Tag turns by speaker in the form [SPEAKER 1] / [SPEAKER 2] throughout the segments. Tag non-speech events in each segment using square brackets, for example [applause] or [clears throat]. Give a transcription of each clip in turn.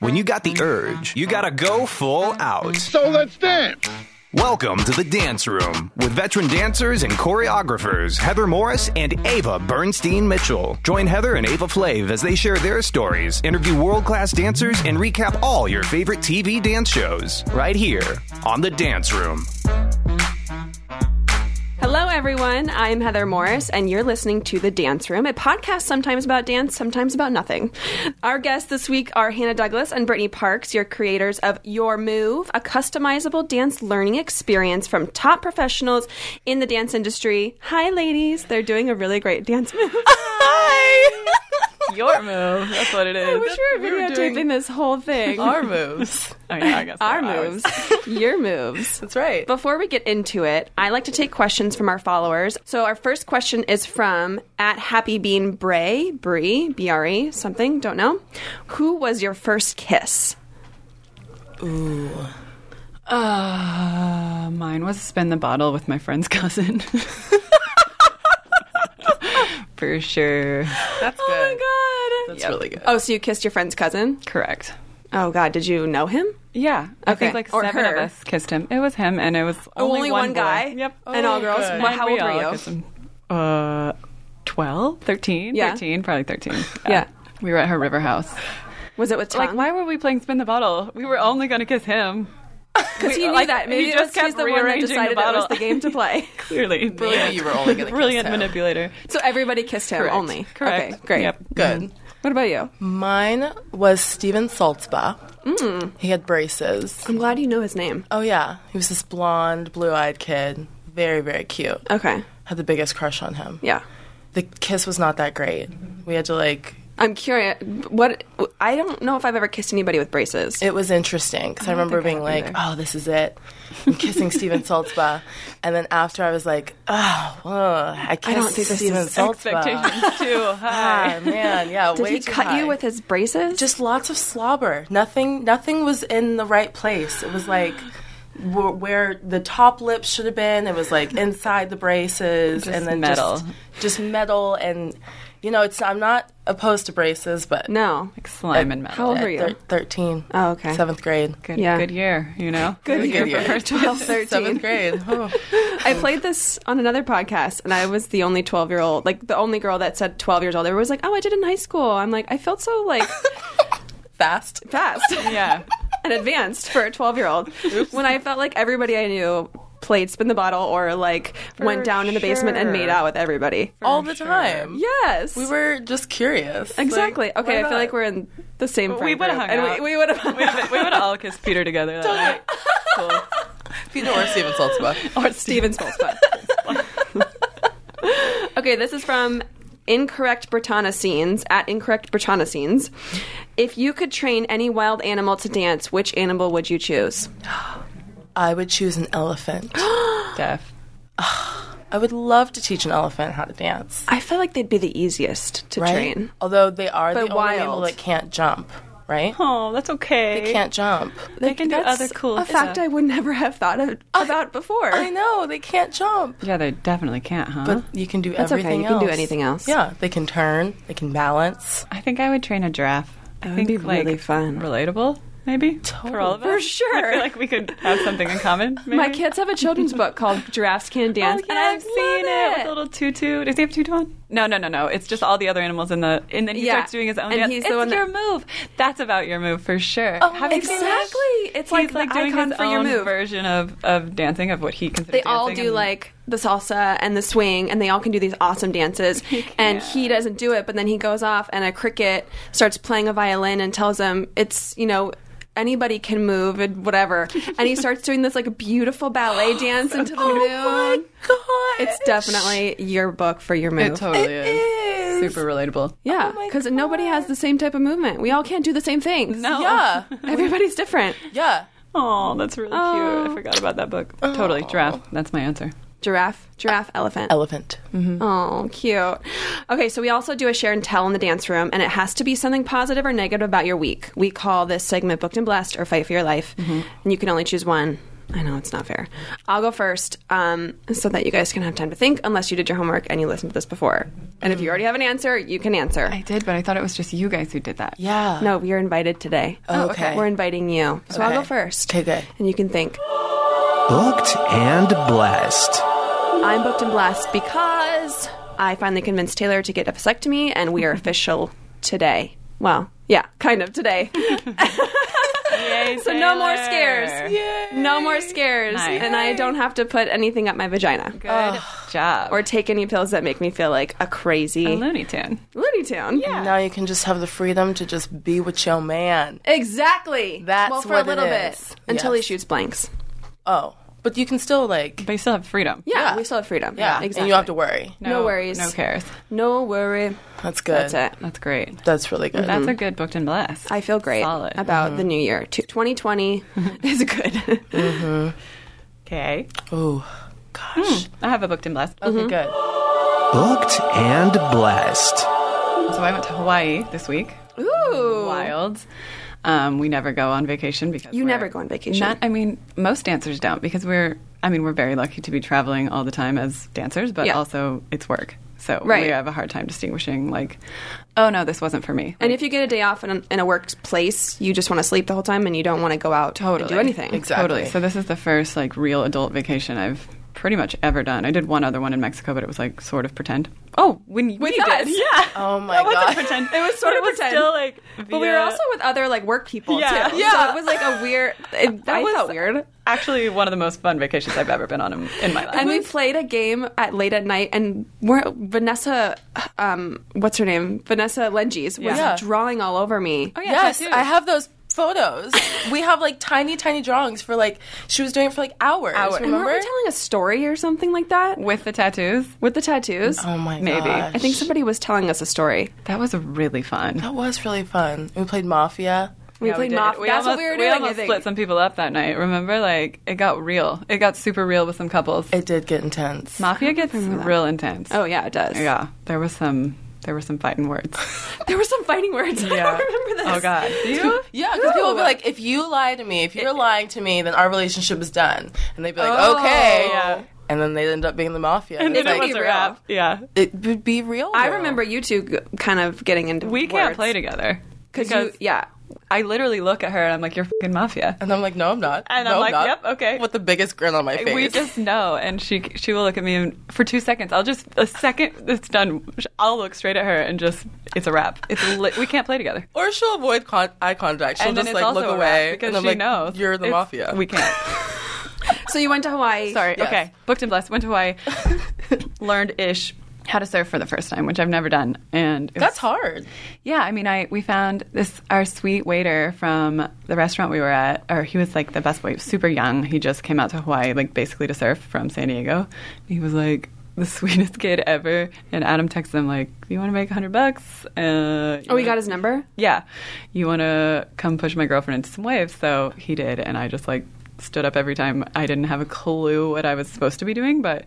[SPEAKER 1] When you got the urge, you gotta go full out.
[SPEAKER 2] So let's dance.
[SPEAKER 1] Welcome to the Dance Room with veteran dancers and choreographers Heather Morris and Ava Bernstein Mitchell. Join Heather and Ava Flave as they share their stories, interview world class dancers, and recap all your favorite TV dance shows right here on the Dance Room.
[SPEAKER 3] Hello, everyone. I'm Heather Morris, and you're listening to The Dance Room, a podcast sometimes about dance, sometimes about nothing. Our guests this week are Hannah Douglas and Brittany Parks, your creators of Your Move, a customizable dance learning experience from top professionals in the dance industry. Hi, ladies. They're doing a really great dance move.
[SPEAKER 4] [laughs]
[SPEAKER 3] [laughs]
[SPEAKER 4] Hi. Your move. That's
[SPEAKER 5] [laughs]
[SPEAKER 4] what it is.
[SPEAKER 3] I wish we were videotaping this whole thing.
[SPEAKER 4] our moves. Oh yeah, I guess
[SPEAKER 3] Our
[SPEAKER 4] they're ours.
[SPEAKER 3] moves, your moves.
[SPEAKER 4] That's right.
[SPEAKER 3] Before we get into it, I like to take questions from our followers. So our first question is from at Happy Bean Bray, Bree, B R E, something, don't know. Who was your first kiss?
[SPEAKER 5] Uh, mine was spin the bottle with my friend's [laughs] cousin. For sure.
[SPEAKER 4] That's good.
[SPEAKER 3] Oh my god.
[SPEAKER 4] That's really good.
[SPEAKER 3] Oh, so you kissed your friend's cousin?
[SPEAKER 5] Correct.
[SPEAKER 3] Oh god, did you know him?
[SPEAKER 5] Yeah. I
[SPEAKER 3] Okay.
[SPEAKER 5] think like
[SPEAKER 3] Or
[SPEAKER 5] seven
[SPEAKER 3] her.
[SPEAKER 5] of us kissed him. It was him and it was only, boy.
[SPEAKER 3] guy.
[SPEAKER 5] Yep.
[SPEAKER 3] and all girls.
[SPEAKER 4] good.
[SPEAKER 3] Well, how
[SPEAKER 5] We
[SPEAKER 3] old were
[SPEAKER 5] all
[SPEAKER 3] you?
[SPEAKER 5] kissed him. Uh 12, 13,
[SPEAKER 3] Yeah.
[SPEAKER 5] 13, probably [laughs] 13.
[SPEAKER 3] Yeah.
[SPEAKER 5] We were at her river house.
[SPEAKER 3] Was it with
[SPEAKER 5] Like,
[SPEAKER 3] tongue?
[SPEAKER 5] why were we playing spin the bottle? We were only going to kiss him.
[SPEAKER 3] Because he knew
[SPEAKER 5] like,
[SPEAKER 3] that.
[SPEAKER 5] he
[SPEAKER 3] Maybe
[SPEAKER 5] just
[SPEAKER 3] just
[SPEAKER 5] kept
[SPEAKER 3] he's the one that
[SPEAKER 5] rearranging the
[SPEAKER 3] decided that was
[SPEAKER 5] bottle.
[SPEAKER 3] the game to
[SPEAKER 5] [laughs]
[SPEAKER 3] play.
[SPEAKER 5] Clearly.
[SPEAKER 4] Clearly, you were only [laughs] gonna kiss
[SPEAKER 5] Brilliant
[SPEAKER 4] him.
[SPEAKER 5] manipulator.
[SPEAKER 3] so everybody kissed him
[SPEAKER 5] Correct.
[SPEAKER 3] only.
[SPEAKER 5] Correct.
[SPEAKER 3] Okay, great.
[SPEAKER 5] Yep.
[SPEAKER 4] Good.
[SPEAKER 3] What about you?
[SPEAKER 4] Mine was Steven Saltzba.
[SPEAKER 3] Mm.
[SPEAKER 4] He had braces.
[SPEAKER 3] I'm glad you know his name.
[SPEAKER 4] Oh yeah, he was this blonde, blue-eyed kid. Very, very cute.
[SPEAKER 3] Okay.
[SPEAKER 4] Had the biggest crush on him.
[SPEAKER 3] Yeah.
[SPEAKER 4] The kiss was not that great. We had to like.
[SPEAKER 3] I'm curious. What I don't know if I've ever kissed anybody with braces.
[SPEAKER 4] It was interesting because I, remember being like, "Oh, this is it." I'm kissing Steven Saltzba, and then after I was like, "Oh, well, I kissed
[SPEAKER 3] don't think this
[SPEAKER 4] Steven
[SPEAKER 3] is
[SPEAKER 4] Saltzba."
[SPEAKER 3] [laughs]
[SPEAKER 5] Expectations too high.
[SPEAKER 4] Ah, man, yeah.
[SPEAKER 3] Did
[SPEAKER 4] way
[SPEAKER 3] he
[SPEAKER 4] too
[SPEAKER 3] cut
[SPEAKER 4] high.
[SPEAKER 3] you with his braces?
[SPEAKER 4] just lots of slobber. Nothing, nothing was in the right place. It was like where, where the top lip should have been. It was like inside the braces, and then
[SPEAKER 5] metal.
[SPEAKER 4] just just metal. And you know, it's I'm not opposed to braces, but
[SPEAKER 3] no.
[SPEAKER 5] Slime and metal.
[SPEAKER 3] How old
[SPEAKER 4] at
[SPEAKER 3] were you?
[SPEAKER 4] thir- thirteen.
[SPEAKER 3] Oh, okay.
[SPEAKER 4] Seventh grade.
[SPEAKER 5] Good,
[SPEAKER 3] Yeah.
[SPEAKER 5] good year, you know?
[SPEAKER 3] [laughs] Good
[SPEAKER 4] year for
[SPEAKER 3] first 12, 13. [laughs]
[SPEAKER 4] Seventh grade. Oh.
[SPEAKER 3] I played this on another podcast, and I was the only 12 year old, like the only girl that said 12 years old. Everyone was like, oh, I did in high school. I'm like, I felt so like [laughs]
[SPEAKER 4] Fast.
[SPEAKER 3] fast
[SPEAKER 5] [laughs] Yeah.
[SPEAKER 3] and advanced for a 12 year old when I felt like everybody I knew played spin the bottle or like went down in the basement and
[SPEAKER 5] sure.
[SPEAKER 3] made out with everybody.
[SPEAKER 4] All the time.
[SPEAKER 3] yes.
[SPEAKER 4] We were just curious.
[SPEAKER 3] Exactly.
[SPEAKER 4] Like,
[SPEAKER 3] okay,
[SPEAKER 4] why
[SPEAKER 3] I feel
[SPEAKER 4] not?
[SPEAKER 3] like we're in the same friend
[SPEAKER 5] we would've
[SPEAKER 3] group.
[SPEAKER 5] hung
[SPEAKER 3] and
[SPEAKER 5] out.
[SPEAKER 3] We, we would have
[SPEAKER 5] we would we would all kiss Peter together. Like, cool.
[SPEAKER 4] Peter or Steven
[SPEAKER 3] [laughs]
[SPEAKER 4] Saltzba.
[SPEAKER 3] or Steven Spolspa. okay, this is from Incorrect Britannia Scenes at Incorrect Britannia Scenes. If you could train any wild animal to dance, which animal would you choose?
[SPEAKER 4] I would choose an elephant. [gasps]
[SPEAKER 5] Def.
[SPEAKER 4] I would love to teach an elephant how to dance.
[SPEAKER 3] I feel like they'd be the easiest to
[SPEAKER 4] right?
[SPEAKER 3] train.
[SPEAKER 4] Although they are
[SPEAKER 3] But
[SPEAKER 4] the only animal
[SPEAKER 3] wild.
[SPEAKER 4] that can't jump, right?
[SPEAKER 5] Oh, that's okay.
[SPEAKER 4] They can't jump.
[SPEAKER 5] They can do
[SPEAKER 3] That's
[SPEAKER 5] other cool
[SPEAKER 3] a fact I
[SPEAKER 5] stuff.
[SPEAKER 3] would never have thought of, about before.
[SPEAKER 4] I know they can't jump,
[SPEAKER 5] yeah, they definitely can't, huh?
[SPEAKER 4] but you can do
[SPEAKER 3] That's okay,
[SPEAKER 4] everything.
[SPEAKER 3] you can do
[SPEAKER 4] else.
[SPEAKER 3] anything else.
[SPEAKER 4] Yeah, they can turn. They can balance.
[SPEAKER 5] I think I would train a giraffe. I
[SPEAKER 3] would
[SPEAKER 5] think
[SPEAKER 3] be
[SPEAKER 5] like,
[SPEAKER 3] really fun.
[SPEAKER 5] Relatable, maybe? For all of us.
[SPEAKER 3] For sure.
[SPEAKER 5] I feel like we could have something in common. Maybe.
[SPEAKER 3] My kids have a children's book called Giraffes Can
[SPEAKER 5] Oh,
[SPEAKER 3] Dance,
[SPEAKER 5] yeah,
[SPEAKER 3] and I've
[SPEAKER 5] I
[SPEAKER 3] seen
[SPEAKER 5] love
[SPEAKER 3] it.
[SPEAKER 5] with a little tutu. Does he have a tutu on? No, no, no, no. It's just all the other animals in the. And then he
[SPEAKER 3] Yeah.
[SPEAKER 5] starts doing his own
[SPEAKER 3] And
[SPEAKER 5] dance.
[SPEAKER 3] he's
[SPEAKER 5] it's
[SPEAKER 3] the one that-
[SPEAKER 5] your move. That's about your move for sure.
[SPEAKER 4] Oh,
[SPEAKER 5] Have you seen that?
[SPEAKER 3] Exactly. It's
[SPEAKER 5] He's
[SPEAKER 3] like the
[SPEAKER 5] doing
[SPEAKER 3] icon
[SPEAKER 5] his
[SPEAKER 3] for your
[SPEAKER 5] own
[SPEAKER 3] move.
[SPEAKER 5] version of, of dancing of what he considers.
[SPEAKER 3] they all
[SPEAKER 5] dancing
[SPEAKER 3] do
[SPEAKER 5] and-
[SPEAKER 3] like the salsa and the swing and they all can do these awesome
[SPEAKER 5] [laughs]
[SPEAKER 3] dances and he doesn't do it but then he goes off and a cricket starts playing a violin and tells him it's you know anybody can move and
[SPEAKER 5] [laughs]
[SPEAKER 3] whatever and he starts doing this like beautiful
[SPEAKER 5] [gasps]
[SPEAKER 3] ballet dance into
[SPEAKER 5] Oh
[SPEAKER 3] the moon
[SPEAKER 4] [laughs] God,
[SPEAKER 3] it's definitely your book for your move
[SPEAKER 5] It totally
[SPEAKER 4] It
[SPEAKER 5] is.
[SPEAKER 4] is.
[SPEAKER 5] super relatable.
[SPEAKER 3] yeah
[SPEAKER 4] Oh my
[SPEAKER 3] because nobody has the same type of movement we all can't do the same thing
[SPEAKER 5] No.
[SPEAKER 4] Yeah,
[SPEAKER 3] [laughs] everybody's different
[SPEAKER 4] yeah.
[SPEAKER 5] Oh, that's really cute. I forgot about that book. Totally, giraffe. That's my answer.
[SPEAKER 3] giraffe giraffe elephant
[SPEAKER 4] Elephant.
[SPEAKER 3] Oh, cute. Okay, so we also do a share and tell in the dance room, and it has to be something positive
[SPEAKER 4] Mm-hmm.
[SPEAKER 3] or negative about your week. We call this segment Booked and Blessed or Fight for Your Life, and you can only choose one. I know it's not fair. I'll go first, um, so that you guys can have time to think. Unless you did your homework and you listened to this before, and if you already have an answer, you can answer.
[SPEAKER 5] I did, but I thought it was just you guys who did that.
[SPEAKER 4] Yeah.
[SPEAKER 3] no, we are invited today.
[SPEAKER 4] Oh, okay.
[SPEAKER 3] We're inviting you, so I'll
[SPEAKER 4] Okay.
[SPEAKER 3] go first.
[SPEAKER 4] Okay, good.
[SPEAKER 3] And you can think.
[SPEAKER 1] Booked and blessed.
[SPEAKER 3] I'm booked and blessed because I finally convinced Taylor to get a vasectomy, and we are official today. Well, yeah, kind of today. [laughs] so no more scares. No more scares,
[SPEAKER 5] Nice.
[SPEAKER 3] and I don't have to put anything up my vagina
[SPEAKER 5] Good job.
[SPEAKER 3] or take any pills that make me feel like a crazy
[SPEAKER 5] Looney Tune.
[SPEAKER 3] Looney Tune. Yeah.
[SPEAKER 4] Now you can just have the freedom to just be with your man.
[SPEAKER 3] Exactly.
[SPEAKER 4] That's
[SPEAKER 3] well for
[SPEAKER 4] what
[SPEAKER 3] a
[SPEAKER 4] it
[SPEAKER 3] little
[SPEAKER 4] is.
[SPEAKER 3] bit until he
[SPEAKER 4] Yes.
[SPEAKER 3] shoots blanks.
[SPEAKER 4] Oh, but you can still like.
[SPEAKER 5] But you still have freedom.
[SPEAKER 3] Yeah,
[SPEAKER 4] Yeah.
[SPEAKER 3] we still have freedom.
[SPEAKER 4] Yeah,
[SPEAKER 3] exactly.
[SPEAKER 4] and you don't have to worry.
[SPEAKER 3] No worries.
[SPEAKER 5] No cares.
[SPEAKER 3] No worry.
[SPEAKER 4] That's good.
[SPEAKER 3] That's it. Mm-hmm.
[SPEAKER 5] That's great.
[SPEAKER 4] That's really good.
[SPEAKER 5] That's a good booked and blessed.
[SPEAKER 3] I feel great
[SPEAKER 5] Solid.
[SPEAKER 3] about the new year. Two-
[SPEAKER 5] [laughs]
[SPEAKER 3] 2020 is good.
[SPEAKER 5] Okay.
[SPEAKER 4] Ooh, gosh.
[SPEAKER 5] I have a booked and blessed.
[SPEAKER 3] Mm-hmm.
[SPEAKER 4] Okay, good.
[SPEAKER 1] Booked and blessed.
[SPEAKER 5] So I went to Hawaii this week.
[SPEAKER 3] Ooh.
[SPEAKER 5] Wild. Um, we never go on vacation because
[SPEAKER 3] You
[SPEAKER 5] we're-
[SPEAKER 3] never go on vacation.
[SPEAKER 5] Not, I mean, most dancers don't because we're. I mean, we're very lucky to be traveling all the time as dancers, but
[SPEAKER 3] Yeah.
[SPEAKER 5] also it's work. So
[SPEAKER 3] Right.
[SPEAKER 5] we have a hard time distinguishing. Like, oh no, this wasn't for me.
[SPEAKER 3] and if you get a day off in a, in a workplace, you just want to sleep the whole time and you don't want to go out and do anything.
[SPEAKER 4] Exactly.
[SPEAKER 5] Totally. So this is the first like real adult vacation I've pretty much ever done. I did one other one in Mexico, but it was like sort of pretend. Oh, when we did,
[SPEAKER 3] us.
[SPEAKER 5] yeah.
[SPEAKER 4] Oh my
[SPEAKER 5] It wasn't
[SPEAKER 4] god.
[SPEAKER 5] pretend.
[SPEAKER 3] It was sort of
[SPEAKER 5] But it was
[SPEAKER 3] pretend.
[SPEAKER 5] still like.
[SPEAKER 3] But we were
[SPEAKER 5] via-
[SPEAKER 3] also with other like work people
[SPEAKER 5] Yeah.
[SPEAKER 3] too.
[SPEAKER 5] Yeah.
[SPEAKER 3] So it was like a weird. It, I
[SPEAKER 5] was-
[SPEAKER 3] felt weird.
[SPEAKER 5] actually one of the most fun vacations I've ever been on in, in my life.
[SPEAKER 3] And we played a game at late at night, and we're, Vanessa, um, what's her name? Vanessa Lenges was
[SPEAKER 5] Yeah.
[SPEAKER 3] drawing all over me. Oh
[SPEAKER 4] yes,
[SPEAKER 5] tattoos.
[SPEAKER 4] I have those
[SPEAKER 5] [laughs]
[SPEAKER 4] photos. we have like tiny, tiny drawings for like she was doing it for like hours.
[SPEAKER 5] Hours.
[SPEAKER 3] And weren't
[SPEAKER 4] Remember?
[SPEAKER 3] we telling a story or something like that
[SPEAKER 5] with the tattoos.
[SPEAKER 3] with the tattoos?
[SPEAKER 4] oh my
[SPEAKER 5] Maybe.
[SPEAKER 4] gosh.
[SPEAKER 3] I think somebody was telling us a story.
[SPEAKER 5] That was really fun.
[SPEAKER 4] that was really fun. We played mafia.
[SPEAKER 3] We
[SPEAKER 5] Yeah,
[SPEAKER 3] played
[SPEAKER 5] did.
[SPEAKER 3] Mafia. That's what
[SPEAKER 5] almost-
[SPEAKER 3] we were
[SPEAKER 5] We
[SPEAKER 3] doing. I
[SPEAKER 5] almost
[SPEAKER 3] think.
[SPEAKER 5] split some people up that night. Remember, like it got real. It got super real with some couples.
[SPEAKER 4] It did get intense.
[SPEAKER 5] Mafia gets real intense.
[SPEAKER 3] Oh yeah, it does.
[SPEAKER 5] yeah, there was some. There were some
[SPEAKER 3] [laughs]
[SPEAKER 5] fighting words. [laughs]
[SPEAKER 3] There were some fighting words. [laughs] I
[SPEAKER 5] Yeah.
[SPEAKER 3] don't remember this.
[SPEAKER 5] Oh
[SPEAKER 3] [laughs]
[SPEAKER 5] God, Do you?
[SPEAKER 4] yeah, because people would be like, if you lie to me, if you're lying to me, then our relationship is done. And they'd be like,
[SPEAKER 3] Oh.
[SPEAKER 4] okay.
[SPEAKER 5] Yeah.
[SPEAKER 4] And then they end up being the mafia.
[SPEAKER 5] And then
[SPEAKER 4] it's
[SPEAKER 3] then it
[SPEAKER 5] it was
[SPEAKER 4] like,
[SPEAKER 3] was
[SPEAKER 5] a
[SPEAKER 3] real.
[SPEAKER 5] wrap. Yeah,
[SPEAKER 4] it would be real.
[SPEAKER 3] I
[SPEAKER 4] though.
[SPEAKER 3] remember you two g- kind of getting into
[SPEAKER 5] we can't
[SPEAKER 3] words.
[SPEAKER 5] play together
[SPEAKER 3] 'Cause you,
[SPEAKER 5] because
[SPEAKER 3] yeah.
[SPEAKER 5] I literally look at her and I'm like, "You're fucking mafia."
[SPEAKER 4] And I'm like, no, I'm not.
[SPEAKER 5] And
[SPEAKER 4] No,
[SPEAKER 5] I'm like,
[SPEAKER 4] not.
[SPEAKER 5] yep, okay.
[SPEAKER 4] With the biggest grin on my face.
[SPEAKER 5] We just know, and she she will look at me and for two seconds. I'll just a second it's done. I'll look straight at her and just it's a wrap. It's li- we can't play together.
[SPEAKER 4] Or she'll avoid con- eye contact. She'll
[SPEAKER 5] and then
[SPEAKER 4] just
[SPEAKER 5] it's
[SPEAKER 4] like
[SPEAKER 5] also
[SPEAKER 4] look
[SPEAKER 5] a wrap
[SPEAKER 4] away
[SPEAKER 5] because
[SPEAKER 4] and I'm
[SPEAKER 5] she
[SPEAKER 4] like,
[SPEAKER 5] knows
[SPEAKER 4] you're the
[SPEAKER 5] it's-
[SPEAKER 4] mafia.
[SPEAKER 5] We can't.
[SPEAKER 4] [laughs]
[SPEAKER 3] So you went to Hawaii.
[SPEAKER 5] Sorry.
[SPEAKER 4] Yes.
[SPEAKER 5] Okay. Booked and blessed. Went to
[SPEAKER 4] [laughs]
[SPEAKER 5] Hawaii. learned ish how to surf for the first time, which I've never done, and it was-
[SPEAKER 4] That's hard.
[SPEAKER 5] Yeah, I mean, I we found this our sweet waiter from the restaurant we were at, or he was like the best boy, super young. He just came out to Hawaii, like basically to surf from San Diego. He was like the [laughs] sweetest kid ever. And Adam texted him like, "You want to make a hundred bucks?" Uh,
[SPEAKER 3] Oh, we got his number.
[SPEAKER 5] yeah, you want to come push my girlfriend into some waves? So he did, and I just like stood up every time. I didn't have a clue what I was supposed to be doing, but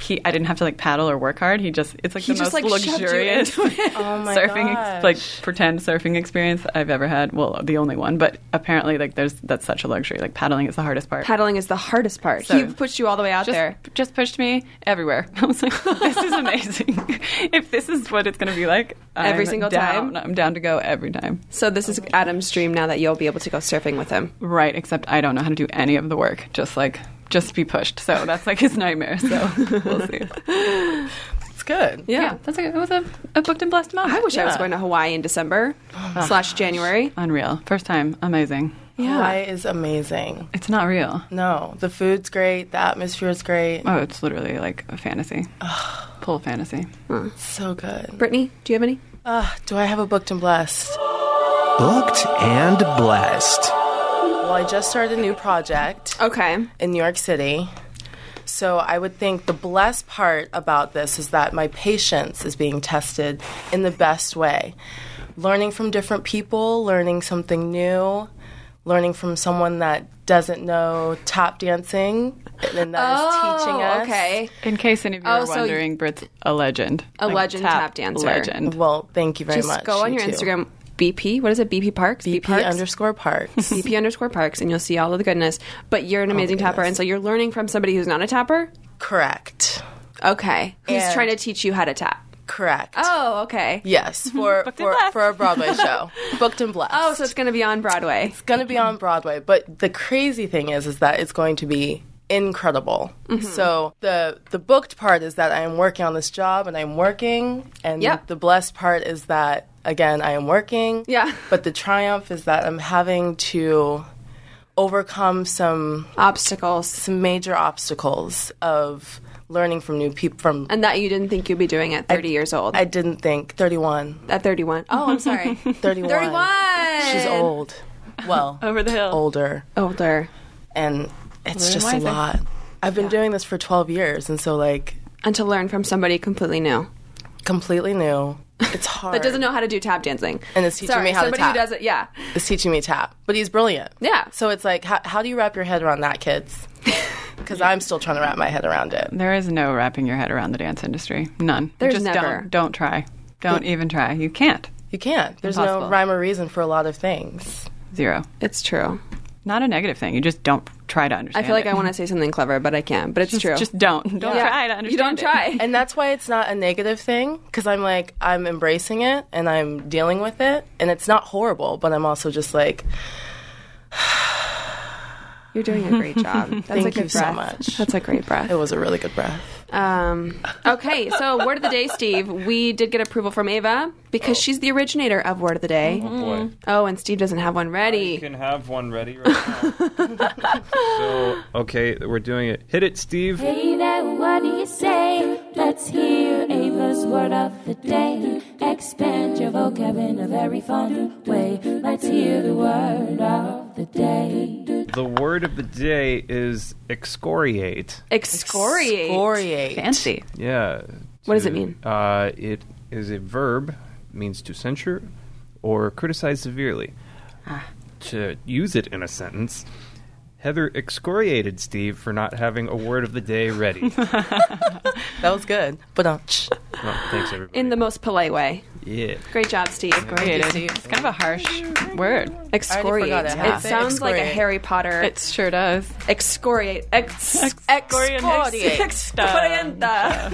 [SPEAKER 5] he, I didn't have to like paddle or work hard. He just, it's like
[SPEAKER 3] He
[SPEAKER 5] the
[SPEAKER 3] just,
[SPEAKER 5] most
[SPEAKER 3] like, shoved you
[SPEAKER 5] luxurious
[SPEAKER 3] into
[SPEAKER 5] [laughs]
[SPEAKER 3] it.
[SPEAKER 4] Oh my
[SPEAKER 5] surfing,
[SPEAKER 4] gosh.
[SPEAKER 5] ex- like pretend surfing experience I've ever had. Well, the only one, but apparently, like there's that's such a luxury. Like paddling is the hardest part.
[SPEAKER 3] Paddling is the hardest part.
[SPEAKER 5] So-
[SPEAKER 3] he pushed you all the way out
[SPEAKER 5] just,
[SPEAKER 3] there.
[SPEAKER 5] just pushed me everywhere. [laughs] I was like,
[SPEAKER 3] [laughs]
[SPEAKER 5] this is amazing. [laughs] if this is what it's going to be like
[SPEAKER 3] Every
[SPEAKER 5] I'm
[SPEAKER 3] single
[SPEAKER 5] down.
[SPEAKER 3] time?
[SPEAKER 5] I'm down to go every time.
[SPEAKER 3] So this is Adam's dream now that you'll be able to go surfing with him.
[SPEAKER 5] Right, except I don't know how to do any of the work. Just like just be pushed. So that's like his nightmare.
[SPEAKER 3] [laughs]
[SPEAKER 5] So we'll see. Yeah,
[SPEAKER 4] It's good.
[SPEAKER 3] Yeah.
[SPEAKER 5] that's a, it was a, a booked and blessed month.
[SPEAKER 3] I wish I was
[SPEAKER 4] Yeah.
[SPEAKER 3] going to Hawaii in
[SPEAKER 5] [sighs]
[SPEAKER 3] December slash January.
[SPEAKER 5] Unreal. First time, amazing.
[SPEAKER 3] Yeah.
[SPEAKER 4] Hawaii is amazing.
[SPEAKER 5] It's not real.
[SPEAKER 4] No, the food's great. The atmosphere is great.
[SPEAKER 5] Oh, it's literally like a fantasy. Pool fantasy.
[SPEAKER 4] So good.
[SPEAKER 3] Brittany, do you have any?
[SPEAKER 4] Uh, do I have a booked and blessed?
[SPEAKER 1] Booked and blessed.
[SPEAKER 4] Well, I just started a new project
[SPEAKER 3] Okay.
[SPEAKER 4] in New York City. So I would think the blessed part about this is that my patience is being tested in the best way. Learning from different people, learning something new, learning from someone that doesn't know tap dancing and that is teaching us.
[SPEAKER 3] okay.
[SPEAKER 5] In case any of you
[SPEAKER 3] Oh,
[SPEAKER 5] are
[SPEAKER 3] so y-
[SPEAKER 5] wondering, Brit's a legend. A
[SPEAKER 3] legend tap dancer.
[SPEAKER 5] Legend.
[SPEAKER 4] Well, thank you very
[SPEAKER 3] Just
[SPEAKER 4] much.
[SPEAKER 3] go on
[SPEAKER 4] you
[SPEAKER 3] your
[SPEAKER 4] too.
[SPEAKER 3] Instagram BP. What is it? BP Parks.
[SPEAKER 4] BP
[SPEAKER 3] Parks?
[SPEAKER 4] underscore parks.
[SPEAKER 3] BP underscore Parks, and you'll see all of the goodness. But you're
[SPEAKER 4] Oh
[SPEAKER 3] an amazing tapper, and so you're learning from somebody who's not a tapper.
[SPEAKER 4] [laughs] Correct.
[SPEAKER 3] Okay, who's
[SPEAKER 4] And-
[SPEAKER 3] trying to teach you how to tap?
[SPEAKER 4] Correct.
[SPEAKER 3] Oh, okay.
[SPEAKER 4] Yes, for for,
[SPEAKER 3] blessed.
[SPEAKER 4] for
[SPEAKER 3] [laughs]
[SPEAKER 4] a Broadway show, booked and blessed.
[SPEAKER 3] Oh, so it's going to be on Broadway.
[SPEAKER 4] it's going to be on Broadway, but the crazy thing is is that it's going to be incredible.
[SPEAKER 3] Mm-hmm.
[SPEAKER 4] So the the booked part is that I am working on this job and I'm working and
[SPEAKER 3] Yeah.
[SPEAKER 4] the blessed part is that again I am working.
[SPEAKER 3] Yeah.
[SPEAKER 4] But the triumph is that I'm having to overcome some
[SPEAKER 3] Obstacles,
[SPEAKER 4] some major obstacles of learning from new people from
[SPEAKER 3] and that you didn't think you'd be doing at 30 years old.
[SPEAKER 4] I didn't think 31
[SPEAKER 3] at 31. Oh, I'm [laughs] sorry.
[SPEAKER 4] 31
[SPEAKER 3] 31.
[SPEAKER 4] She's old. Well,
[SPEAKER 5] Over the hill.
[SPEAKER 4] older.
[SPEAKER 3] Older.
[SPEAKER 4] and it's
[SPEAKER 5] Learn
[SPEAKER 4] just a
[SPEAKER 5] wiser.
[SPEAKER 4] lot. I've been doing this for 12 years, and so like
[SPEAKER 3] And to learn from somebody completely new
[SPEAKER 4] completely new. It's [laughs] hard.
[SPEAKER 3] that doesn't know how to do tap dancing.
[SPEAKER 4] And is teaching
[SPEAKER 3] Sorry,
[SPEAKER 4] me how to
[SPEAKER 3] somebody
[SPEAKER 4] tap.
[SPEAKER 3] who does it, yeah.
[SPEAKER 4] It's teaching me tap, but he's brilliant.
[SPEAKER 3] Yeah.
[SPEAKER 4] So it's like, how, how do you wrap your head around that, kids? Because I'm still trying to wrap my head around it.
[SPEAKER 5] There is no wrapping your head around the dance industry. None.
[SPEAKER 3] There's
[SPEAKER 5] Just
[SPEAKER 3] never.
[SPEAKER 5] Don't, don't try. Don't even try. You can't.
[SPEAKER 4] You can't. There's
[SPEAKER 5] Impossible.
[SPEAKER 4] no rhyme or reason for a lot of things.
[SPEAKER 5] Zero.
[SPEAKER 3] It's true.
[SPEAKER 5] Not a negative thing. You just don't try to
[SPEAKER 3] I
[SPEAKER 5] understand.
[SPEAKER 3] feel like
[SPEAKER 5] it.
[SPEAKER 3] I want to say something clever, but I can't. But it's
[SPEAKER 5] Just,
[SPEAKER 3] true.
[SPEAKER 5] just don't. Don't
[SPEAKER 3] Yeah.
[SPEAKER 5] try to understand.
[SPEAKER 3] You don't
[SPEAKER 5] it.
[SPEAKER 3] try.
[SPEAKER 4] And that's why it's not a negative thing, because I'm like, I'm embracing it and I'm dealing with it, and it's not horrible, but I'm also just like,
[SPEAKER 3] You're doing a great
[SPEAKER 4] [laughs]
[SPEAKER 3] job. That's a
[SPEAKER 4] Thank
[SPEAKER 3] good
[SPEAKER 4] you so
[SPEAKER 3] breath.
[SPEAKER 4] much.
[SPEAKER 3] That's a great breath.
[SPEAKER 4] it was a really good breath.
[SPEAKER 3] Um, okay, so word of the day, Steve. We did get approval from Ava because she's the originator of word of the day.
[SPEAKER 4] Mm-hmm.
[SPEAKER 2] Oh boy.
[SPEAKER 3] Oh, and Steve doesn't have one
[SPEAKER 2] Oh, You
[SPEAKER 3] ready.
[SPEAKER 2] can have one ready right now.
[SPEAKER 3] [laughs]
[SPEAKER 2] so, okay, we're doing it. Hit it, Steve.
[SPEAKER 6] Hey there, what do you say? Let's hear Ava's word of the day. Expand your vocab in a very fun way. Let's hear the word of the day.
[SPEAKER 2] The word of the day is excoriate.
[SPEAKER 3] Excoriate.
[SPEAKER 4] Excoriate.
[SPEAKER 5] Fancy.
[SPEAKER 2] Yeah.
[SPEAKER 3] What does
[SPEAKER 2] to-
[SPEAKER 3] it mean?
[SPEAKER 2] Uh, it is a verb, means to censure or criticize severely.
[SPEAKER 3] Ah.
[SPEAKER 2] To use it in a sentence, Heather excoriated Steve for not having a word of the
[SPEAKER 3] [laughs]
[SPEAKER 2] day ready. well,
[SPEAKER 4] That was good. But um,
[SPEAKER 2] thanks, everybody.
[SPEAKER 3] In the most polite way.
[SPEAKER 2] yeah.
[SPEAKER 3] Great job, Steve.
[SPEAKER 5] Created. It's kind of a harsh word.
[SPEAKER 3] Excoriate.
[SPEAKER 4] I already forgot it.
[SPEAKER 3] It,
[SPEAKER 4] Yeah. Say
[SPEAKER 3] sounds like a
[SPEAKER 4] excoriate.
[SPEAKER 3] Harry Potter.
[SPEAKER 5] It sure does.
[SPEAKER 3] excoriate. Ex-
[SPEAKER 4] Excoriate.
[SPEAKER 3] Excorienta.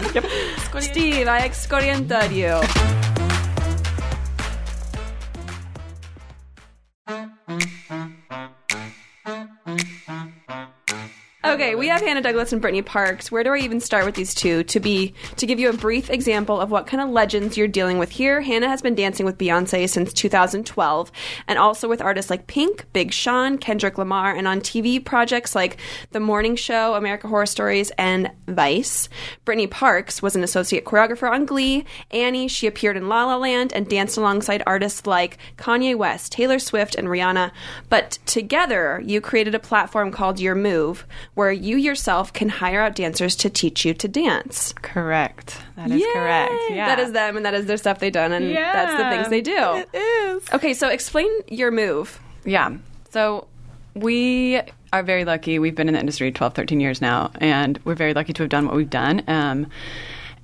[SPEAKER 3] Steve, I excoriented you. Okay, we have Hannah Douglas and Brittany Parks. Where do I even start with these two? To be to give you a brief example of what kind of legends you're dealing with here. Hannah has been dancing with Beyonce since 2012, and also with artists like Pink, Big Sean, Kendrick Lamar, and on TV projects like The Morning Show, America Horror Stories, and Vice. Brittany Parks was an associate choreographer on Glee, Annie. She appeared in La La Land and danced alongside artists like Kanye West, Taylor Swift, and Rihanna. But together, you created a platform called Your Move, where you yourself can hire out dancers to teach you to dance.
[SPEAKER 5] Correct. That is correct.
[SPEAKER 3] Yay!
[SPEAKER 5] Yeah.
[SPEAKER 3] That is them, and that is their stuff they've done, and that's the things they do.
[SPEAKER 5] It is.
[SPEAKER 3] Okay, so explain Your Move.
[SPEAKER 5] Yeah. So we are very lucky. We've been in the industry 12, 13 years now, and we're very lucky to have done what we've done. Um,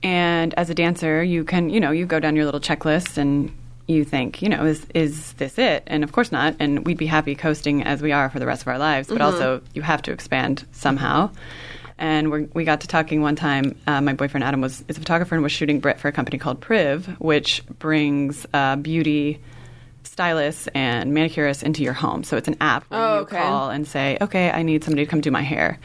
[SPEAKER 5] and as a dancer, you can, you know, you go down your little checklist and you think, you know, is is this it? And of course not. And we'd be happy coasting as we are for the rest of our lives. But also, you have to expand somehow. And we're, we got to talking one time. Uh, my boyfriend Adam was is a photographer and was shooting Brit for a company called Priv, which brings uh, beauty stylists and manicurists into your home. So it's an app where
[SPEAKER 3] Oh,
[SPEAKER 5] you
[SPEAKER 3] okay.
[SPEAKER 5] call and say, "Okay, I need somebody to come do my hair,"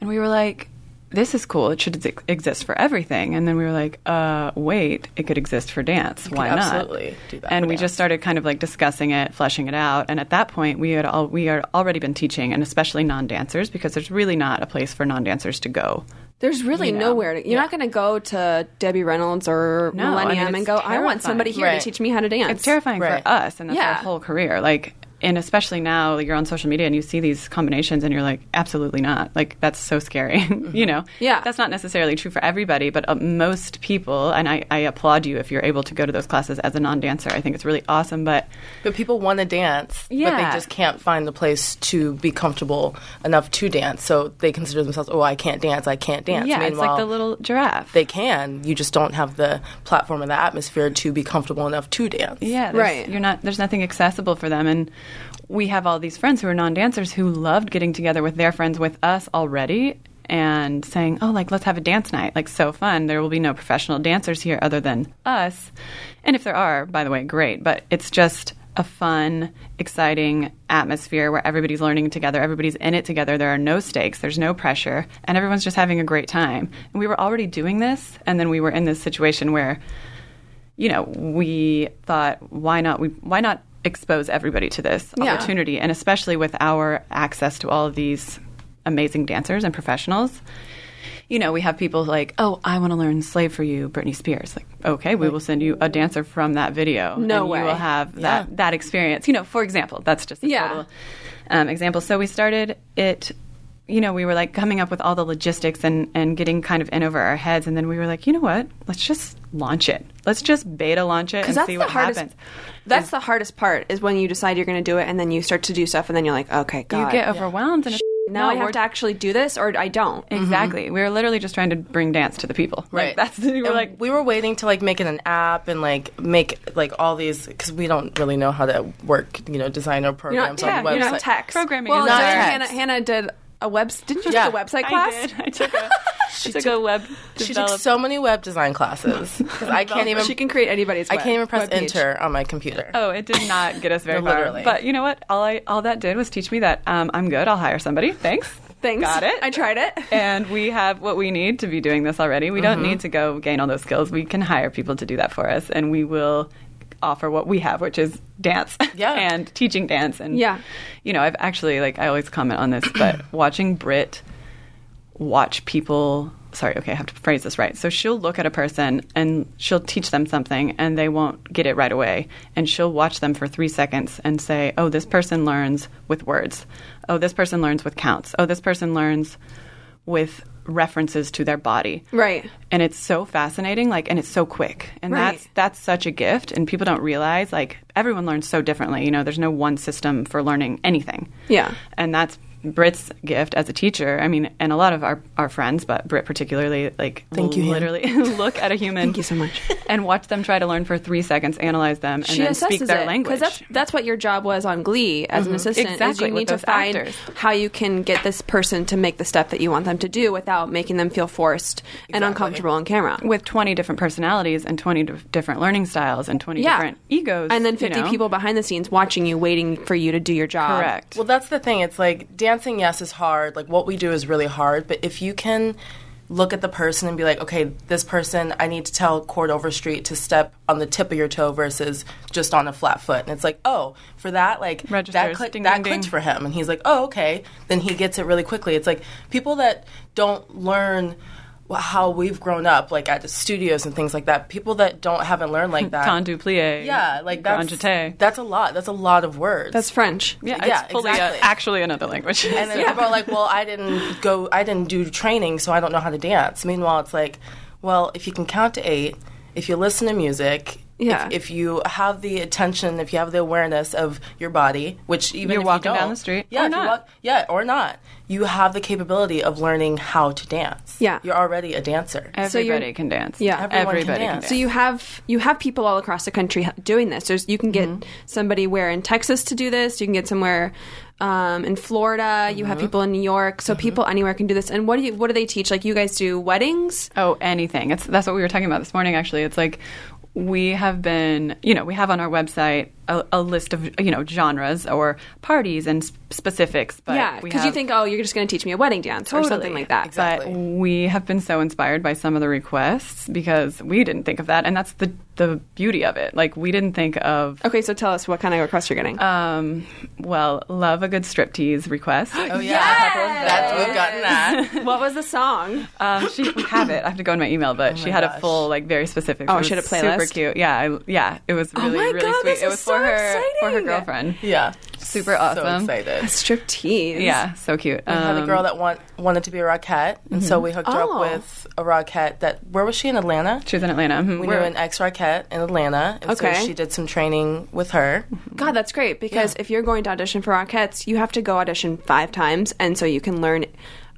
[SPEAKER 5] and we were like. This is cool. It should ex- exist for everything. And then we were like, uh, wait, it could exist for dance. Why not?
[SPEAKER 4] absolutely do that
[SPEAKER 5] And
[SPEAKER 4] for
[SPEAKER 5] we just started kind of like discussing it, fleshing it out. And at that point, we had all, we had already been teaching, and especially non dancers, because there's really not a place for non dancers to go.
[SPEAKER 3] There's really nowhere. To, you're not going to go to Debbie Reynolds or
[SPEAKER 5] No, I mean,
[SPEAKER 3] Millennium
[SPEAKER 5] it's
[SPEAKER 3] and go, I want
[SPEAKER 5] terrifying."
[SPEAKER 3] somebody here to
[SPEAKER 4] Right.
[SPEAKER 3] teach me how to dance.
[SPEAKER 5] It's terrifying
[SPEAKER 4] Right.
[SPEAKER 5] for us, and that's
[SPEAKER 3] Yeah.
[SPEAKER 5] our whole career. Like and especially now like, you're on social media and you see these combinations and you're like, absolutely not. Like that's so scary. [laughs] you know?
[SPEAKER 3] Yeah.
[SPEAKER 5] That's not necessarily true for everybody, but uh, most people, and I, I applaud you if you're able to go to those classes as a non-dancer. I think it's really awesome, but
[SPEAKER 4] [laughs] But people want to dance, but
[SPEAKER 5] Yeah.
[SPEAKER 4] they just can't find the place to be comfortable enough to dance. So they consider themselves, oh, I can't dance, I can't dance.
[SPEAKER 5] yeah, it's like
[SPEAKER 4] Meanwhile,
[SPEAKER 5] the little giraffe.
[SPEAKER 4] they can. You just don't have the platform or the atmosphere to be comfortable enough to dance.
[SPEAKER 5] Yeah, there's-
[SPEAKER 3] Right.
[SPEAKER 5] You're not. There's nothing accessible for them, and we have all these friends who are non-dancers who loved getting together with their friends with us already and saying, "Oh, like let's have a dance night. Like so fun. There will be no professional dancers here other than us, and if there are, by the way, great. But it's just." A fun, exciting atmosphere where everybody's learning together, everybody's in it together. There are no stakes, there's no pressure, and everyone's just having a great time. And we were already doing this, and then we were in this situation where you know, we thought, why not? We why not expose everybody to this
[SPEAKER 3] Yeah.
[SPEAKER 5] opportunity, and especially with our access to all of these amazing dancers and professionals. You know, we have people like, oh, I want to learn "Slave for You," Britney Spears. Like, okay, we will send you a dancer from that video.
[SPEAKER 3] No
[SPEAKER 5] and
[SPEAKER 3] way.
[SPEAKER 5] You will have that that experience. You know, for example, that's just a
[SPEAKER 3] Yeah.
[SPEAKER 5] total um, example. So we started it. You know, we were like coming up with all the logistics and and getting kind of in over our heads, and then we were like, you know what? Let's just launch it. Let's just beta launch it and
[SPEAKER 3] Because that's
[SPEAKER 5] see
[SPEAKER 3] the
[SPEAKER 5] what
[SPEAKER 3] hardest.
[SPEAKER 5] happens.
[SPEAKER 3] That's the hardest part is when you decide you're going to do it, and then you start to do stuff, and then you're like, okay, God,
[SPEAKER 5] You get overwhelmed, and it's,
[SPEAKER 3] now I
[SPEAKER 5] we're-
[SPEAKER 3] have to actually do this, or I don't.
[SPEAKER 5] exactly. We were literally just trying to bring dance to the people. Like,
[SPEAKER 4] Right.
[SPEAKER 5] that's we were
[SPEAKER 4] And
[SPEAKER 5] like
[SPEAKER 4] we were waiting to like make it an app and like make like all these because we don't really know how to work, you know, design or
[SPEAKER 3] You're not
[SPEAKER 4] programs
[SPEAKER 3] tech.
[SPEAKER 4] on websites.
[SPEAKER 3] You're not tech.
[SPEAKER 5] Programming
[SPEAKER 3] Well,
[SPEAKER 5] is
[SPEAKER 3] no,
[SPEAKER 4] not
[SPEAKER 3] Hannah,
[SPEAKER 4] text.
[SPEAKER 3] Hannah did a web. Didn't you
[SPEAKER 4] Yeah.
[SPEAKER 3] take a website
[SPEAKER 5] I
[SPEAKER 3] class? [laughs]
[SPEAKER 5] did. I took a, she took a web.
[SPEAKER 4] She took
[SPEAKER 5] develop-
[SPEAKER 4] so many web design classes 'Cause I can't even.
[SPEAKER 3] She can create anybody's.
[SPEAKER 4] I
[SPEAKER 3] web-
[SPEAKER 4] can't even press
[SPEAKER 3] webpage.
[SPEAKER 4] enter on my computer.
[SPEAKER 5] Oh, it did not get us very
[SPEAKER 4] No,
[SPEAKER 5] far.
[SPEAKER 4] literally.
[SPEAKER 5] But you know what? All I all that did was teach me that um, I'm good. I'll hire somebody. Thanks.
[SPEAKER 3] Thanks.
[SPEAKER 5] Got it.
[SPEAKER 3] I tried it. [laughs]
[SPEAKER 5] and we have what we need to be doing this already. We don't need to go gain all those skills. We can hire people to do that for us, and we will offer what we have, which is dance [laughs]
[SPEAKER 4] Yeah.
[SPEAKER 5] and teaching dance. And
[SPEAKER 3] Yeah.
[SPEAKER 5] you know, I've actually like I always comment on this, but watching Brit watch people. Sorry, okay, I have to phrase this right. So she'll look at a person and she'll teach them something and they won't get it right away. And she'll watch them for three seconds and say, oh, this person learns with words. Oh, this person learns with counts. Oh, this person learns with references to their body.
[SPEAKER 3] Right.
[SPEAKER 5] And it's so fascinating, like, and it's so quick. And
[SPEAKER 3] Right.
[SPEAKER 5] that's that's such a gift. And people don't realize, like, everyone learns so differently. You know, there's no one system for learning anything.
[SPEAKER 3] Yeah.
[SPEAKER 5] And that's Brit's gift as a teacher. I mean, and a lot of our, our friends, but Brit particularly, like,
[SPEAKER 4] Thank you, Han.
[SPEAKER 5] literally [laughs] look
[SPEAKER 3] [laughs]
[SPEAKER 5] at a human. Thank
[SPEAKER 3] you so much.
[SPEAKER 5] And watch them try to learn for three seconds, analyze them, and
[SPEAKER 3] she
[SPEAKER 5] then
[SPEAKER 3] assesses
[SPEAKER 5] speak their
[SPEAKER 3] it
[SPEAKER 5] language. Mm-hmm.
[SPEAKER 3] that's that's what your job was on Glee as an assistant. is
[SPEAKER 5] Exactly,
[SPEAKER 3] you
[SPEAKER 5] with
[SPEAKER 3] need to
[SPEAKER 5] those
[SPEAKER 3] find
[SPEAKER 5] actors.
[SPEAKER 3] how you can get this person to make the stuff that you want them to do without making them feel forced and uncomfortable on camera.
[SPEAKER 5] with 20 different personalities and 20 dif- different learning styles and 20
[SPEAKER 3] yeah,
[SPEAKER 5] different egos.
[SPEAKER 3] and then
[SPEAKER 5] you
[SPEAKER 3] fifty
[SPEAKER 5] know?
[SPEAKER 3] people behind the scenes watching you, waiting for you to do your job.
[SPEAKER 5] Correct.
[SPEAKER 4] Well, that's the thing. It's like dancing, yes, is hard. Like what we do is really hard. But if you can look at the person and be like, okay, this person, I need to tell Cord Overstreet to step on the tip of your toe versus just on a flat foot. And it's like, oh, for that, like that,
[SPEAKER 5] Registers.
[SPEAKER 4] click,
[SPEAKER 5] Ding,
[SPEAKER 4] that
[SPEAKER 5] ding,
[SPEAKER 4] clicked
[SPEAKER 5] ding.
[SPEAKER 4] for him. And he's like, oh, okay. Then he gets it really quickly. It's like people that don't learn wh- how we've grown up, like at the studios and things like that. People that don't haven't
[SPEAKER 5] [laughs]
[SPEAKER 4] learned like that.
[SPEAKER 5] Tendu plie.
[SPEAKER 4] Yeah, like that's
[SPEAKER 5] grand jeté.
[SPEAKER 4] that's a lot. That's a lot of words.
[SPEAKER 3] That's French.
[SPEAKER 5] Yeah,
[SPEAKER 4] Yeah,
[SPEAKER 5] it's fully
[SPEAKER 4] exactly.
[SPEAKER 5] a, actually another language. [laughs]
[SPEAKER 4] And then people are like, "Well, I didn't go. I didn't do training, so I don't know how to dance." Meanwhile, it's like, well, if you can count to eight, if you listen to music,
[SPEAKER 3] Yeah.
[SPEAKER 4] if, if you have the attention, if you have the awareness of your body, which even
[SPEAKER 5] You're
[SPEAKER 4] if
[SPEAKER 5] walking
[SPEAKER 4] you don't,
[SPEAKER 5] down the street,
[SPEAKER 4] yeah,
[SPEAKER 5] or
[SPEAKER 4] if
[SPEAKER 5] not.
[SPEAKER 4] You yeah, or not, you have the capability of learning how to dance.
[SPEAKER 3] Yeah.
[SPEAKER 4] you're already a dancer.
[SPEAKER 3] so you're-
[SPEAKER 5] everybody can dance.
[SPEAKER 3] Yeah.
[SPEAKER 4] Everyone can
[SPEAKER 5] everybody can
[SPEAKER 4] dance.
[SPEAKER 5] dance.
[SPEAKER 3] So you have you have people all across the country h- doing this. There's you can get
[SPEAKER 5] Mm-hmm.
[SPEAKER 3] somebody where in Texas to do this. You can get somewhere um, in Florida. You
[SPEAKER 5] Mm-hmm.
[SPEAKER 3] have people in New York. So people anywhere can do this. And what do you what do they teach? Like you guys do weddings.
[SPEAKER 5] Oh, anything. It's that's what we were talking about this morning. Actually, it's like we have been, you know, we have on our website a, a list of you know genres or parties and sp- specifics. But
[SPEAKER 3] yeah,
[SPEAKER 5] we
[SPEAKER 3] because you
[SPEAKER 5] have-
[SPEAKER 3] think oh you're just going to teach me a wedding dance or something
[SPEAKER 5] Totally.
[SPEAKER 3] like that.
[SPEAKER 5] But we have been so inspired by some of the requests because we didn't think of that, and that's the the beauty of it. Like we didn't think of
[SPEAKER 3] Okay, so tell us what kind of requests you're getting.
[SPEAKER 5] um, well, love a good
[SPEAKER 3] [gasps]
[SPEAKER 5] striptease request. [laughs]
[SPEAKER 4] oh yeah, that's we've gotten
[SPEAKER 3] [laughs]
[SPEAKER 4] that.
[SPEAKER 3] what was the song?
[SPEAKER 5] Um, she we have it. I have to go in my email, but she had a
[SPEAKER 4] gosh.
[SPEAKER 5] full like very specific.
[SPEAKER 3] Oh,
[SPEAKER 5] it
[SPEAKER 3] she had
[SPEAKER 5] was
[SPEAKER 3] a playlist? Oh
[SPEAKER 5] Super cute. Yeah, I, yeah. It was really
[SPEAKER 3] my
[SPEAKER 5] really
[SPEAKER 3] God,
[SPEAKER 5] sweet.
[SPEAKER 3] this
[SPEAKER 5] it
[SPEAKER 3] is
[SPEAKER 5] was
[SPEAKER 3] so
[SPEAKER 5] for her for her
[SPEAKER 3] exciting.
[SPEAKER 5] girlfriend.
[SPEAKER 4] Yeah,
[SPEAKER 5] super [laughs] awesome.
[SPEAKER 4] So excited.
[SPEAKER 3] Striptease.
[SPEAKER 5] Yeah, so cute.
[SPEAKER 4] I had a
[SPEAKER 5] Um, Mm-hmm.
[SPEAKER 4] girl that want, wanted to be a Rockette, and so we hooked her
[SPEAKER 3] Oh.
[SPEAKER 4] up with a Rockette that, where was she in Atlanta?
[SPEAKER 5] she was in Atlanta. Mhm.
[SPEAKER 4] We knew
[SPEAKER 5] We're-
[SPEAKER 4] an ex Rockette in Atlanta, and
[SPEAKER 3] Okay.
[SPEAKER 4] so she did some training with her.
[SPEAKER 5] Mm-hmm.
[SPEAKER 3] God, that's great because if you're going to audition for Rockettes, you have to go audition five times, and so you can learn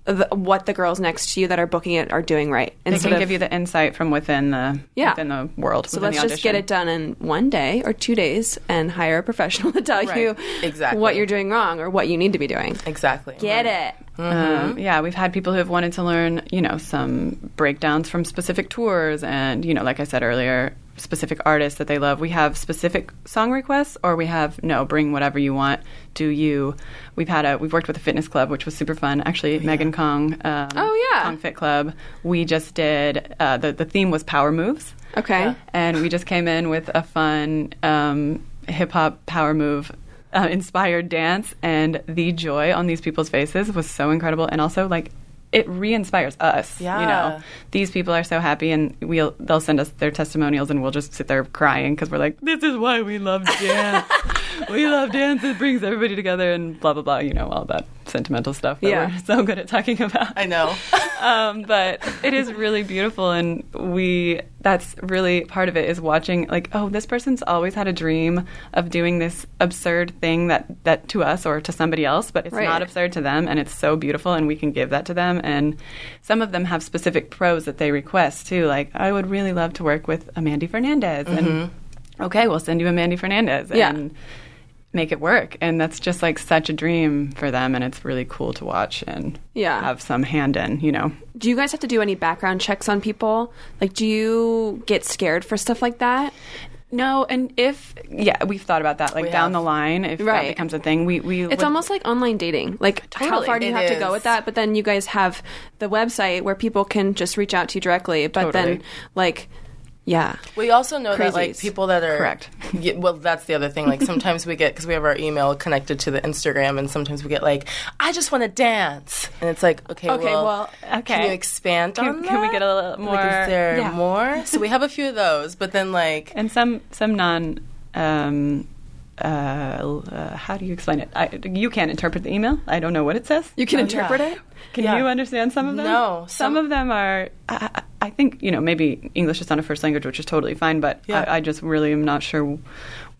[SPEAKER 3] the, what the girls next to you that are booking it are doing right.
[SPEAKER 5] they
[SPEAKER 3] instead
[SPEAKER 5] can
[SPEAKER 3] of-
[SPEAKER 5] give you the insight from within the
[SPEAKER 3] Yeah.
[SPEAKER 5] within the world.
[SPEAKER 3] So let's just get it done in one day or two days and hire a professional [laughs] to tell
[SPEAKER 5] Right.
[SPEAKER 3] you
[SPEAKER 4] Exactly.
[SPEAKER 3] what you're doing wrong or what you need to be doing.
[SPEAKER 4] Exactly.
[SPEAKER 3] Get it. Mm-hmm.
[SPEAKER 5] Um, yeah, we've had people who have wanted to learn, you know, some breakdowns from specific tours, and you know, like I said earlier, specific artists that they love. We have specific song requests, or we have no, bring whatever you want, do you. We've had a, we've worked with a fitness club, which was super fun. Actually, Megan Kong. Um,
[SPEAKER 3] Oh, yeah.
[SPEAKER 5] Kong Fit Club. We just did. Uh, the the theme was power moves.
[SPEAKER 3] Okay.
[SPEAKER 5] and we just came in with a fun um, hip hop power move uh, inspired dance, and the joy on these people's faces was so incredible, and also like it re-inspires us. you
[SPEAKER 4] Yeah.
[SPEAKER 5] know, these people are so happy, and we'll they'll send us their testimonials, and we'll just sit there crying because we're like, this is why we love
[SPEAKER 4] [laughs]
[SPEAKER 5] dance. we love dance; it brings everybody together, and blah blah blah. You know, all that sentimental stuff that
[SPEAKER 3] Yeah.
[SPEAKER 5] we're so good at talking about
[SPEAKER 4] I know. [laughs]
[SPEAKER 5] um, but it is really beautiful and we that's really part of it is watching like oh this person's always had a dream of doing this absurd thing that that to us or to somebody else but it's
[SPEAKER 3] Right.
[SPEAKER 5] not absurd to them and it's so beautiful and we can give that to them and some of them have specific pros that they request too like i would really love to work with Amanda fernandez and okay we'll send you Amanda fernandez
[SPEAKER 3] Mm-hmm. Yeah.
[SPEAKER 5] and make it work and that's just like such a dream for them and it's really cool to watch and
[SPEAKER 3] Yeah.
[SPEAKER 5] have some hand in you know
[SPEAKER 3] Do you guys have to do any background checks on people? Like, do you get scared for stuff like that?
[SPEAKER 5] No, and if yeah, we've thought about that like
[SPEAKER 4] We
[SPEAKER 5] down
[SPEAKER 4] have.
[SPEAKER 5] the line if
[SPEAKER 3] Right.
[SPEAKER 5] that becomes a thing. We we
[SPEAKER 3] It's almost like online dating. Like, how
[SPEAKER 5] Totally.
[SPEAKER 3] far do you
[SPEAKER 4] It
[SPEAKER 3] have to go
[SPEAKER 4] is.
[SPEAKER 3] with that? But then you guys have the website where people can just reach out to you directly. But then,
[SPEAKER 5] Totally.
[SPEAKER 3] like, yeah,
[SPEAKER 4] We also know that like
[SPEAKER 3] Crazies.
[SPEAKER 4] people that are
[SPEAKER 5] Correct.
[SPEAKER 4] Yeah, well, that's the other thing. Like sometimes we get because we have our email connected to the Instagram, and sometimes we get like, "I just want to dance," and it's like, "Okay,
[SPEAKER 5] Okay, well,
[SPEAKER 4] can
[SPEAKER 5] okay.
[SPEAKER 4] you expand
[SPEAKER 5] Can-
[SPEAKER 4] on
[SPEAKER 5] can we
[SPEAKER 4] that?
[SPEAKER 5] get a little
[SPEAKER 4] Like,
[SPEAKER 5] more-
[SPEAKER 4] is there
[SPEAKER 5] yeah.
[SPEAKER 4] more? So we have a few of those, but then like,
[SPEAKER 5] and some some non um uh, uh how do you explain it? I, you can't interpret the email. I don't know what it says.
[SPEAKER 3] you can interpret it.
[SPEAKER 5] Can
[SPEAKER 4] Yeah.
[SPEAKER 5] you understand some of them?
[SPEAKER 4] No,
[SPEAKER 5] Some,
[SPEAKER 4] some-
[SPEAKER 5] of them are, I, I I think, you know, maybe English is not a first language, which is totally fine, but
[SPEAKER 4] Yeah.
[SPEAKER 5] I, I just really am not sure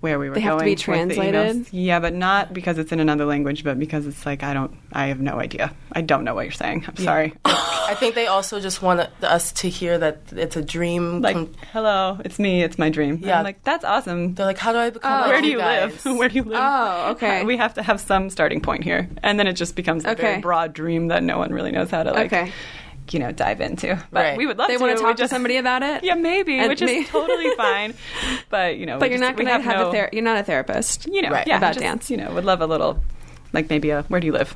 [SPEAKER 5] where we were
[SPEAKER 3] They have to be
[SPEAKER 5] going with the emails.
[SPEAKER 3] translated?
[SPEAKER 5] yeah, but not because it's in another language, but because it's like, I don't, I have no idea. I don't know what you're saying. I'm
[SPEAKER 4] [laughs]
[SPEAKER 5] sorry.
[SPEAKER 4] I think they also just want us to hear that it's a dream.
[SPEAKER 5] like,
[SPEAKER 4] com-
[SPEAKER 5] hello, it's me, it's my dream.
[SPEAKER 4] Yeah.
[SPEAKER 5] I'm like, that's awesome.
[SPEAKER 4] they're like, "How do I become?" like
[SPEAKER 5] Oh. Where do you
[SPEAKER 4] guys?"
[SPEAKER 5] live? [laughs] Where do you live?
[SPEAKER 3] Oh, okay.
[SPEAKER 5] [laughs] We have to have some starting point here, and then it just becomes a
[SPEAKER 3] Okay.
[SPEAKER 5] very broad dream that no one really knows how to like,
[SPEAKER 3] Okay.
[SPEAKER 5] you know, dive into. But
[SPEAKER 4] Right.
[SPEAKER 5] we would love
[SPEAKER 3] They
[SPEAKER 5] to.
[SPEAKER 3] want to
[SPEAKER 5] we
[SPEAKER 3] talk to
[SPEAKER 5] just-
[SPEAKER 3] somebody about it.
[SPEAKER 5] [laughs] Yeah, maybe,
[SPEAKER 3] And
[SPEAKER 5] which
[SPEAKER 3] may-
[SPEAKER 5] is
[SPEAKER 3] [laughs]
[SPEAKER 5] totally fine. But you know,
[SPEAKER 3] But
[SPEAKER 5] we
[SPEAKER 3] you're
[SPEAKER 5] just-
[SPEAKER 3] not
[SPEAKER 5] we
[SPEAKER 3] going to have
[SPEAKER 5] no,
[SPEAKER 3] a ther- you're not a therapist.
[SPEAKER 5] You know,
[SPEAKER 4] Right.
[SPEAKER 5] yeah,
[SPEAKER 3] about
[SPEAKER 5] just,
[SPEAKER 3] dance.
[SPEAKER 5] You know, would love a little, like maybe a where do you live?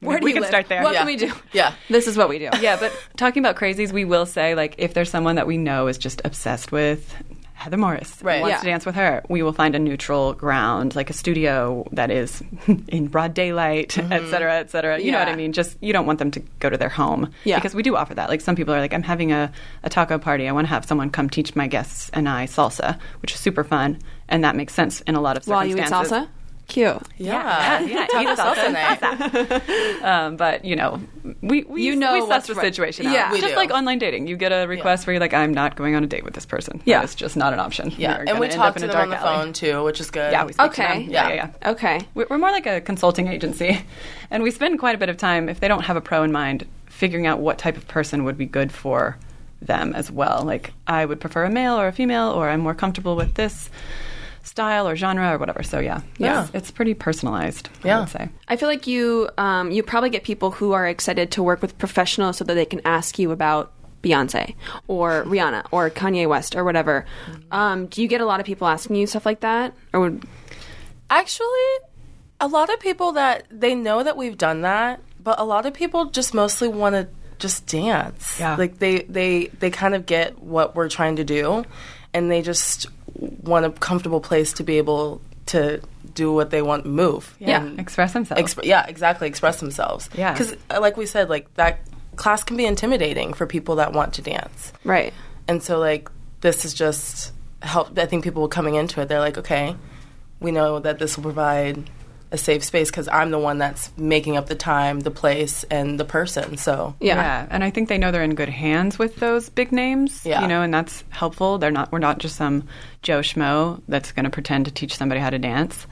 [SPEAKER 3] Where do
[SPEAKER 5] we
[SPEAKER 3] you
[SPEAKER 5] can
[SPEAKER 3] live?
[SPEAKER 5] start there.
[SPEAKER 3] What
[SPEAKER 5] yeah.
[SPEAKER 3] can we do?
[SPEAKER 4] Yeah.
[SPEAKER 3] this is what we do.
[SPEAKER 5] Yeah, but talking about crazies, we will say like if there's someone that we know is just obsessed with Heather Morris,
[SPEAKER 4] Right.
[SPEAKER 5] and wants
[SPEAKER 3] Yeah.
[SPEAKER 5] to dance with her, we will find a neutral ground, like a studio that is [laughs] in broad daylight, et cetera, et cetera. You know what
[SPEAKER 3] Mm-hmm. Yeah.
[SPEAKER 5] I mean? Just you don't want them to go to their home,
[SPEAKER 3] Yeah.
[SPEAKER 5] because we do offer that. Like some people are like, I'm having a, a taco party. I want to have someone come teach my guests and I salsa, which is super fun, and that makes sense in a lot of
[SPEAKER 3] While you eat
[SPEAKER 5] circumstances.
[SPEAKER 3] salsa, cute. [laughs]
[SPEAKER 4] Yeah,
[SPEAKER 5] yeah,
[SPEAKER 4] Talk
[SPEAKER 5] eat
[SPEAKER 4] us up
[SPEAKER 5] salsa.
[SPEAKER 4] tonight.
[SPEAKER 5] Um, but you know, we we
[SPEAKER 3] You know
[SPEAKER 5] we
[SPEAKER 3] what's
[SPEAKER 5] suss the
[SPEAKER 3] right.
[SPEAKER 5] situation
[SPEAKER 3] Yeah.
[SPEAKER 5] out.
[SPEAKER 3] We
[SPEAKER 5] just
[SPEAKER 4] do.
[SPEAKER 5] like online dating, you get a request where you're like, I'm not going on a date with this person.
[SPEAKER 3] Yeah.
[SPEAKER 5] it's just not an option.
[SPEAKER 4] Yeah,
[SPEAKER 5] We're
[SPEAKER 4] and
[SPEAKER 5] gonna
[SPEAKER 4] we
[SPEAKER 5] end
[SPEAKER 4] talk
[SPEAKER 5] up in
[SPEAKER 4] to
[SPEAKER 5] a
[SPEAKER 4] them on the
[SPEAKER 5] dark alley.
[SPEAKER 4] phone too, which is good.
[SPEAKER 5] Yeah, we speak
[SPEAKER 3] Okay.
[SPEAKER 5] to them. Yeah,
[SPEAKER 4] Yeah.
[SPEAKER 5] yeah, yeah.
[SPEAKER 3] Okay.
[SPEAKER 5] We- We're more like a consulting agency, [laughs] and we spend quite a bit of time if they don't have a pro in mind, figuring out what type of person would be good for them as well. Like, I would prefer a male or a female, or I'm more comfortable with this style or genre or whatever. So yeah,
[SPEAKER 4] Yeah.
[SPEAKER 5] it's, it's pretty personalized. I
[SPEAKER 4] Yeah.
[SPEAKER 5] would say.
[SPEAKER 3] I feel like you um, you probably get people who are excited to work with professionals so that they can ask you about Beyonce or Rihanna or Kanye West or whatever. Um, do you get a lot of people asking you stuff like that? Or would,
[SPEAKER 4] Actually, a lot of people that they know that we've done that, but a lot of people just mostly want to just dance.
[SPEAKER 5] Yeah.
[SPEAKER 4] Like they they they kind of get what we're trying to do, and they just want a comfortable place to be able to do what they want, move.
[SPEAKER 3] Yeah.
[SPEAKER 4] And
[SPEAKER 5] Express themselves.
[SPEAKER 4] Exp- yeah, exactly. Express themselves.
[SPEAKER 5] Yeah.
[SPEAKER 4] Because, like we said, like that class can be intimidating for people that want to dance.
[SPEAKER 3] right.
[SPEAKER 4] And so like this is just help I think people coming into it, they're like, okay, we know that this will provide a a safe space because I'm the one that's making up the time, the place, and the person. So
[SPEAKER 3] Yeah.
[SPEAKER 5] And I think they know they're in good hands with those big names.
[SPEAKER 4] Yeah.
[SPEAKER 5] You know, and that's helpful. They're not we're not just some Joe Schmo that's gonna pretend to teach somebody how to dance.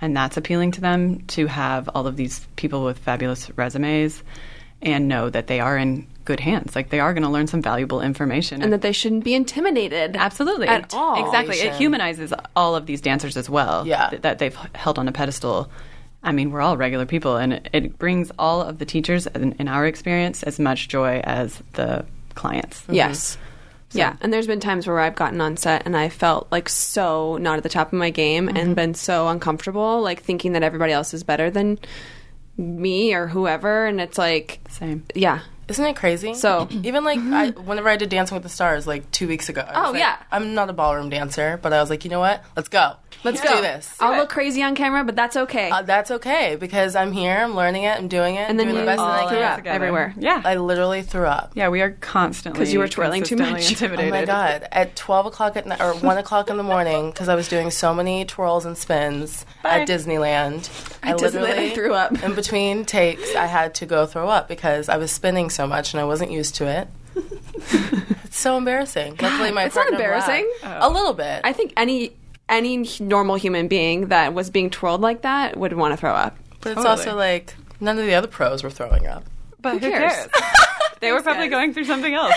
[SPEAKER 5] And that's appealing to them to have all of these people with fabulous resumes and know that they are in good hands. Like they are gonna learn some valuable information.
[SPEAKER 3] and that they shouldn't be intimidated.
[SPEAKER 5] Absolutely.
[SPEAKER 3] At all.
[SPEAKER 5] Exactly. It
[SPEAKER 4] Intimidation.
[SPEAKER 5] humanizes all of these dancers as well.
[SPEAKER 4] Yeah.
[SPEAKER 5] th- that they've h- held on a pedestal. I mean, we're all regular people, and it- it brings all of the teachers, in, in our experience, as much joy as the clients.
[SPEAKER 3] Mm-hmm. Yes. Yeah, and there's been times where I've gotten on set and I felt like so not at the top of my game and been so uncomfortable, like thinking that everybody else is better than me or whoever. And it's like,
[SPEAKER 5] Same.
[SPEAKER 3] yeah,
[SPEAKER 4] Isn't it crazy?
[SPEAKER 3] So-
[SPEAKER 4] [clears throat] even like I, whenever I did Dancing with the Stars, like two weeks ago. I was
[SPEAKER 3] Oh,
[SPEAKER 4] like,
[SPEAKER 3] yeah.
[SPEAKER 4] I'm not a ballroom dancer, but I was like, you know what? Let's go. Let's
[SPEAKER 3] go.
[SPEAKER 4] do this.
[SPEAKER 3] I'll look crazy on camera, but that's okay.
[SPEAKER 4] Uh, that's okay because I'm here. I'm learning it. I'm doing it.
[SPEAKER 3] and then you
[SPEAKER 4] doing the best that I
[SPEAKER 3] threw
[SPEAKER 4] can.
[SPEAKER 3] up everywhere.
[SPEAKER 5] Yeah.
[SPEAKER 4] I literally threw up.
[SPEAKER 5] yeah, we are constantly
[SPEAKER 3] 'Cause you were twirling too
[SPEAKER 5] consistently
[SPEAKER 3] much. [laughs]
[SPEAKER 4] Oh
[SPEAKER 5] Intimidated.
[SPEAKER 4] my god! At twelve o'clock at night or one o'clock in the morning, because I was doing so many twirls and spins at Disneyland.
[SPEAKER 3] [laughs] Disneyland,
[SPEAKER 4] I
[SPEAKER 3] I
[SPEAKER 4] literally
[SPEAKER 3] threw up.
[SPEAKER 4] in between takes. I had to go throw up because I was spinning so much and I wasn't used
[SPEAKER 3] [laughs]
[SPEAKER 4] to it. it's so embarrassing. Luckily, my
[SPEAKER 3] it's not
[SPEAKER 4] partner laughed.
[SPEAKER 3] embarrassing.
[SPEAKER 5] Oh.
[SPEAKER 4] A little bit.
[SPEAKER 3] I think any any normal human being that was being twirled like that would want to throw up.
[SPEAKER 4] But it's also like none of the other pros were throwing up.
[SPEAKER 5] But who
[SPEAKER 3] cares?
[SPEAKER 5] cares?
[SPEAKER 3] [laughs]
[SPEAKER 5] they were probably going through something else.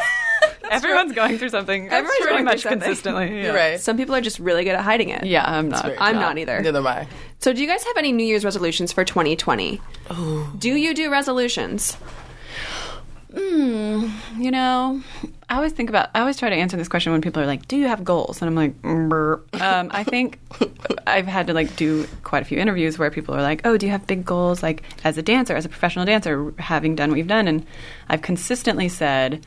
[SPEAKER 5] Everyone's going through something.
[SPEAKER 3] Everyone's
[SPEAKER 5] pretty
[SPEAKER 3] going
[SPEAKER 5] much
[SPEAKER 3] through something.
[SPEAKER 5] [laughs] consistently. Yeah.
[SPEAKER 4] You're right.
[SPEAKER 3] Some people are just really good at hiding it.
[SPEAKER 5] Yeah, I'm not.
[SPEAKER 4] very-
[SPEAKER 3] I'm
[SPEAKER 4] Yeah.
[SPEAKER 3] not either.
[SPEAKER 4] Neither am I.
[SPEAKER 3] So, do you guys have any New Year's resolutions for 2020? Do you do resolutions?
[SPEAKER 5] you know, I always think about, I always try to answer this question when people are like, do you have goals? And I'm like, "Brr." um, I think I've had to like do quite a few interviews where people are like, oh, do you have big goals? Like as a dancer, as a professional dancer, having done what you've done. And I've consistently said,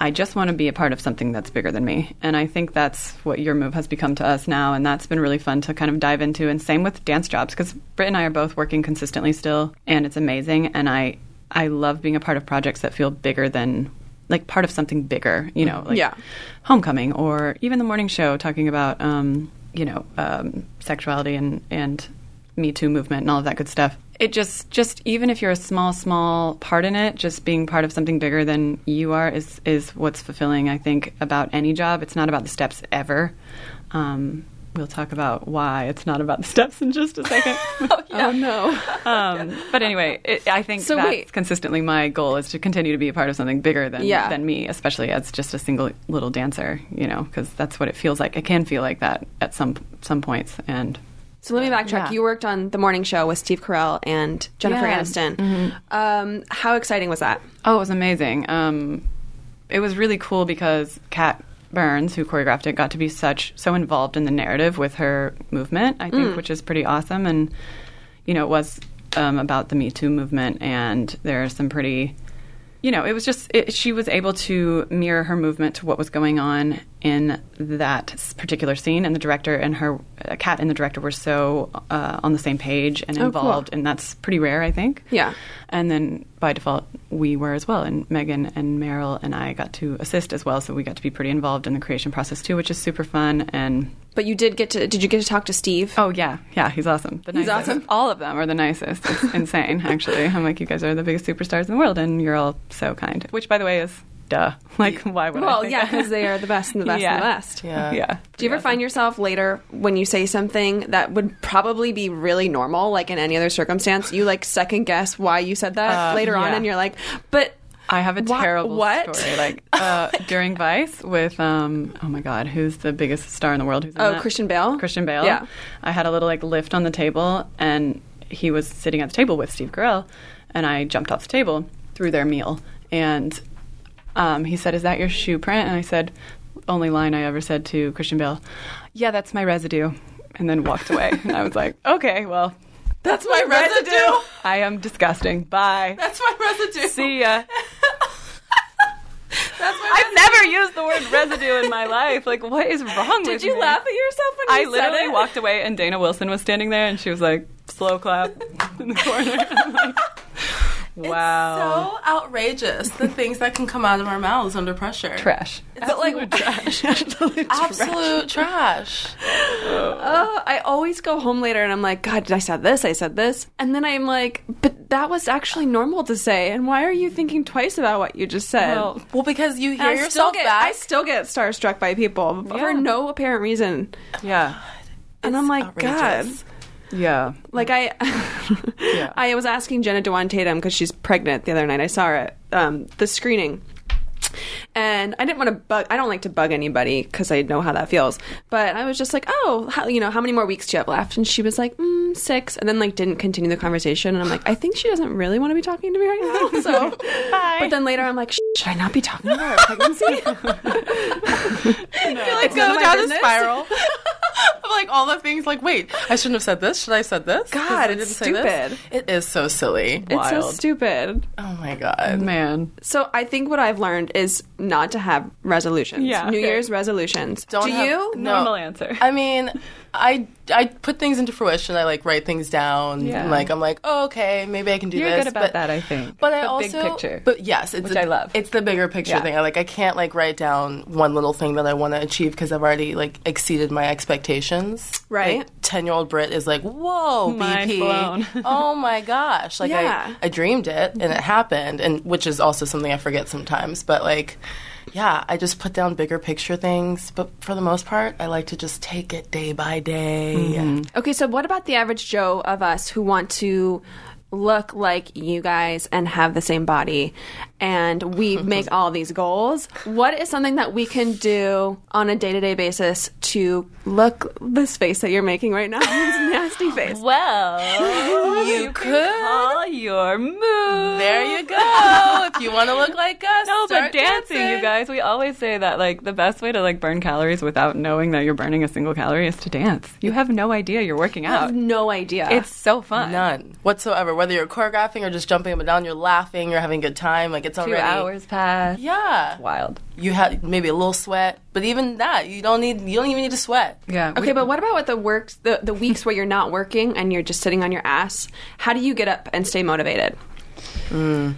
[SPEAKER 5] I just want to be a part of something that's bigger than me. And I think that's what your move has become to us now. And that's been really fun to kind of dive into. And same with dance jobs, because Britt and I are both working consistently still. And it's amazing. And I, I love being a part of projects that feel bigger than, like, part of something bigger, you know, like
[SPEAKER 3] Mm-hmm. Yeah.
[SPEAKER 5] Homecoming or even the morning show talking about, um, you know, um, sexuality and, and Me Too movement and all of that good stuff. It just, just even if you're a small, small part in it, just being part of something bigger than you are is is what's fulfilling. I think about any job, it's not about the steps ever. Um, we'll talk about why it's not about the steps in just a second.
[SPEAKER 3] [laughs] Oh no!
[SPEAKER 5] um, but anyway, it, I think
[SPEAKER 3] So
[SPEAKER 5] that's
[SPEAKER 3] wait.
[SPEAKER 5] consistently my goal is to continue to be a part of something bigger than
[SPEAKER 3] Yeah.
[SPEAKER 5] than me, especially as just a single little dancer. You know, because that's what it feels like. It can feel like that at some some points, and
[SPEAKER 3] So let me backtrack.
[SPEAKER 5] Yeah.
[SPEAKER 3] You worked on the morning show with Steve Carell and Jennifer
[SPEAKER 5] Yeah.
[SPEAKER 3] Aniston. Um, how exciting was that?
[SPEAKER 5] Oh, it was amazing. Um, it was really cool because Kat Burns, who choreographed it, got to be such so involved in the narrative with her movement. I think, which is pretty awesome. And you know, it was um, about the Me Too movement, and there are some pretty, you know, it was just it, she was able to mirror her movement to what was going on in that s- particular scene. And the director and her uh, Kat and the director were so uh, on the same page and involved, and that's pretty rare, I think.
[SPEAKER 3] Yeah.
[SPEAKER 5] And then by default, we were as well. And Megan and Meryl and I got to assist as well. So we got to be pretty involved in the creation process too, which is super fun. And
[SPEAKER 3] But you did get to. Did you get to talk to Steve?
[SPEAKER 5] oh, yeah, yeah, he's awesome. The he's nicest.
[SPEAKER 3] awesome.
[SPEAKER 5] All of them are the nicest.
[SPEAKER 3] [laughs]
[SPEAKER 5] It's insane, actually. I'm like, you guys are the biggest superstars in the world, and you're all so kind, which by the way is duh. [laughs] Like, why would I? [laughs]
[SPEAKER 3] well,
[SPEAKER 5] think
[SPEAKER 3] yeah,
[SPEAKER 5] that?
[SPEAKER 3] because they are the best and the best and the
[SPEAKER 5] Yeah.
[SPEAKER 3] best.
[SPEAKER 4] Yeah.
[SPEAKER 5] yeah.
[SPEAKER 3] Do you ever find yourself later when you say something that would probably be really normal, like in any other circumstance, you like second guess why you said that
[SPEAKER 5] Uh,
[SPEAKER 3] later on,
[SPEAKER 5] yeah.
[SPEAKER 3] and you're like, but
[SPEAKER 5] I have a
[SPEAKER 3] Wha-
[SPEAKER 5] terrible
[SPEAKER 3] what? [laughs]
[SPEAKER 5] story. Like uh, during Vice with um, oh my god, who's the biggest star in the world? Who's in
[SPEAKER 3] Oh,
[SPEAKER 5] that?
[SPEAKER 3] Christian Bale?
[SPEAKER 5] Christian Bale.
[SPEAKER 3] Yeah.
[SPEAKER 5] I had a little like lift on the table, and he was sitting at the table with Steve Carell, and I jumped off the table through their meal, and um, he said, "Is that your shoe print?" And I said, "Only line I ever said to Christian Bale, yeah, that's my residue," and then walked away. and I was
[SPEAKER 3] [laughs]
[SPEAKER 5] like, "Okay, well."
[SPEAKER 4] That's my residue.
[SPEAKER 5] I am disgusting. Bye.
[SPEAKER 4] That's my residue.
[SPEAKER 5] See
[SPEAKER 3] [laughs]
[SPEAKER 5] ya.
[SPEAKER 4] That's my
[SPEAKER 5] I've never used the word residue in my life. Like, what is wrong with
[SPEAKER 3] did you
[SPEAKER 5] me?
[SPEAKER 3] laugh at yourself when
[SPEAKER 5] I
[SPEAKER 3] you
[SPEAKER 5] literally
[SPEAKER 3] said it?
[SPEAKER 5] walked
[SPEAKER 3] [laughs]
[SPEAKER 5] away, and Dana Wilson was standing there, and she was like, slow clap in the corner. I'm like, Wow.
[SPEAKER 4] So outrageous the things that can come out of our mouths under pressure.
[SPEAKER 5] Trash.
[SPEAKER 3] But like trash. Absolute
[SPEAKER 4] Absolute trash.
[SPEAKER 3] Oh, I always go home later and I'm like, God, I said this, I said this. And then I'm like, but that was actually normal to say. And why are you thinking twice about what you just said?
[SPEAKER 5] Well,
[SPEAKER 4] Well, because you
[SPEAKER 3] And
[SPEAKER 4] hear
[SPEAKER 3] I still
[SPEAKER 4] yourself
[SPEAKER 3] get
[SPEAKER 4] back.
[SPEAKER 3] I still get starstruck by people for
[SPEAKER 5] Yeah.
[SPEAKER 3] no apparent reason.
[SPEAKER 5] Yeah.
[SPEAKER 3] and I'm like, God.
[SPEAKER 4] outrageous.
[SPEAKER 5] Yeah.
[SPEAKER 3] Like I, [laughs] I was asking Jenna Dewan Tatum because she's pregnant the other night. I saw her at um, the screening, and I didn't want to bug. I don't like to bug anybody because I know how that feels. But I was just like, oh, how, you know, how many more weeks do you have left? And she was like, mm, six, and then like didn't continue the conversation. And I'm like, I think she doesn't really want to be talking to me right now.
[SPEAKER 4] [laughs]
[SPEAKER 3] So, but then later I'm like, "Sh- should I not be talking to her? [laughs]
[SPEAKER 4] [laughs] like
[SPEAKER 3] none
[SPEAKER 4] go
[SPEAKER 3] of my
[SPEAKER 4] down
[SPEAKER 3] business.
[SPEAKER 4] a
[SPEAKER 3] [laughs]
[SPEAKER 4] spiral. [laughs] Of, like all the things, like wait, I shouldn't have said this. Should I have said this? 'Cause
[SPEAKER 3] God,
[SPEAKER 4] I
[SPEAKER 3] it's stupid.
[SPEAKER 4] It is so silly.
[SPEAKER 3] It's so stupid.
[SPEAKER 4] oh my god.
[SPEAKER 5] Man.
[SPEAKER 3] So I think what I've learned is not to have resolutions.
[SPEAKER 5] Yeah.
[SPEAKER 3] New
[SPEAKER 5] Okay.
[SPEAKER 3] Year's resolutions.
[SPEAKER 4] Don't
[SPEAKER 3] Do
[SPEAKER 4] have-
[SPEAKER 3] you?
[SPEAKER 4] No.
[SPEAKER 5] Normal answer.
[SPEAKER 4] I mean, I I put things into fruition. I like write things down.
[SPEAKER 5] Yeah.
[SPEAKER 4] And, like I'm like, oh, okay, maybe I can do
[SPEAKER 5] You're
[SPEAKER 4] this.
[SPEAKER 5] good about
[SPEAKER 4] but,
[SPEAKER 5] that, I think.
[SPEAKER 4] But I
[SPEAKER 5] The
[SPEAKER 4] also,
[SPEAKER 5] big picture.
[SPEAKER 4] but yes, it's
[SPEAKER 5] Which
[SPEAKER 4] I
[SPEAKER 5] I love.
[SPEAKER 4] It's the bigger picture
[SPEAKER 5] Yeah.
[SPEAKER 4] thing. I like I can't like write down one little thing that I want to achieve because I've already like exceeded my expectations.
[SPEAKER 3] Right.
[SPEAKER 4] Ten year old Brit is like, whoa,
[SPEAKER 5] Mind
[SPEAKER 4] BP,
[SPEAKER 5] blown.
[SPEAKER 4] [laughs] oh my gosh, like
[SPEAKER 3] Yeah.
[SPEAKER 4] I I dreamed it and it happened, and which is also something I forget sometimes, but like. Yeah, I just put down bigger picture things, but for the most part, I like to just take it day by day.
[SPEAKER 5] Mm-hmm.
[SPEAKER 3] Okay, so what about the average Joe of us who want to look like you guys and have the same body and [laughs] we make all these goals? What is something that we can do on a day to day basis to look this face that you're making right now? [laughs] this nasty face.
[SPEAKER 5] Well,
[SPEAKER 4] [laughs] you could.
[SPEAKER 5] call your move.
[SPEAKER 4] There you go. [laughs] if you want to look like us,
[SPEAKER 5] No, but
[SPEAKER 4] start
[SPEAKER 5] dancing, you guys. We always say that like the best way to like burn calories without knowing that you're burning a single calorie is to dance. You have no idea you're working
[SPEAKER 3] I have
[SPEAKER 5] out.
[SPEAKER 3] no idea.
[SPEAKER 5] It's so fun.
[SPEAKER 4] None whatsoever. Whether you're choreographing or just jumping up and down, you're laughing, you're having a good time. Like it's
[SPEAKER 5] Two
[SPEAKER 4] already
[SPEAKER 5] hours pass.
[SPEAKER 4] Yeah,
[SPEAKER 5] Wild.
[SPEAKER 4] you had maybe a little sweat, but even that, you don't need. You don't even need to sweat.
[SPEAKER 5] Yeah.
[SPEAKER 3] Okay, but what about what the works the, the weeks where you're not working and you're just sitting on your ass? How do you get up and stay motivated?
[SPEAKER 5] Oh.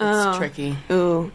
[SPEAKER 4] It's tricky.
[SPEAKER 3] Ooh.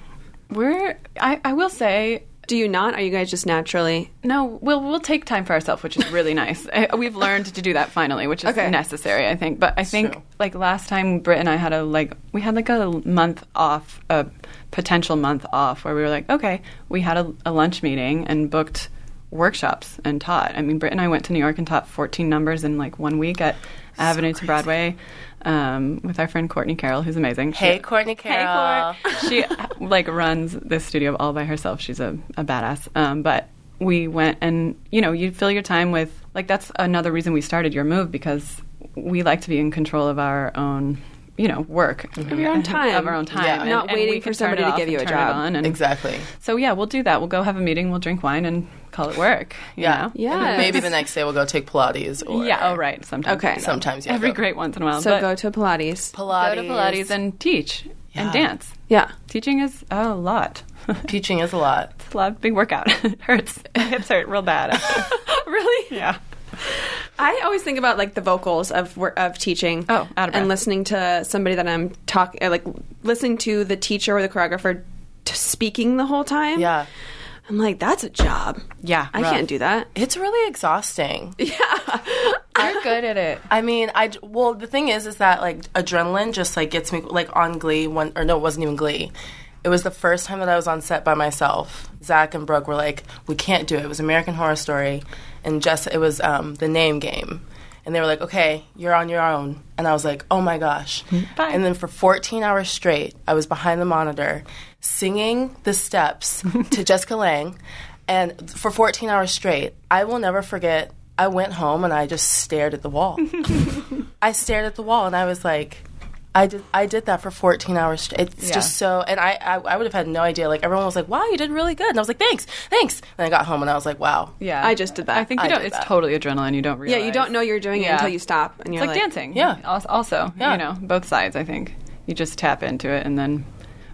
[SPEAKER 5] we're I, I will say
[SPEAKER 3] Do you not? Are you guys just naturally
[SPEAKER 5] No, we'll we'll take time for ourselves, which is really nice. [laughs] Uh, We've learned to do that finally, which is
[SPEAKER 3] Okay.
[SPEAKER 5] necessary, I think. But I think
[SPEAKER 4] true.
[SPEAKER 5] like last time, Britt and I had a like we had like a month off, a potential month off, where we were like, okay, we had a, a lunch meeting and booked workshops and taught. I mean, Britt and I went to New York and taught 14 numbers in like one week at Avenue to Broadway um, with our friend Courtney Carroll, who's amazing. She-
[SPEAKER 4] Hey, Courtney Carroll.
[SPEAKER 5] she uh, like runs this studio all by herself. She's a, a badass. Um, but we went and you know you fill your time with like that's another reason we started your move because we like to be in control of our own you know work of
[SPEAKER 3] your own time.
[SPEAKER 5] [laughs] of our own time
[SPEAKER 4] Yeah.
[SPEAKER 5] And-
[SPEAKER 4] Not
[SPEAKER 5] and we
[SPEAKER 3] waiting
[SPEAKER 5] can
[SPEAKER 3] for
[SPEAKER 5] turn
[SPEAKER 3] somebody
[SPEAKER 5] it
[SPEAKER 3] to
[SPEAKER 5] off
[SPEAKER 3] give
[SPEAKER 5] and
[SPEAKER 3] you a
[SPEAKER 5] turn it
[SPEAKER 3] job.
[SPEAKER 5] on and-
[SPEAKER 4] Exactly.
[SPEAKER 5] so yeah we'll do that we'll go have a meeting we'll drink wine and call it work you
[SPEAKER 4] Yeah.
[SPEAKER 5] know?
[SPEAKER 3] Yeah.
[SPEAKER 4] Maybe the next day we'll go take Pilates or
[SPEAKER 5] yeah oh right sometimes
[SPEAKER 3] Okay.
[SPEAKER 4] Sometimes yeah,
[SPEAKER 5] every
[SPEAKER 4] go-
[SPEAKER 5] great once in a while
[SPEAKER 3] so
[SPEAKER 5] but
[SPEAKER 3] go to Pilates?
[SPEAKER 4] Pilates.
[SPEAKER 5] go to Pilates and teach and
[SPEAKER 4] Yeah.
[SPEAKER 5] dance
[SPEAKER 3] yeah.
[SPEAKER 5] teaching is a lot
[SPEAKER 4] teaching is a lot.
[SPEAKER 5] It's a lot of big workout. [laughs] it hurts. Hips hurt real bad. [laughs] after.
[SPEAKER 3] really?
[SPEAKER 5] yeah.
[SPEAKER 3] I always think about like the vocals of wor- of teaching.
[SPEAKER 5] Oh, out of breath.
[SPEAKER 3] and listening to somebody that I'm talking, like listening to the teacher or the choreographer t- speaking the whole time.
[SPEAKER 4] Yeah,
[SPEAKER 3] I'm like, that's a job.
[SPEAKER 5] Yeah.
[SPEAKER 3] I can't do that.
[SPEAKER 4] it's really exhausting.
[SPEAKER 5] You're good at it.
[SPEAKER 4] I mean, I j- well, the thing is, is that like adrenaline just like gets me like on Glee one or no, it wasn't even Glee. It was the first time that I was on set by myself. Zach and Brooke were like, "We can't do it." It was American Horror Story, and Jess. It was um, the name game, and they were like, "Okay, you're on your own." And I was like, "Oh my gosh!"
[SPEAKER 5] Bye.
[SPEAKER 4] And then for 14 hours straight, I was behind the monitor singing the steps to Jessica Lang. And for 14 hours straight, I will never forget. I went home and I just stared at the wall. I stared at the wall and I was like, I did, I did that for 14 hours. straight. It's
[SPEAKER 5] Yeah.
[SPEAKER 4] just so, and I, I, I would have had no idea. Like, everyone was like, wow, you did really good. And I was like, thanks, thanks. And I got home and I was like, wow.
[SPEAKER 5] Yeah.
[SPEAKER 3] I just did that.
[SPEAKER 5] I think you
[SPEAKER 4] I
[SPEAKER 5] don't.
[SPEAKER 4] did
[SPEAKER 5] It's
[SPEAKER 4] that.
[SPEAKER 5] totally adrenaline. You don't
[SPEAKER 3] Yeah,
[SPEAKER 5] realize.
[SPEAKER 3] you don't know you're doing it
[SPEAKER 5] Yeah.
[SPEAKER 3] until you stop, and
[SPEAKER 5] It's
[SPEAKER 3] you're
[SPEAKER 5] like, dancing.
[SPEAKER 4] Yeah.
[SPEAKER 5] Als- Also,
[SPEAKER 4] Yeah.
[SPEAKER 5] you know, both sides. I think you just tap into it and then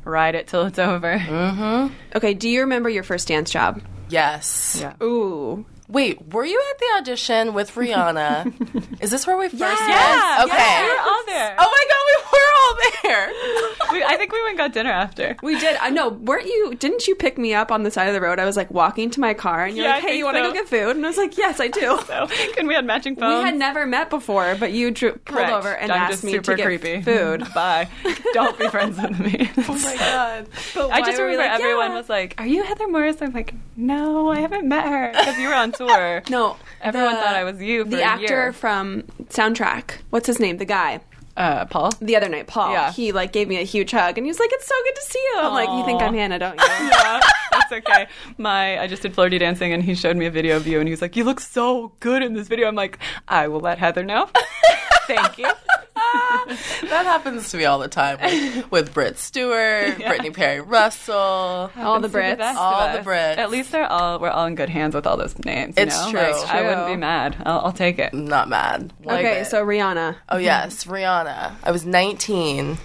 [SPEAKER 5] ride it till it's [laughs] over.
[SPEAKER 3] Okay, do you remember your first dance job?
[SPEAKER 4] Yes.
[SPEAKER 5] Yeah.
[SPEAKER 3] [laughs] Ooh,
[SPEAKER 4] Wait, were you at the audition
[SPEAKER 3] [laughs]
[SPEAKER 4] with Rihanna? Is this where we first
[SPEAKER 3] Yes.
[SPEAKER 4] met?
[SPEAKER 3] Yes.
[SPEAKER 4] Okay.
[SPEAKER 5] all there.
[SPEAKER 4] Oh my god, we were all there.
[SPEAKER 5] I think we went and got dinner after.
[SPEAKER 3] We did. I know. Weren't you? Didn't you pick me up on the side of the road? I was like walking to my car, and you're
[SPEAKER 5] Yeah,
[SPEAKER 3] like,
[SPEAKER 5] I
[SPEAKER 3] "Hey,
[SPEAKER 5] think
[SPEAKER 3] you want to
[SPEAKER 5] so.
[SPEAKER 3] go get food?" And I was like, "Yes, I do."
[SPEAKER 5] So, and [laughs] we had matching
[SPEAKER 3] we
[SPEAKER 5] phones.
[SPEAKER 3] had never met before, but you drew, pulled
[SPEAKER 5] Correct.
[SPEAKER 3] over and
[SPEAKER 5] I'm
[SPEAKER 3] asked
[SPEAKER 5] just
[SPEAKER 3] me to
[SPEAKER 5] super
[SPEAKER 3] get
[SPEAKER 5] creepy. [laughs]
[SPEAKER 3] food. Oh
[SPEAKER 5] Bye. Don't
[SPEAKER 3] [laughs]
[SPEAKER 5] be friends with me. [laughs]
[SPEAKER 3] god! But
[SPEAKER 5] I just
[SPEAKER 3] why were we
[SPEAKER 5] remember
[SPEAKER 3] like,
[SPEAKER 5] everyone
[SPEAKER 3] "Yeah."
[SPEAKER 5] was like, "Are you Heather Morris?" I'm like, "No, I haven't met her because you
[SPEAKER 3] [laughs]
[SPEAKER 5] were on tour."
[SPEAKER 3] No,
[SPEAKER 5] everyone
[SPEAKER 3] the-
[SPEAKER 5] thought I was you. For
[SPEAKER 3] the
[SPEAKER 5] a
[SPEAKER 3] actor
[SPEAKER 5] year.
[SPEAKER 3] from soundtrack. What's his name? The guy. [laughs]
[SPEAKER 5] uh, Paul.
[SPEAKER 3] The other night, Paul.
[SPEAKER 5] Yeah.
[SPEAKER 3] He like gave me a huge hug, and he was like, "It's so good to see you." I'm like, "You think I'm Hannah,
[SPEAKER 5] [laughs]
[SPEAKER 3] don't you?"
[SPEAKER 5] yeah, [laughs] that's okay. My I just did flirty dancing, and he showed me a video of you, and he was like, "You look so good in this video." I'm like, "I will let
[SPEAKER 3] [laughs]
[SPEAKER 5] Heather know." Thank you.
[SPEAKER 4] That happens to me all the time
[SPEAKER 3] [laughs]
[SPEAKER 4] with, with Britt Stewart, Brittany Perry Russell.
[SPEAKER 3] All the
[SPEAKER 5] Happens to
[SPEAKER 3] Brits.
[SPEAKER 5] best
[SPEAKER 4] All
[SPEAKER 5] of
[SPEAKER 4] the
[SPEAKER 5] us.
[SPEAKER 4] Brits.
[SPEAKER 5] At least they're all we're all in good hands with all those names. you
[SPEAKER 4] It's
[SPEAKER 5] know?
[SPEAKER 4] true.
[SPEAKER 5] Like,
[SPEAKER 4] It's
[SPEAKER 5] I
[SPEAKER 3] true.
[SPEAKER 5] wouldn't be mad. I'll, I'll take it.
[SPEAKER 4] I'm not mad. One
[SPEAKER 3] okay,
[SPEAKER 4] bit.
[SPEAKER 3] so Rihanna,
[SPEAKER 5] Uh,
[SPEAKER 4] oh yes, Rihanna. I was 19.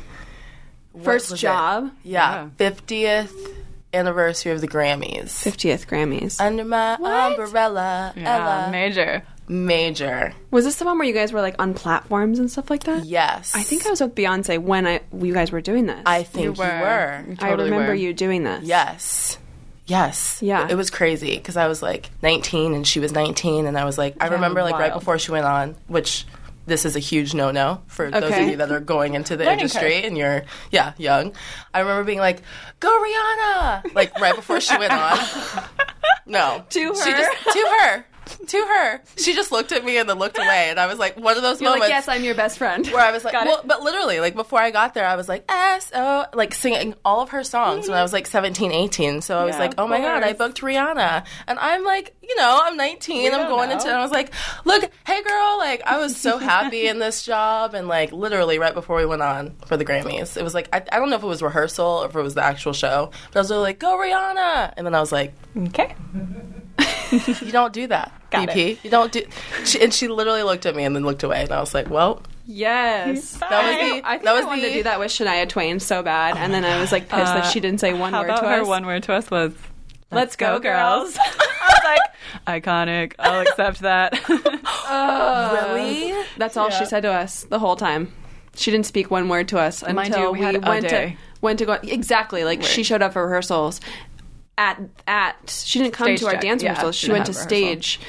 [SPEAKER 4] What
[SPEAKER 3] first
[SPEAKER 4] was it?
[SPEAKER 3] job,
[SPEAKER 4] Yeah, fiftieth anniversary of the Grammys.
[SPEAKER 3] fiftieth Grammys.
[SPEAKER 4] Under my umbrella,
[SPEAKER 5] Yeah,
[SPEAKER 4] Ella
[SPEAKER 5] major.
[SPEAKER 4] Major.
[SPEAKER 3] was this the one where you guys were like on platforms and stuff like that?
[SPEAKER 4] Yes,
[SPEAKER 3] I think I was with Beyonce when I you guys were doing this.
[SPEAKER 4] I think you
[SPEAKER 5] were.
[SPEAKER 4] were.
[SPEAKER 3] I remember
[SPEAKER 5] were.
[SPEAKER 3] you doing this.
[SPEAKER 4] Yes. Yes.
[SPEAKER 3] Yeah.
[SPEAKER 4] It was crazy because I was like 19 and she was 19, and I was like, I remember like right
[SPEAKER 5] wild.
[SPEAKER 4] before she went on, which this is a huge no-no for those of
[SPEAKER 3] Okay.
[SPEAKER 4] you that are going into the
[SPEAKER 5] Learning
[SPEAKER 4] industry and you're yeah young. I remember being like, "Go Rihanna!" Like right before she
[SPEAKER 3] [laughs]
[SPEAKER 4] went on. No,
[SPEAKER 3] To
[SPEAKER 4] She
[SPEAKER 3] her.
[SPEAKER 4] just, to her. To her. She just looked at me and then looked away, and I was like, one of those
[SPEAKER 3] You're
[SPEAKER 4] moments
[SPEAKER 3] like, yes, I'm your best friend.
[SPEAKER 4] where I was like,
[SPEAKER 3] Got
[SPEAKER 4] well,
[SPEAKER 3] it.
[SPEAKER 4] but literally, like before I got there, I was like, S O, like singing all of her songs when I was like 17, 18. So I was
[SPEAKER 5] Yeah,
[SPEAKER 4] like,
[SPEAKER 5] of
[SPEAKER 4] oh my God, I
[SPEAKER 5] course.
[SPEAKER 4] booked Rihanna. And I'm like, you know, I'm 19, I'm
[SPEAKER 5] don't
[SPEAKER 4] going
[SPEAKER 5] know.
[SPEAKER 4] into, and I was like, look, hey girl, like I was so happy in this job. And like literally right before we went on for the Grammys, it was like, I, I don't know if it was rehearsal or if it was the actual show, but I was really like, go Rihanna. And then I was like,
[SPEAKER 5] Okay.
[SPEAKER 4] you don't do that.
[SPEAKER 5] [laughs] Got
[SPEAKER 4] BP, you don't do, she, and she literally looked at me and then looked away, and I was like, "Well,
[SPEAKER 3] yes.
[SPEAKER 4] that was
[SPEAKER 3] I,
[SPEAKER 4] the
[SPEAKER 3] think I,
[SPEAKER 4] that was
[SPEAKER 3] wanted
[SPEAKER 4] the
[SPEAKER 3] to do that with Shania Twain so bad, and then I was like pissed that she didn't say one
[SPEAKER 5] Uh, How
[SPEAKER 3] word
[SPEAKER 5] about
[SPEAKER 3] to
[SPEAKER 5] her
[SPEAKER 3] us.
[SPEAKER 5] one word to us was
[SPEAKER 3] Let's go, girls.
[SPEAKER 5] [laughs] I was like, iconic.
[SPEAKER 3] [laughs]
[SPEAKER 5] I'll accept that.
[SPEAKER 4] Really?
[SPEAKER 3] That's all she said to us the whole time. She didn't speak one word to us
[SPEAKER 5] Mind
[SPEAKER 3] until
[SPEAKER 5] you, we had a
[SPEAKER 3] went
[SPEAKER 5] day.
[SPEAKER 3] to went to go exactly like she showed up for rehearsals at at she didn't come
[SPEAKER 5] Stage
[SPEAKER 3] to our
[SPEAKER 5] check,
[SPEAKER 3] dance
[SPEAKER 5] yeah,
[SPEAKER 3] rehearsals. She
[SPEAKER 5] didn't
[SPEAKER 3] went to
[SPEAKER 5] have rehearsal.
[SPEAKER 3] stage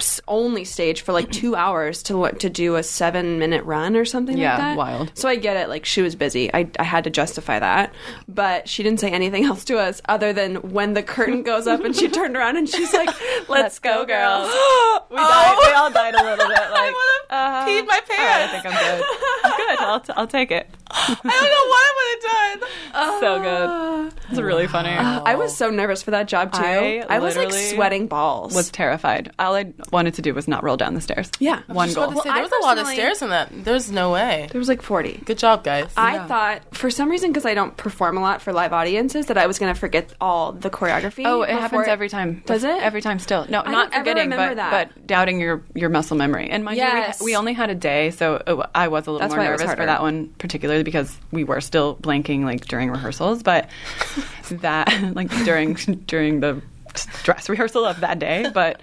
[SPEAKER 3] s- only stage for like two hours to what to do a seven minute run or something
[SPEAKER 5] Yeah,
[SPEAKER 3] like that.
[SPEAKER 5] wild.
[SPEAKER 3] So I get it. Like she was busy. I I had to justify that, but she didn't say anything [laughs] else to us other than when the curtain goes up
[SPEAKER 5] [laughs]
[SPEAKER 3] and she turned around and she's like, "Let's, go, girls."
[SPEAKER 5] [gasps] we, died, we all died a little bit.
[SPEAKER 4] [laughs]
[SPEAKER 5] [laughs] Like, uh, all
[SPEAKER 4] peed my
[SPEAKER 5] right, I
[SPEAKER 4] pants.
[SPEAKER 5] think I'm good. I'm good. I'll, t- I'll
[SPEAKER 3] [laughs]
[SPEAKER 5] take it.
[SPEAKER 4] I don't know what I would have done.
[SPEAKER 5] so good. It's really funny.
[SPEAKER 3] I was so nervous for that job too.
[SPEAKER 5] I
[SPEAKER 3] I, was like
[SPEAKER 5] literally
[SPEAKER 3] sweating balls.
[SPEAKER 5] was terrified. All I wanted to do was not roll down the stairs.
[SPEAKER 3] yeah,
[SPEAKER 5] One
[SPEAKER 4] I was
[SPEAKER 5] goal.
[SPEAKER 4] about to say, there
[SPEAKER 3] I
[SPEAKER 4] was a lot of
[SPEAKER 3] personally-
[SPEAKER 4] stairs in that. There's no way.
[SPEAKER 3] There was like forty.
[SPEAKER 4] Good job, guys.
[SPEAKER 3] I thought for some reason because I don't perform a lot for live audiences that I was going to forget all the choreography.
[SPEAKER 5] Oh, it
[SPEAKER 3] before
[SPEAKER 5] happens every time.
[SPEAKER 3] Does it?
[SPEAKER 5] Every time still. No,
[SPEAKER 3] I
[SPEAKER 5] not
[SPEAKER 3] don't ever
[SPEAKER 5] forgetting,
[SPEAKER 3] remember
[SPEAKER 5] but,
[SPEAKER 3] that.
[SPEAKER 5] but doubting your, your muscle memory. And mind
[SPEAKER 3] Yes.
[SPEAKER 5] you, we, we only had a day, so it, w- I was a little
[SPEAKER 3] That's
[SPEAKER 5] more
[SPEAKER 3] why it was
[SPEAKER 5] nervous for
[SPEAKER 3] harder.
[SPEAKER 5] that one particularly because we were still blanking like during
[SPEAKER 3] [laughs]
[SPEAKER 5] rehearsals, but that like during during the dress rehearsal of that day, but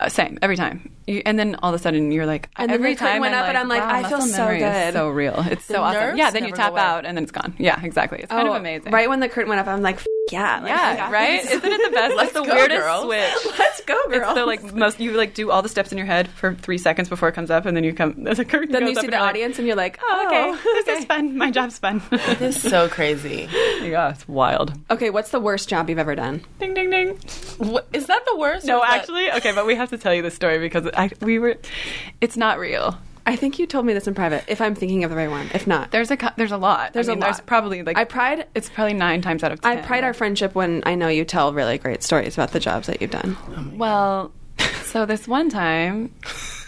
[SPEAKER 5] uh, same every time. You, and then all of a sudden you're like
[SPEAKER 3] And then
[SPEAKER 5] every
[SPEAKER 3] the curtain
[SPEAKER 5] time
[SPEAKER 3] went
[SPEAKER 5] I'm
[SPEAKER 3] up and I'm like,
[SPEAKER 5] wow,
[SPEAKER 3] I feel
[SPEAKER 5] muscle
[SPEAKER 3] so
[SPEAKER 5] memory is
[SPEAKER 3] good.
[SPEAKER 5] so real. It's so awesome.
[SPEAKER 4] nerves
[SPEAKER 5] Yeah, then you
[SPEAKER 4] never
[SPEAKER 5] tap
[SPEAKER 4] go away.
[SPEAKER 5] out and then it's gone. Yeah, exactly. It's kind of amazing.
[SPEAKER 3] Oh, Right when the curtain went up, I'm like, "F- yeah, like, I
[SPEAKER 5] Yeah,
[SPEAKER 3] got
[SPEAKER 5] right?
[SPEAKER 3] this."
[SPEAKER 5] Isn't it
[SPEAKER 3] [laughs]
[SPEAKER 5] the best? That's the
[SPEAKER 4] go,
[SPEAKER 5] weirdest
[SPEAKER 4] girls.
[SPEAKER 5] switch.
[SPEAKER 3] Let's go, girl.
[SPEAKER 5] It's the like most you like do all the steps in your head for three seconds before it comes up, and then you come. [laughs] The curtain
[SPEAKER 3] then
[SPEAKER 5] goes
[SPEAKER 3] you
[SPEAKER 5] up
[SPEAKER 3] see
[SPEAKER 5] and
[SPEAKER 3] the
[SPEAKER 5] you're like,
[SPEAKER 3] audience and you're like,
[SPEAKER 5] "Oh,
[SPEAKER 3] oh,
[SPEAKER 5] okay, [laughs] this is fun. My
[SPEAKER 3] [laughs]
[SPEAKER 5] job's fun.
[SPEAKER 4] This is so crazy.
[SPEAKER 5] [laughs] yeah, it's wild.
[SPEAKER 3] Okay, what's the worst job you've ever done?
[SPEAKER 5] Ding ding ding.
[SPEAKER 4] What, is that the worst? or
[SPEAKER 5] No,
[SPEAKER 4] is that-
[SPEAKER 5] actually, okay, but we have to tell you this story because I, we were. It's not real.
[SPEAKER 3] I think you told me this in private. If I'm thinking of the right one, if not,
[SPEAKER 5] There's a co- there's a lot.
[SPEAKER 3] There's
[SPEAKER 5] I
[SPEAKER 3] a
[SPEAKER 5] mean,
[SPEAKER 3] lot.
[SPEAKER 5] There's probably like
[SPEAKER 3] I pride.
[SPEAKER 5] It's probably nine times out of
[SPEAKER 3] I
[SPEAKER 5] ten.
[SPEAKER 3] pride our friendship when I know you tell really great stories about the jobs that you've done.
[SPEAKER 5] Well, so this one time,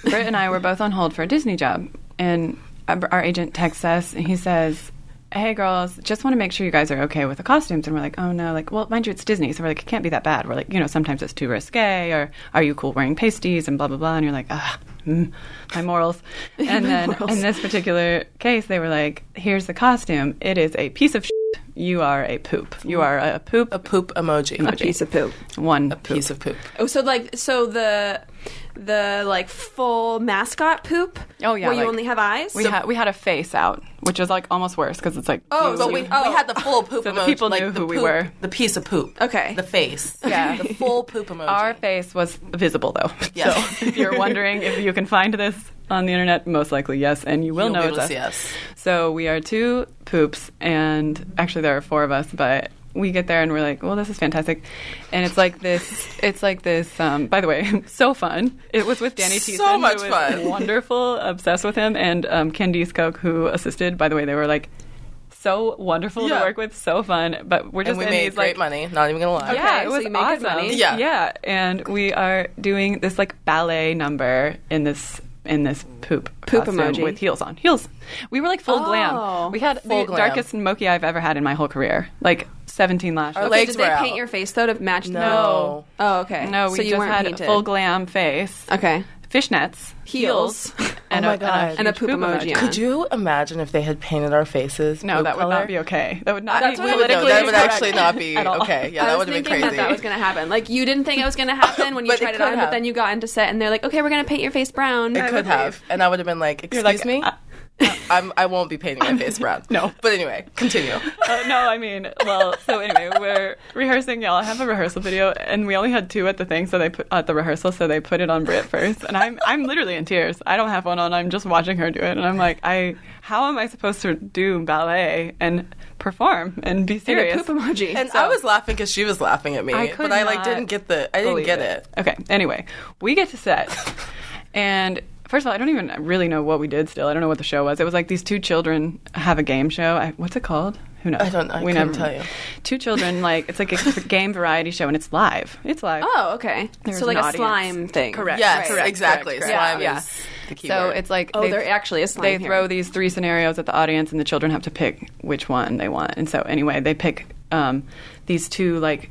[SPEAKER 5] Britt and I were both on hold for a Disney job, and our our agent texts us and he says, "Hey girls, just want to make sure you guys are okay with the costumes." And we're like, "Oh no!" Like, well, mind you, it's Disney, so we're like, "It can't be that bad." We're like, you know, sometimes it's too risque, or are you cool wearing pasties and blah blah blah? And you're like, ah. Mm, [laughs] my morals. And then in this particular case, they were like, here's the costume. It is a piece of shit. You are a poop. You are a poop.
[SPEAKER 4] a poop emoji.
[SPEAKER 5] emoji.
[SPEAKER 3] Piece of poop.
[SPEAKER 5] One
[SPEAKER 4] Piece of poop.
[SPEAKER 3] Oh, so like so the the like full mascot poop.
[SPEAKER 5] Oh, yeah,
[SPEAKER 3] where you
[SPEAKER 5] like-
[SPEAKER 3] only have eyes.
[SPEAKER 5] We, had we had a face out, which is like almost worse because it's like
[SPEAKER 3] Oh,
[SPEAKER 5] blue.
[SPEAKER 3] so
[SPEAKER 4] But we,
[SPEAKER 3] Oh.
[SPEAKER 4] we had the full poop
[SPEAKER 5] So the
[SPEAKER 4] emoji.
[SPEAKER 5] people
[SPEAKER 4] like
[SPEAKER 5] knew
[SPEAKER 4] the
[SPEAKER 5] who we
[SPEAKER 4] poop-
[SPEAKER 5] were.
[SPEAKER 4] The piece of poop.
[SPEAKER 3] Okay.
[SPEAKER 4] The face.
[SPEAKER 5] [laughs] Yeah.
[SPEAKER 4] The full poop emoji.
[SPEAKER 5] our face was visible though. [laughs]
[SPEAKER 4] Yeah. [laughs]
[SPEAKER 5] So if you're wondering if you can find this on the internet, most likely yes, and you will
[SPEAKER 4] You'll
[SPEAKER 5] know
[SPEAKER 4] be
[SPEAKER 5] it's
[SPEAKER 4] able to
[SPEAKER 5] us.
[SPEAKER 4] see us.
[SPEAKER 5] So we are two poops, and actually there are four of us, but we get there and we're like, well, this is fantastic, and it's like this. It's like this. Um, by the way, [laughs] so fun. It was with Danny
[SPEAKER 4] So
[SPEAKER 5] Teeson.
[SPEAKER 4] much
[SPEAKER 5] who is
[SPEAKER 4] fun.
[SPEAKER 5] Wonderful, obsessed with him, and um, Candice Koch who assisted. By the way, they were like. So wonderful
[SPEAKER 4] Yeah.
[SPEAKER 5] to work with, so fun, but we're just
[SPEAKER 4] And we
[SPEAKER 5] in
[SPEAKER 4] made
[SPEAKER 5] these, like,
[SPEAKER 4] great
[SPEAKER 5] "Oh,
[SPEAKER 4] money. Not even going to lie.
[SPEAKER 3] Okay.
[SPEAKER 5] yeah, it
[SPEAKER 3] so
[SPEAKER 5] was
[SPEAKER 3] you made good
[SPEAKER 5] awesome.
[SPEAKER 3] money.
[SPEAKER 4] Yeah.
[SPEAKER 5] yeah, and we are doing this like ballet number in this in this poop
[SPEAKER 3] Poop
[SPEAKER 5] costume
[SPEAKER 3] emoji.
[SPEAKER 5] with heels on heels. We were like full
[SPEAKER 3] Oh.
[SPEAKER 5] glam. We had
[SPEAKER 4] Full
[SPEAKER 5] the
[SPEAKER 4] glam.
[SPEAKER 5] darkest mochi I've ever had in my whole career, like seventeen lashes.
[SPEAKER 4] Our
[SPEAKER 5] Okay.
[SPEAKER 3] Okay,
[SPEAKER 4] legs
[SPEAKER 3] did
[SPEAKER 4] were
[SPEAKER 3] they
[SPEAKER 4] out.
[SPEAKER 3] paint your face though to match? the-
[SPEAKER 4] No.
[SPEAKER 3] Oh, okay.
[SPEAKER 5] No, we
[SPEAKER 3] so you
[SPEAKER 5] just
[SPEAKER 3] weren't
[SPEAKER 5] had
[SPEAKER 3] painted.
[SPEAKER 5] a full glam face,
[SPEAKER 3] Okay.
[SPEAKER 5] fishnets,
[SPEAKER 3] Heels. [laughs] Oh
[SPEAKER 5] and,
[SPEAKER 4] my
[SPEAKER 5] a,
[SPEAKER 4] God.
[SPEAKER 5] and, a,
[SPEAKER 4] And
[SPEAKER 3] a
[SPEAKER 5] huge
[SPEAKER 3] poop emoji on. [laughs]
[SPEAKER 4] Could you imagine if they had painted our faces?
[SPEAKER 5] No,
[SPEAKER 4] blue
[SPEAKER 5] that would
[SPEAKER 4] color?
[SPEAKER 5] not be okay. That would not
[SPEAKER 4] That's
[SPEAKER 5] be
[SPEAKER 4] what I would do.
[SPEAKER 5] politically
[SPEAKER 4] That would
[SPEAKER 5] correct
[SPEAKER 4] actually not be
[SPEAKER 5] at all.
[SPEAKER 4] okay. Yeah,
[SPEAKER 3] I
[SPEAKER 4] that
[SPEAKER 3] was
[SPEAKER 4] would have been
[SPEAKER 3] thinking
[SPEAKER 4] crazy.
[SPEAKER 3] that that was going to happen. Like you didn't think it was going to happen when you
[SPEAKER 4] [coughs] But it
[SPEAKER 3] tried it
[SPEAKER 4] could
[SPEAKER 3] on, but
[SPEAKER 4] have.
[SPEAKER 3] then you got into set and they're like, "Okay, we're going to paint your face brown."
[SPEAKER 4] It could have, and I would have been like, "Excuse
[SPEAKER 5] like,
[SPEAKER 4] me,
[SPEAKER 5] uh,
[SPEAKER 4] I'm, I won't be painting my face brown."
[SPEAKER 5] [laughs] No.
[SPEAKER 4] but anyway,
[SPEAKER 5] [laughs]
[SPEAKER 4] continue.
[SPEAKER 5] Uh, no, I mean, well, so anyway, we're rehearsing. Y'all I have a rehearsal video, and we only had two at the thing, so they put at the rehearsal, so they put it on Brit first, and I'm I'm literally in tears. I don't have one on. I'm just watching her do it, and I'm like, I how am I supposed to do ballet and perform and be
[SPEAKER 3] And a
[SPEAKER 5] serious?
[SPEAKER 3] poop emoji.
[SPEAKER 4] And I was laughing because she was laughing at me,
[SPEAKER 5] I could
[SPEAKER 4] but I like
[SPEAKER 5] not
[SPEAKER 4] didn't get the, I didn't
[SPEAKER 5] believe
[SPEAKER 4] get it.
[SPEAKER 5] Okay. Anyway, we get to set, and first of all, I don't even really know what we did. Still, I don't know what the show was. It was like these two children have a game show. I, what's it called? Who knows?
[SPEAKER 4] I don't- I
[SPEAKER 5] We
[SPEAKER 4] couldn't
[SPEAKER 5] never
[SPEAKER 4] tell you.
[SPEAKER 5] Two children, like it's like a, it's a [laughs] game variety show, and it's live. It's live.
[SPEAKER 3] oh, okay.
[SPEAKER 5] There's
[SPEAKER 3] so like
[SPEAKER 5] an
[SPEAKER 3] a
[SPEAKER 5] audience.
[SPEAKER 3] slime thing.
[SPEAKER 5] Correct.
[SPEAKER 4] Yes,
[SPEAKER 5] Correct,
[SPEAKER 4] exactly.
[SPEAKER 5] correct, correct.
[SPEAKER 4] Slime
[SPEAKER 5] Yeah.
[SPEAKER 4] is the key
[SPEAKER 5] So
[SPEAKER 4] word.
[SPEAKER 5] it's like
[SPEAKER 3] Oh,
[SPEAKER 5] they-
[SPEAKER 3] there actually is slime
[SPEAKER 5] They
[SPEAKER 3] here.
[SPEAKER 5] throw these three scenarios at the audience, and the children have to pick which one they want. And so anyway, they pick um, these two like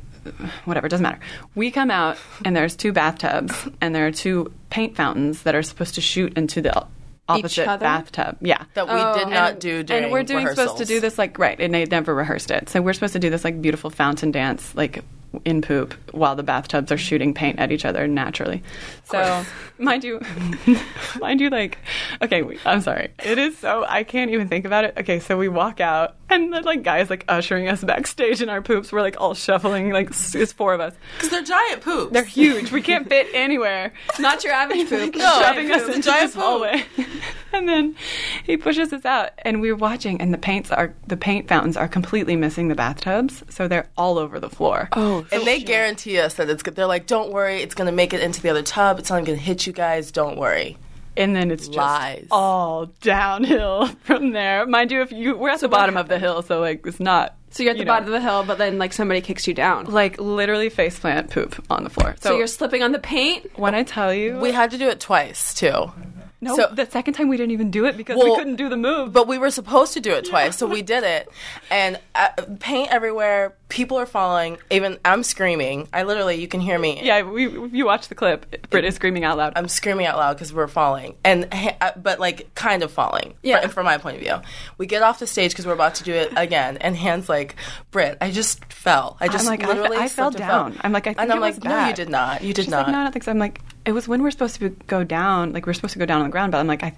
[SPEAKER 5] whatever doesn't matter. We come out, and there's two bathtubs, and there are two paint fountains that are supposed to shoot into the opposite
[SPEAKER 3] other?
[SPEAKER 5] bathtub. Yeah,
[SPEAKER 4] that we did not do during
[SPEAKER 5] oh, and we're doing supposed to
[SPEAKER 4] rehearsals.
[SPEAKER 5] do this like right, and they never rehearsed it. So we're supposed to do this like beautiful fountain dance, like in poop, while the bathtubs are shooting paint at each other naturally. So [laughs] mind you, mind you, like okay, we, I'm sorry, it is so I can't even think about it. Okay, so we walk out, and the like guys like ushering us backstage in our poops. We're like all shuffling, like s- it's four of us.
[SPEAKER 4] because they're giant poops.
[SPEAKER 5] They're huge. We can't fit anywhere
[SPEAKER 3] Not your
[SPEAKER 4] [laughs]
[SPEAKER 3] average poop.
[SPEAKER 5] shoving us into
[SPEAKER 4] giant
[SPEAKER 5] this
[SPEAKER 4] poop.
[SPEAKER 5] hallway. [laughs] and then he pushes us out, and we're watching, and the paints are the paint fountains are completely missing the bathtubs, so they're all over the floor. Oh,
[SPEAKER 4] and they guarantee us that it's good. They're like, "Don't worry, it's going to make it into the other tub. It's not going to hit you guys. Don't worry."
[SPEAKER 5] and then it's just
[SPEAKER 4] Lies.
[SPEAKER 5] all downhill [laughs] from there. Mind you, if you we're at the bottom of the hill, so like it's not.
[SPEAKER 3] So you're at the bottom of the hill, but then like somebody kicks you down.
[SPEAKER 5] like literally face plant poop on the floor. So,
[SPEAKER 3] so you're slipping on the paint.
[SPEAKER 5] when I tell you,
[SPEAKER 4] We had to do it twice too.
[SPEAKER 5] no,
[SPEAKER 4] so-
[SPEAKER 5] the second time we didn't even do it because we
[SPEAKER 4] Well,
[SPEAKER 5] couldn't do the move.
[SPEAKER 4] but we were supposed to do it twice, so we did it. And uh, paint everywhere. People are falling. Even I'm screaming. I literally, you can hear me.
[SPEAKER 5] yeah, we, if you watch the clip, Britt is screaming out loud.
[SPEAKER 4] I'm screaming out loud because we're falling, and ha- uh, but like kind of falling.
[SPEAKER 3] Yeah.
[SPEAKER 4] From, from my point of view, we get off the stage because we're about to do it again, and Han's like, "Britt, I just fell. I just
[SPEAKER 5] like, I fe-
[SPEAKER 4] literally
[SPEAKER 5] I fell
[SPEAKER 4] slipped and fell."
[SPEAKER 5] down. I'm like, I think
[SPEAKER 4] and I'm
[SPEAKER 5] it
[SPEAKER 4] like,
[SPEAKER 5] was
[SPEAKER 4] no, you
[SPEAKER 5] bad."
[SPEAKER 4] did not. You did
[SPEAKER 5] She's
[SPEAKER 4] not.
[SPEAKER 5] Like, no, no, thanks. I'm like, it was when we're supposed to be- go down. Like, we're supposed to go down on the ground, but I'm like, I,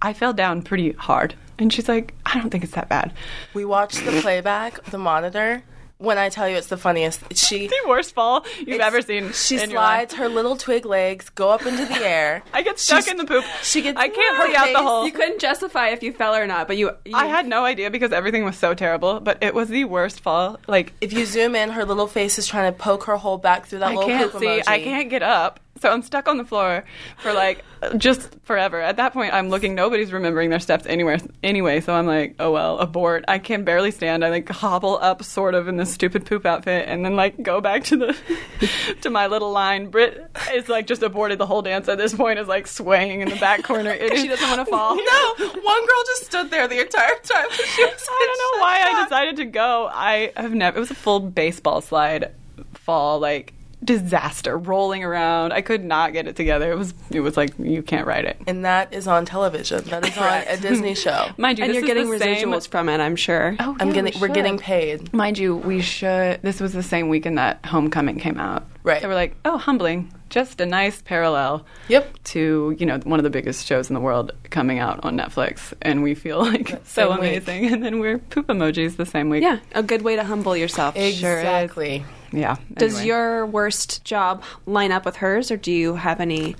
[SPEAKER 5] I fell down pretty hard. And she's like, I don't think it's that bad.
[SPEAKER 4] We watched the playback, the monitor. When I tell you it's the funniest, she
[SPEAKER 5] The worst fall you've
[SPEAKER 4] It's-
[SPEAKER 5] ever seen.
[SPEAKER 4] She
[SPEAKER 5] in your life.
[SPEAKER 4] slides her little twig legs, go up into the air.
[SPEAKER 5] [laughs] I get stuck
[SPEAKER 4] She's-
[SPEAKER 5] in the poop.
[SPEAKER 4] She gets.
[SPEAKER 5] I can't
[SPEAKER 4] her
[SPEAKER 5] see out the
[SPEAKER 4] face-
[SPEAKER 5] hole.
[SPEAKER 3] You couldn't justify if you fell or not, but you. you
[SPEAKER 5] I had no idea because everything was so terrible, but it was the worst fall. Like,
[SPEAKER 4] If you zoom in, her little face is trying to poke her hole back through that
[SPEAKER 5] I
[SPEAKER 4] little
[SPEAKER 5] can't
[SPEAKER 4] poop
[SPEAKER 5] see.
[SPEAKER 4] emoji.
[SPEAKER 5] I can't get up. So I'm stuck on the floor for like [laughs] just forever. At that point, I'm looking. Nobody's remembering their steps anywhere anyway. So I'm like, oh well, abort. I can barely stand. I like hobble up, sort of, in this stupid poop outfit, and then like go back to the [laughs] to my little line. Brit is like just aborted the whole dance at this point. Is like swaying in the back
[SPEAKER 4] [laughs]
[SPEAKER 5] corner. It
[SPEAKER 3] She doesn't want to
[SPEAKER 5] [laughs]
[SPEAKER 3] fall.
[SPEAKER 4] No, one girl just stood there the entire time. She was
[SPEAKER 5] [laughs] I don't know why I decided to go. I have never. It was a full baseball slide fall, like disaster, rolling around. I could not get it together. It was. It was like you can't write it.
[SPEAKER 4] And that is on television. That is on a
[SPEAKER 5] [laughs]
[SPEAKER 4] Disney show.
[SPEAKER 5] Mind you,
[SPEAKER 3] And
[SPEAKER 5] this
[SPEAKER 3] you're
[SPEAKER 5] is
[SPEAKER 3] getting
[SPEAKER 5] the same-
[SPEAKER 3] residuals from it, I'm sure.
[SPEAKER 5] Oh,
[SPEAKER 4] I'm
[SPEAKER 5] yeah,
[SPEAKER 4] getting.
[SPEAKER 5] we
[SPEAKER 4] we're
[SPEAKER 5] should.
[SPEAKER 4] getting paid.
[SPEAKER 5] Mind you, we should. This was the same weekend that Homecoming came out.
[SPEAKER 4] Right.
[SPEAKER 5] So we're like, oh, humbling. just a nice parallel
[SPEAKER 4] Yep.
[SPEAKER 5] to, you know, one of the biggest shows in the world coming out on Netflix. And we feel [laughs] like so
[SPEAKER 4] same week.
[SPEAKER 5] amazing. And then we're poop emojis the same week.
[SPEAKER 3] Yeah, a good way to humble yourself.
[SPEAKER 5] is.
[SPEAKER 4] Exactly.
[SPEAKER 5] Yeah.
[SPEAKER 3] Does
[SPEAKER 5] anyway.
[SPEAKER 3] your worst job line up with hers, or do you have any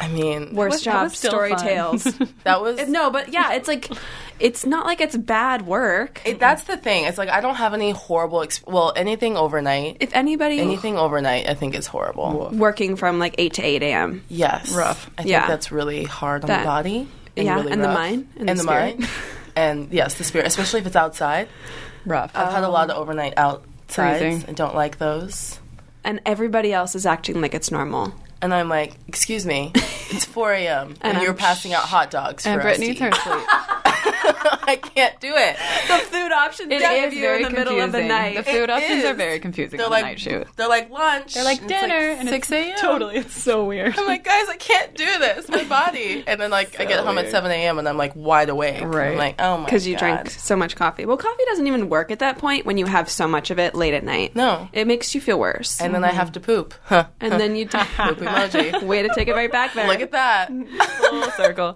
[SPEAKER 4] I mean,
[SPEAKER 3] worst
[SPEAKER 5] was- that
[SPEAKER 3] job
[SPEAKER 5] was still
[SPEAKER 3] story
[SPEAKER 5] fun. [laughs]
[SPEAKER 3] tales?
[SPEAKER 4] that was
[SPEAKER 3] no, but yeah, it's like it's not like it's bad work.
[SPEAKER 4] It, that's the thing. It's like I don't have any horrible. Exp- well, anything overnight.
[SPEAKER 3] if anybody
[SPEAKER 4] Anything overnight, I think is horrible.
[SPEAKER 3] working from like eight to eight a.m.
[SPEAKER 4] Yes,
[SPEAKER 5] Rough.
[SPEAKER 4] I
[SPEAKER 3] Yeah.
[SPEAKER 4] think that's really hard on
[SPEAKER 3] That-
[SPEAKER 4] the body. And
[SPEAKER 3] yeah,
[SPEAKER 4] really
[SPEAKER 3] and the
[SPEAKER 4] rough.
[SPEAKER 3] mind, and
[SPEAKER 4] and,
[SPEAKER 3] the
[SPEAKER 4] the,
[SPEAKER 3] spirit.
[SPEAKER 4] mind, [laughs] and yes, the spirit, especially if it's outside.
[SPEAKER 5] rough?
[SPEAKER 4] I've had a lot of overnight outsides.
[SPEAKER 5] Freezing.
[SPEAKER 4] I don't like those.
[SPEAKER 3] and everybody else is acting like it's normal.
[SPEAKER 4] And I'm like, excuse me, it's 4 a.m. and,
[SPEAKER 3] I'm
[SPEAKER 4] you're passing out hot dogs
[SPEAKER 5] and
[SPEAKER 4] for us
[SPEAKER 5] Brittany
[SPEAKER 4] to
[SPEAKER 5] needs
[SPEAKER 4] eat.
[SPEAKER 5] her sleep.
[SPEAKER 4] [laughs] I can't do it.
[SPEAKER 3] The food options
[SPEAKER 5] It
[SPEAKER 3] they
[SPEAKER 5] is
[SPEAKER 3] give you in
[SPEAKER 5] very
[SPEAKER 3] the middle of the
[SPEAKER 5] confusing.
[SPEAKER 3] night.
[SPEAKER 5] The food
[SPEAKER 4] It
[SPEAKER 5] options are
[SPEAKER 4] is.
[SPEAKER 5] very confusing
[SPEAKER 4] They're
[SPEAKER 5] on
[SPEAKER 4] like
[SPEAKER 5] the night shoot.
[SPEAKER 4] They're like lunch. They're
[SPEAKER 5] like dinner, and it's
[SPEAKER 4] six a.m.
[SPEAKER 5] Totally, it's so weird. [laughs]
[SPEAKER 4] I'm like, guys, I can't do this. My body. And then like I get home at seven a.m. and I'm like wide awake.
[SPEAKER 5] Right.
[SPEAKER 4] I'm like, oh my.
[SPEAKER 3] because you
[SPEAKER 4] God.
[SPEAKER 3] drank so much coffee. Well, coffee doesn't even work at that point when you have so much of it late at night.
[SPEAKER 4] No.
[SPEAKER 3] it makes you feel worse.
[SPEAKER 4] And then I have to poop. Huh.
[SPEAKER 3] And then you poop
[SPEAKER 4] emoji.
[SPEAKER 3] Way to take it right back there.
[SPEAKER 4] Look at that.
[SPEAKER 5] full
[SPEAKER 4] [laughs]
[SPEAKER 5] [laughs] circle.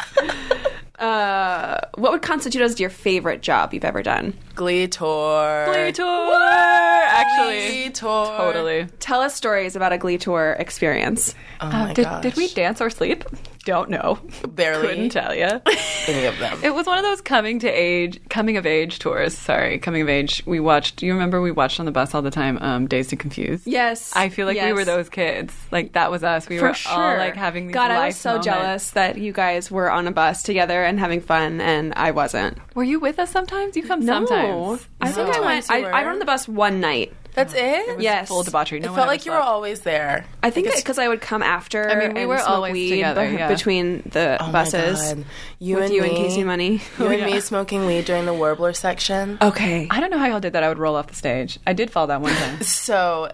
[SPEAKER 3] Uh, what would constitute as your favorite job you've ever done?
[SPEAKER 4] Glee tour.
[SPEAKER 5] Glee tour, actually.
[SPEAKER 4] Glee tour.
[SPEAKER 5] Totally.
[SPEAKER 3] Tell us stories about a Glee tour experience.
[SPEAKER 4] Oh my
[SPEAKER 5] did,
[SPEAKER 4] gosh.
[SPEAKER 5] did we dance or sleep? Don't know.
[SPEAKER 4] barely
[SPEAKER 5] Couldn't tell you.
[SPEAKER 4] any of them?
[SPEAKER 5] [laughs] It was one of those coming to age, coming of age tours. Sorry, coming of age. We watched. You remember we watched on the bus all the time. Um, Days to Confuse.
[SPEAKER 3] Yes,
[SPEAKER 5] I feel like we
[SPEAKER 3] yes.
[SPEAKER 5] were those kids. Like that was us. We
[SPEAKER 3] For
[SPEAKER 5] were
[SPEAKER 3] sure.
[SPEAKER 5] all like having these.
[SPEAKER 3] God, I
[SPEAKER 5] life
[SPEAKER 3] was so
[SPEAKER 5] moments.
[SPEAKER 3] jealous that you guys were on a bus together and having fun, and I wasn't.
[SPEAKER 5] Were you with us sometimes? You come sometimes.
[SPEAKER 3] I think I went.
[SPEAKER 4] Sometimes
[SPEAKER 3] I,
[SPEAKER 4] you
[SPEAKER 3] I
[SPEAKER 4] were.
[SPEAKER 3] rode on the bus one night.
[SPEAKER 4] That's it.
[SPEAKER 5] It was
[SPEAKER 3] Yes.
[SPEAKER 5] Full debauchery. No
[SPEAKER 4] it
[SPEAKER 5] one
[SPEAKER 4] felt
[SPEAKER 5] ever
[SPEAKER 4] like you were
[SPEAKER 5] slept.
[SPEAKER 4] always there.
[SPEAKER 3] I think because I would come after.
[SPEAKER 5] I mean, we
[SPEAKER 3] and
[SPEAKER 5] were
[SPEAKER 3] smoke
[SPEAKER 5] always
[SPEAKER 3] weed [laughs]
[SPEAKER 5] together,
[SPEAKER 3] be-
[SPEAKER 5] yeah.
[SPEAKER 3] between the
[SPEAKER 4] Oh my
[SPEAKER 3] buses
[SPEAKER 4] God. You
[SPEAKER 3] with
[SPEAKER 4] and
[SPEAKER 3] you
[SPEAKER 4] me,
[SPEAKER 3] and Casey Money. Oh,
[SPEAKER 4] You and me smoking weed during the Warbler section.
[SPEAKER 3] Okay,
[SPEAKER 5] I don't know how y'all did that. I would roll off the stage. I did fall that one [laughs] time.
[SPEAKER 4] So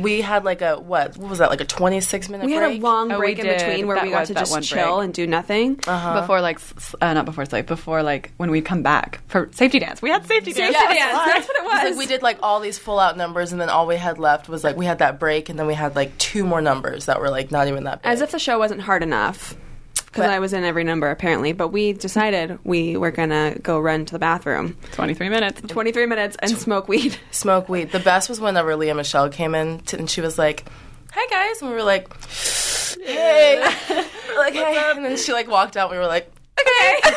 [SPEAKER 4] we had like a what? What was that? Like a twenty-six minute.
[SPEAKER 3] we
[SPEAKER 4] break?
[SPEAKER 3] had a long
[SPEAKER 5] Oh, we
[SPEAKER 3] break in
[SPEAKER 5] did.
[SPEAKER 3] between where
[SPEAKER 5] That
[SPEAKER 3] we got
[SPEAKER 5] was
[SPEAKER 3] to
[SPEAKER 5] that
[SPEAKER 3] just
[SPEAKER 5] one
[SPEAKER 3] chill
[SPEAKER 5] break.
[SPEAKER 3] and do nothing. [laughs]
[SPEAKER 4] Uh-huh.
[SPEAKER 5] before like s- s- uh, not before sleep before like when we come back for safety dance we had safety dance
[SPEAKER 3] Safety dance.
[SPEAKER 5] [laughs]
[SPEAKER 3] That's what it
[SPEAKER 4] It's
[SPEAKER 3] was.
[SPEAKER 4] like we did like all these full out numbers, and then all we had left was like we had that break, and then we had like two more numbers that were like not even that big.
[SPEAKER 3] As if the show wasn't hard enough. Because
[SPEAKER 4] But-
[SPEAKER 3] I was in every number apparently, but we decided we were gonna go run to the bathroom,
[SPEAKER 5] 23 minutes
[SPEAKER 3] 23 minutes, and smoke weed.
[SPEAKER 4] smoke weed. The best was whenever Leah Michelle came in t- and she was like, "Hi guys," and we were like, "Hey," We're [laughs] like hey, and then she like walked out. and We were like,
[SPEAKER 3] [laughs]
[SPEAKER 5] [laughs]
[SPEAKER 3] Okay.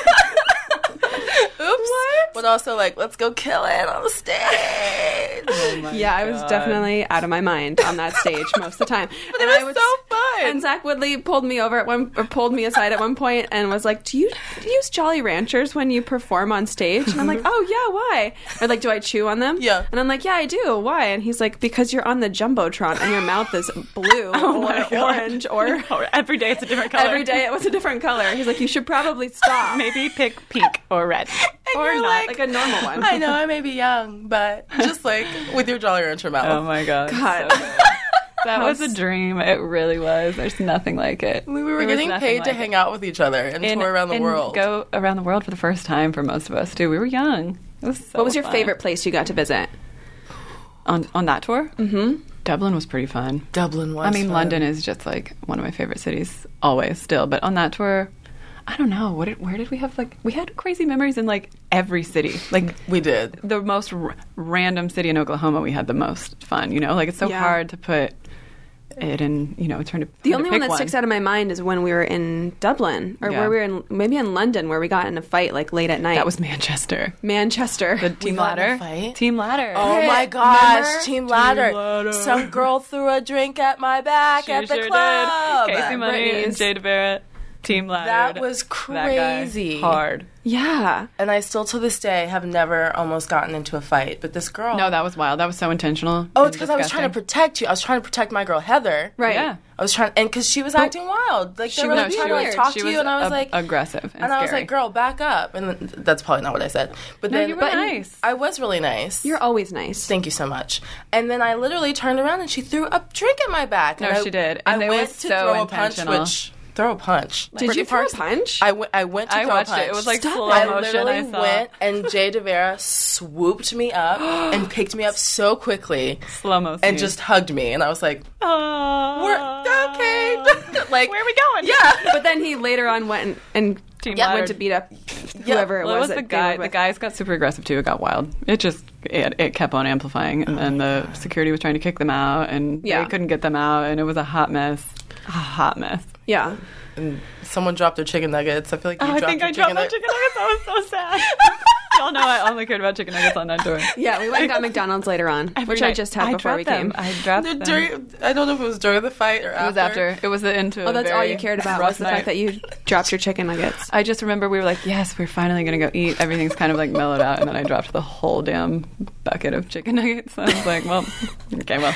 [SPEAKER 4] "Oops," but also like, "Let's go kill it on the stage."
[SPEAKER 3] yeah, I
[SPEAKER 4] Oh
[SPEAKER 3] was definitely out of my mind on that stage most of the
[SPEAKER 5] [laughs]
[SPEAKER 3] time. but
[SPEAKER 4] it
[SPEAKER 3] I
[SPEAKER 4] was so fun.
[SPEAKER 3] And Zach Woodley pulled me over at one, or pulled me aside at one point, and was like, "Do you use Jolly Ranchers when you perform on stage?" And I'm like, "Oh yeah, why?" Or like, "Do I chew on them?"
[SPEAKER 4] Yeah.
[SPEAKER 3] And I'm like, "Yeah, I do. Why?" And he's like, "Because you're on the jumbotron, and your mouth is
[SPEAKER 5] [laughs]
[SPEAKER 3] blue
[SPEAKER 5] Oh my
[SPEAKER 3] or
[SPEAKER 5] God.
[SPEAKER 3] orange
[SPEAKER 5] [laughs]
[SPEAKER 3] or."
[SPEAKER 5] or every day it's a different color
[SPEAKER 3] Every day it was a different color. He's like, you should probably stop.
[SPEAKER 5] maybe pick pink or [laughs] red or
[SPEAKER 4] you're
[SPEAKER 5] not
[SPEAKER 3] like a normal one.
[SPEAKER 4] I know I may be young, but just like with your Jolly Rancher mouth.
[SPEAKER 5] oh my god,
[SPEAKER 3] [laughs] God.
[SPEAKER 5] so good. that was a dream it really was there's nothing like it
[SPEAKER 4] we were getting paid to hang out with each other and, tour around the world.
[SPEAKER 5] go around the world for the first time for most of us too we were young it was so
[SPEAKER 3] What was your
[SPEAKER 5] fun.
[SPEAKER 3] favorite place you got to visit?
[SPEAKER 5] on on that tour mm-hmm dublin was pretty fun
[SPEAKER 4] Dublin was.
[SPEAKER 5] I mean,
[SPEAKER 4] fun.
[SPEAKER 5] London is just like one of my favorite cities, always, still. But on that tour, I don't know what. Did, where did we have like we had crazy memories in like every city, like
[SPEAKER 4] We did.
[SPEAKER 5] the most r- random city in Oklahoma. We had the most fun, you know. Like it's so
[SPEAKER 3] Yeah.
[SPEAKER 5] hard to put it in, you know, turn to
[SPEAKER 3] The only one that sticks out of my mind is when we were in Dublin, or
[SPEAKER 5] Yeah.
[SPEAKER 3] where we were in maybe in London, where we got in a fight like late at night.
[SPEAKER 5] That was
[SPEAKER 4] [laughs]
[SPEAKER 5] Manchester.
[SPEAKER 3] Manchester. [laughs]
[SPEAKER 5] The team
[SPEAKER 4] got in a
[SPEAKER 5] ladder.
[SPEAKER 4] fight?
[SPEAKER 5] Team ladder.
[SPEAKER 4] Oh my gosh, Team Ladder. Some girl threw a drink at my back
[SPEAKER 5] She
[SPEAKER 4] at the
[SPEAKER 5] sure did.
[SPEAKER 4] club.
[SPEAKER 5] Casey Money and
[SPEAKER 3] Britney's.
[SPEAKER 5] Jade Barrett. Team ladder.
[SPEAKER 4] That was
[SPEAKER 5] That guy.
[SPEAKER 4] crazy.
[SPEAKER 5] Hard.
[SPEAKER 3] yeah,
[SPEAKER 4] And I still to this day have never almost gotten into a fight. But this girl.
[SPEAKER 5] No, that was wild. That was so intentional.
[SPEAKER 4] Oh,
[SPEAKER 5] and
[SPEAKER 4] it's because I was trying to
[SPEAKER 5] disgusting.
[SPEAKER 4] protect you. I was trying to protect my girl Heather.
[SPEAKER 3] right.
[SPEAKER 5] Yeah.
[SPEAKER 4] I was trying, and because she was acting wild, like they
[SPEAKER 3] She
[SPEAKER 4] were
[SPEAKER 3] was
[SPEAKER 4] like, trying to like,
[SPEAKER 3] weird.
[SPEAKER 4] talk
[SPEAKER 5] she
[SPEAKER 4] to
[SPEAKER 5] was
[SPEAKER 4] you, and I was
[SPEAKER 5] ag-
[SPEAKER 4] like,
[SPEAKER 5] aggressive and,
[SPEAKER 4] and I was
[SPEAKER 5] scary.
[SPEAKER 4] like, girl, back up. And th- that's probably not what I said. But
[SPEAKER 5] No,
[SPEAKER 4] then
[SPEAKER 5] you were
[SPEAKER 4] but
[SPEAKER 5] nice.
[SPEAKER 4] I was really nice.
[SPEAKER 3] You're always nice.
[SPEAKER 4] Thank you so much. And then I literally turned around and she threw a drink at my back.
[SPEAKER 5] No,
[SPEAKER 4] and I-
[SPEAKER 5] she did.
[SPEAKER 4] I
[SPEAKER 5] And it
[SPEAKER 4] went
[SPEAKER 5] was
[SPEAKER 4] to
[SPEAKER 5] so
[SPEAKER 4] throw a punch,
[SPEAKER 5] intentional.
[SPEAKER 4] which throw a punch.
[SPEAKER 3] Did you throw a punch?
[SPEAKER 4] I, w- I went to
[SPEAKER 5] I
[SPEAKER 4] throw
[SPEAKER 5] watched
[SPEAKER 4] a punch.
[SPEAKER 5] it. It was like
[SPEAKER 3] Stop
[SPEAKER 5] slow
[SPEAKER 3] it.
[SPEAKER 4] I
[SPEAKER 5] motion.
[SPEAKER 4] literally
[SPEAKER 5] I saw.
[SPEAKER 4] went and Jay DeVera swooped
[SPEAKER 5] [gasps]
[SPEAKER 4] me up and picked me up so quickly
[SPEAKER 5] slow motion
[SPEAKER 4] and just hugged me. And I was like,
[SPEAKER 3] [laughs]
[SPEAKER 4] we're okay. [laughs]
[SPEAKER 5] Ah.
[SPEAKER 4] like,
[SPEAKER 5] Where are we going?
[SPEAKER 4] Yeah.
[SPEAKER 3] but then he later on went and, and
[SPEAKER 5] Yeah.
[SPEAKER 3] went to beat up whoever it
[SPEAKER 5] Well, it was
[SPEAKER 3] was.
[SPEAKER 5] the
[SPEAKER 3] that they
[SPEAKER 5] guy.
[SPEAKER 3] were
[SPEAKER 5] The
[SPEAKER 3] with.
[SPEAKER 5] guys got super aggressive too. It got wild. It just it, it kept on amplifying, and
[SPEAKER 3] [sighs]
[SPEAKER 5] then the security was trying to kick them out, and
[SPEAKER 3] Yeah.
[SPEAKER 5] they couldn't get them out, and it was a hot mess. A hot mess.
[SPEAKER 3] Yeah.
[SPEAKER 4] And someone dropped their chicken nuggets. Oh, I feel
[SPEAKER 5] Oh,
[SPEAKER 4] like you dropped your chicken nug-
[SPEAKER 5] nuggets. That was
[SPEAKER 3] [laughs]
[SPEAKER 5] so sad. Y'all know I only cared about chicken nuggets on that tour.
[SPEAKER 3] Yeah, we went
[SPEAKER 5] [laughs]
[SPEAKER 3] and got McDonald's later on, which I just had before we came.
[SPEAKER 5] I dropped
[SPEAKER 4] The
[SPEAKER 5] them.
[SPEAKER 4] during- I don't know if it was during the fight or
[SPEAKER 5] It was after. It was the into.
[SPEAKER 3] Oh, that's all you cared about was the fact that you dropped your chicken nuggets.
[SPEAKER 5] I just remember we were like, yes, we're finally gonna go eat. Everything's kind of like mellowed out, and then I dropped the whole damn bucket of chicken nuggets. I was like, well, okay,
[SPEAKER 4] [laughs]
[SPEAKER 5] well,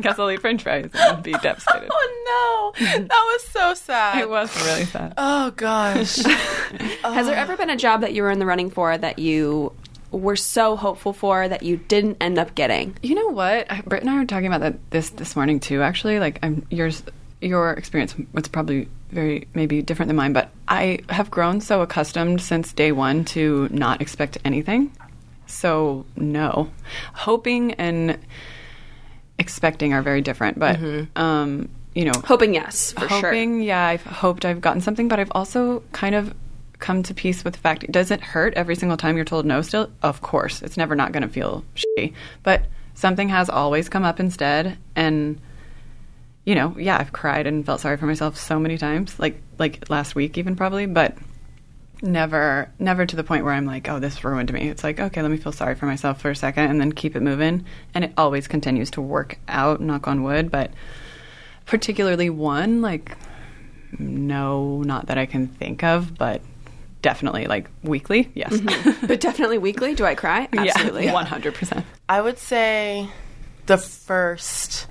[SPEAKER 5] guess I'll eat French fries and be devastated.
[SPEAKER 4] [laughs] Oh no, that was so sad.
[SPEAKER 5] It was really sad.
[SPEAKER 4] Oh gosh.
[SPEAKER 5] Oh.
[SPEAKER 3] Has there ever been a job that you were in the running for that you were so hopeful for that you didn't end up getting?
[SPEAKER 5] You know what? I, Britt and I were talking about that this this morning too. Actually, like I'm yours, your experience was probably very maybe different than mine, but I have grown so accustomed since day one to not expect anything. So no, hoping and expecting are very different. But um, you know,
[SPEAKER 3] Hoping yes, for sure.
[SPEAKER 5] hoping, yeah, I've hoped I've gotten something, but I've also kind of come to peace with the fact does it hurt every single time you're told no still? Of course. It's never not going to feel shitty. But something has always come up instead and you know, yeah, I've cried and felt sorry for myself so many times, like like last week even probably, but never never to the point where I'm like, oh, this ruined me. It's like, okay, let me feel sorry for myself for a second and then keep it moving. And it always continues to work out, knock on wood, but particularly one like no, not that I can think of, but definitely like weekly. Yes.
[SPEAKER 3] Mm-hmm.
[SPEAKER 5] [laughs]
[SPEAKER 3] But definitely weekly. Do I cry? Absolutely.
[SPEAKER 5] 100%.
[SPEAKER 4] I would say the first,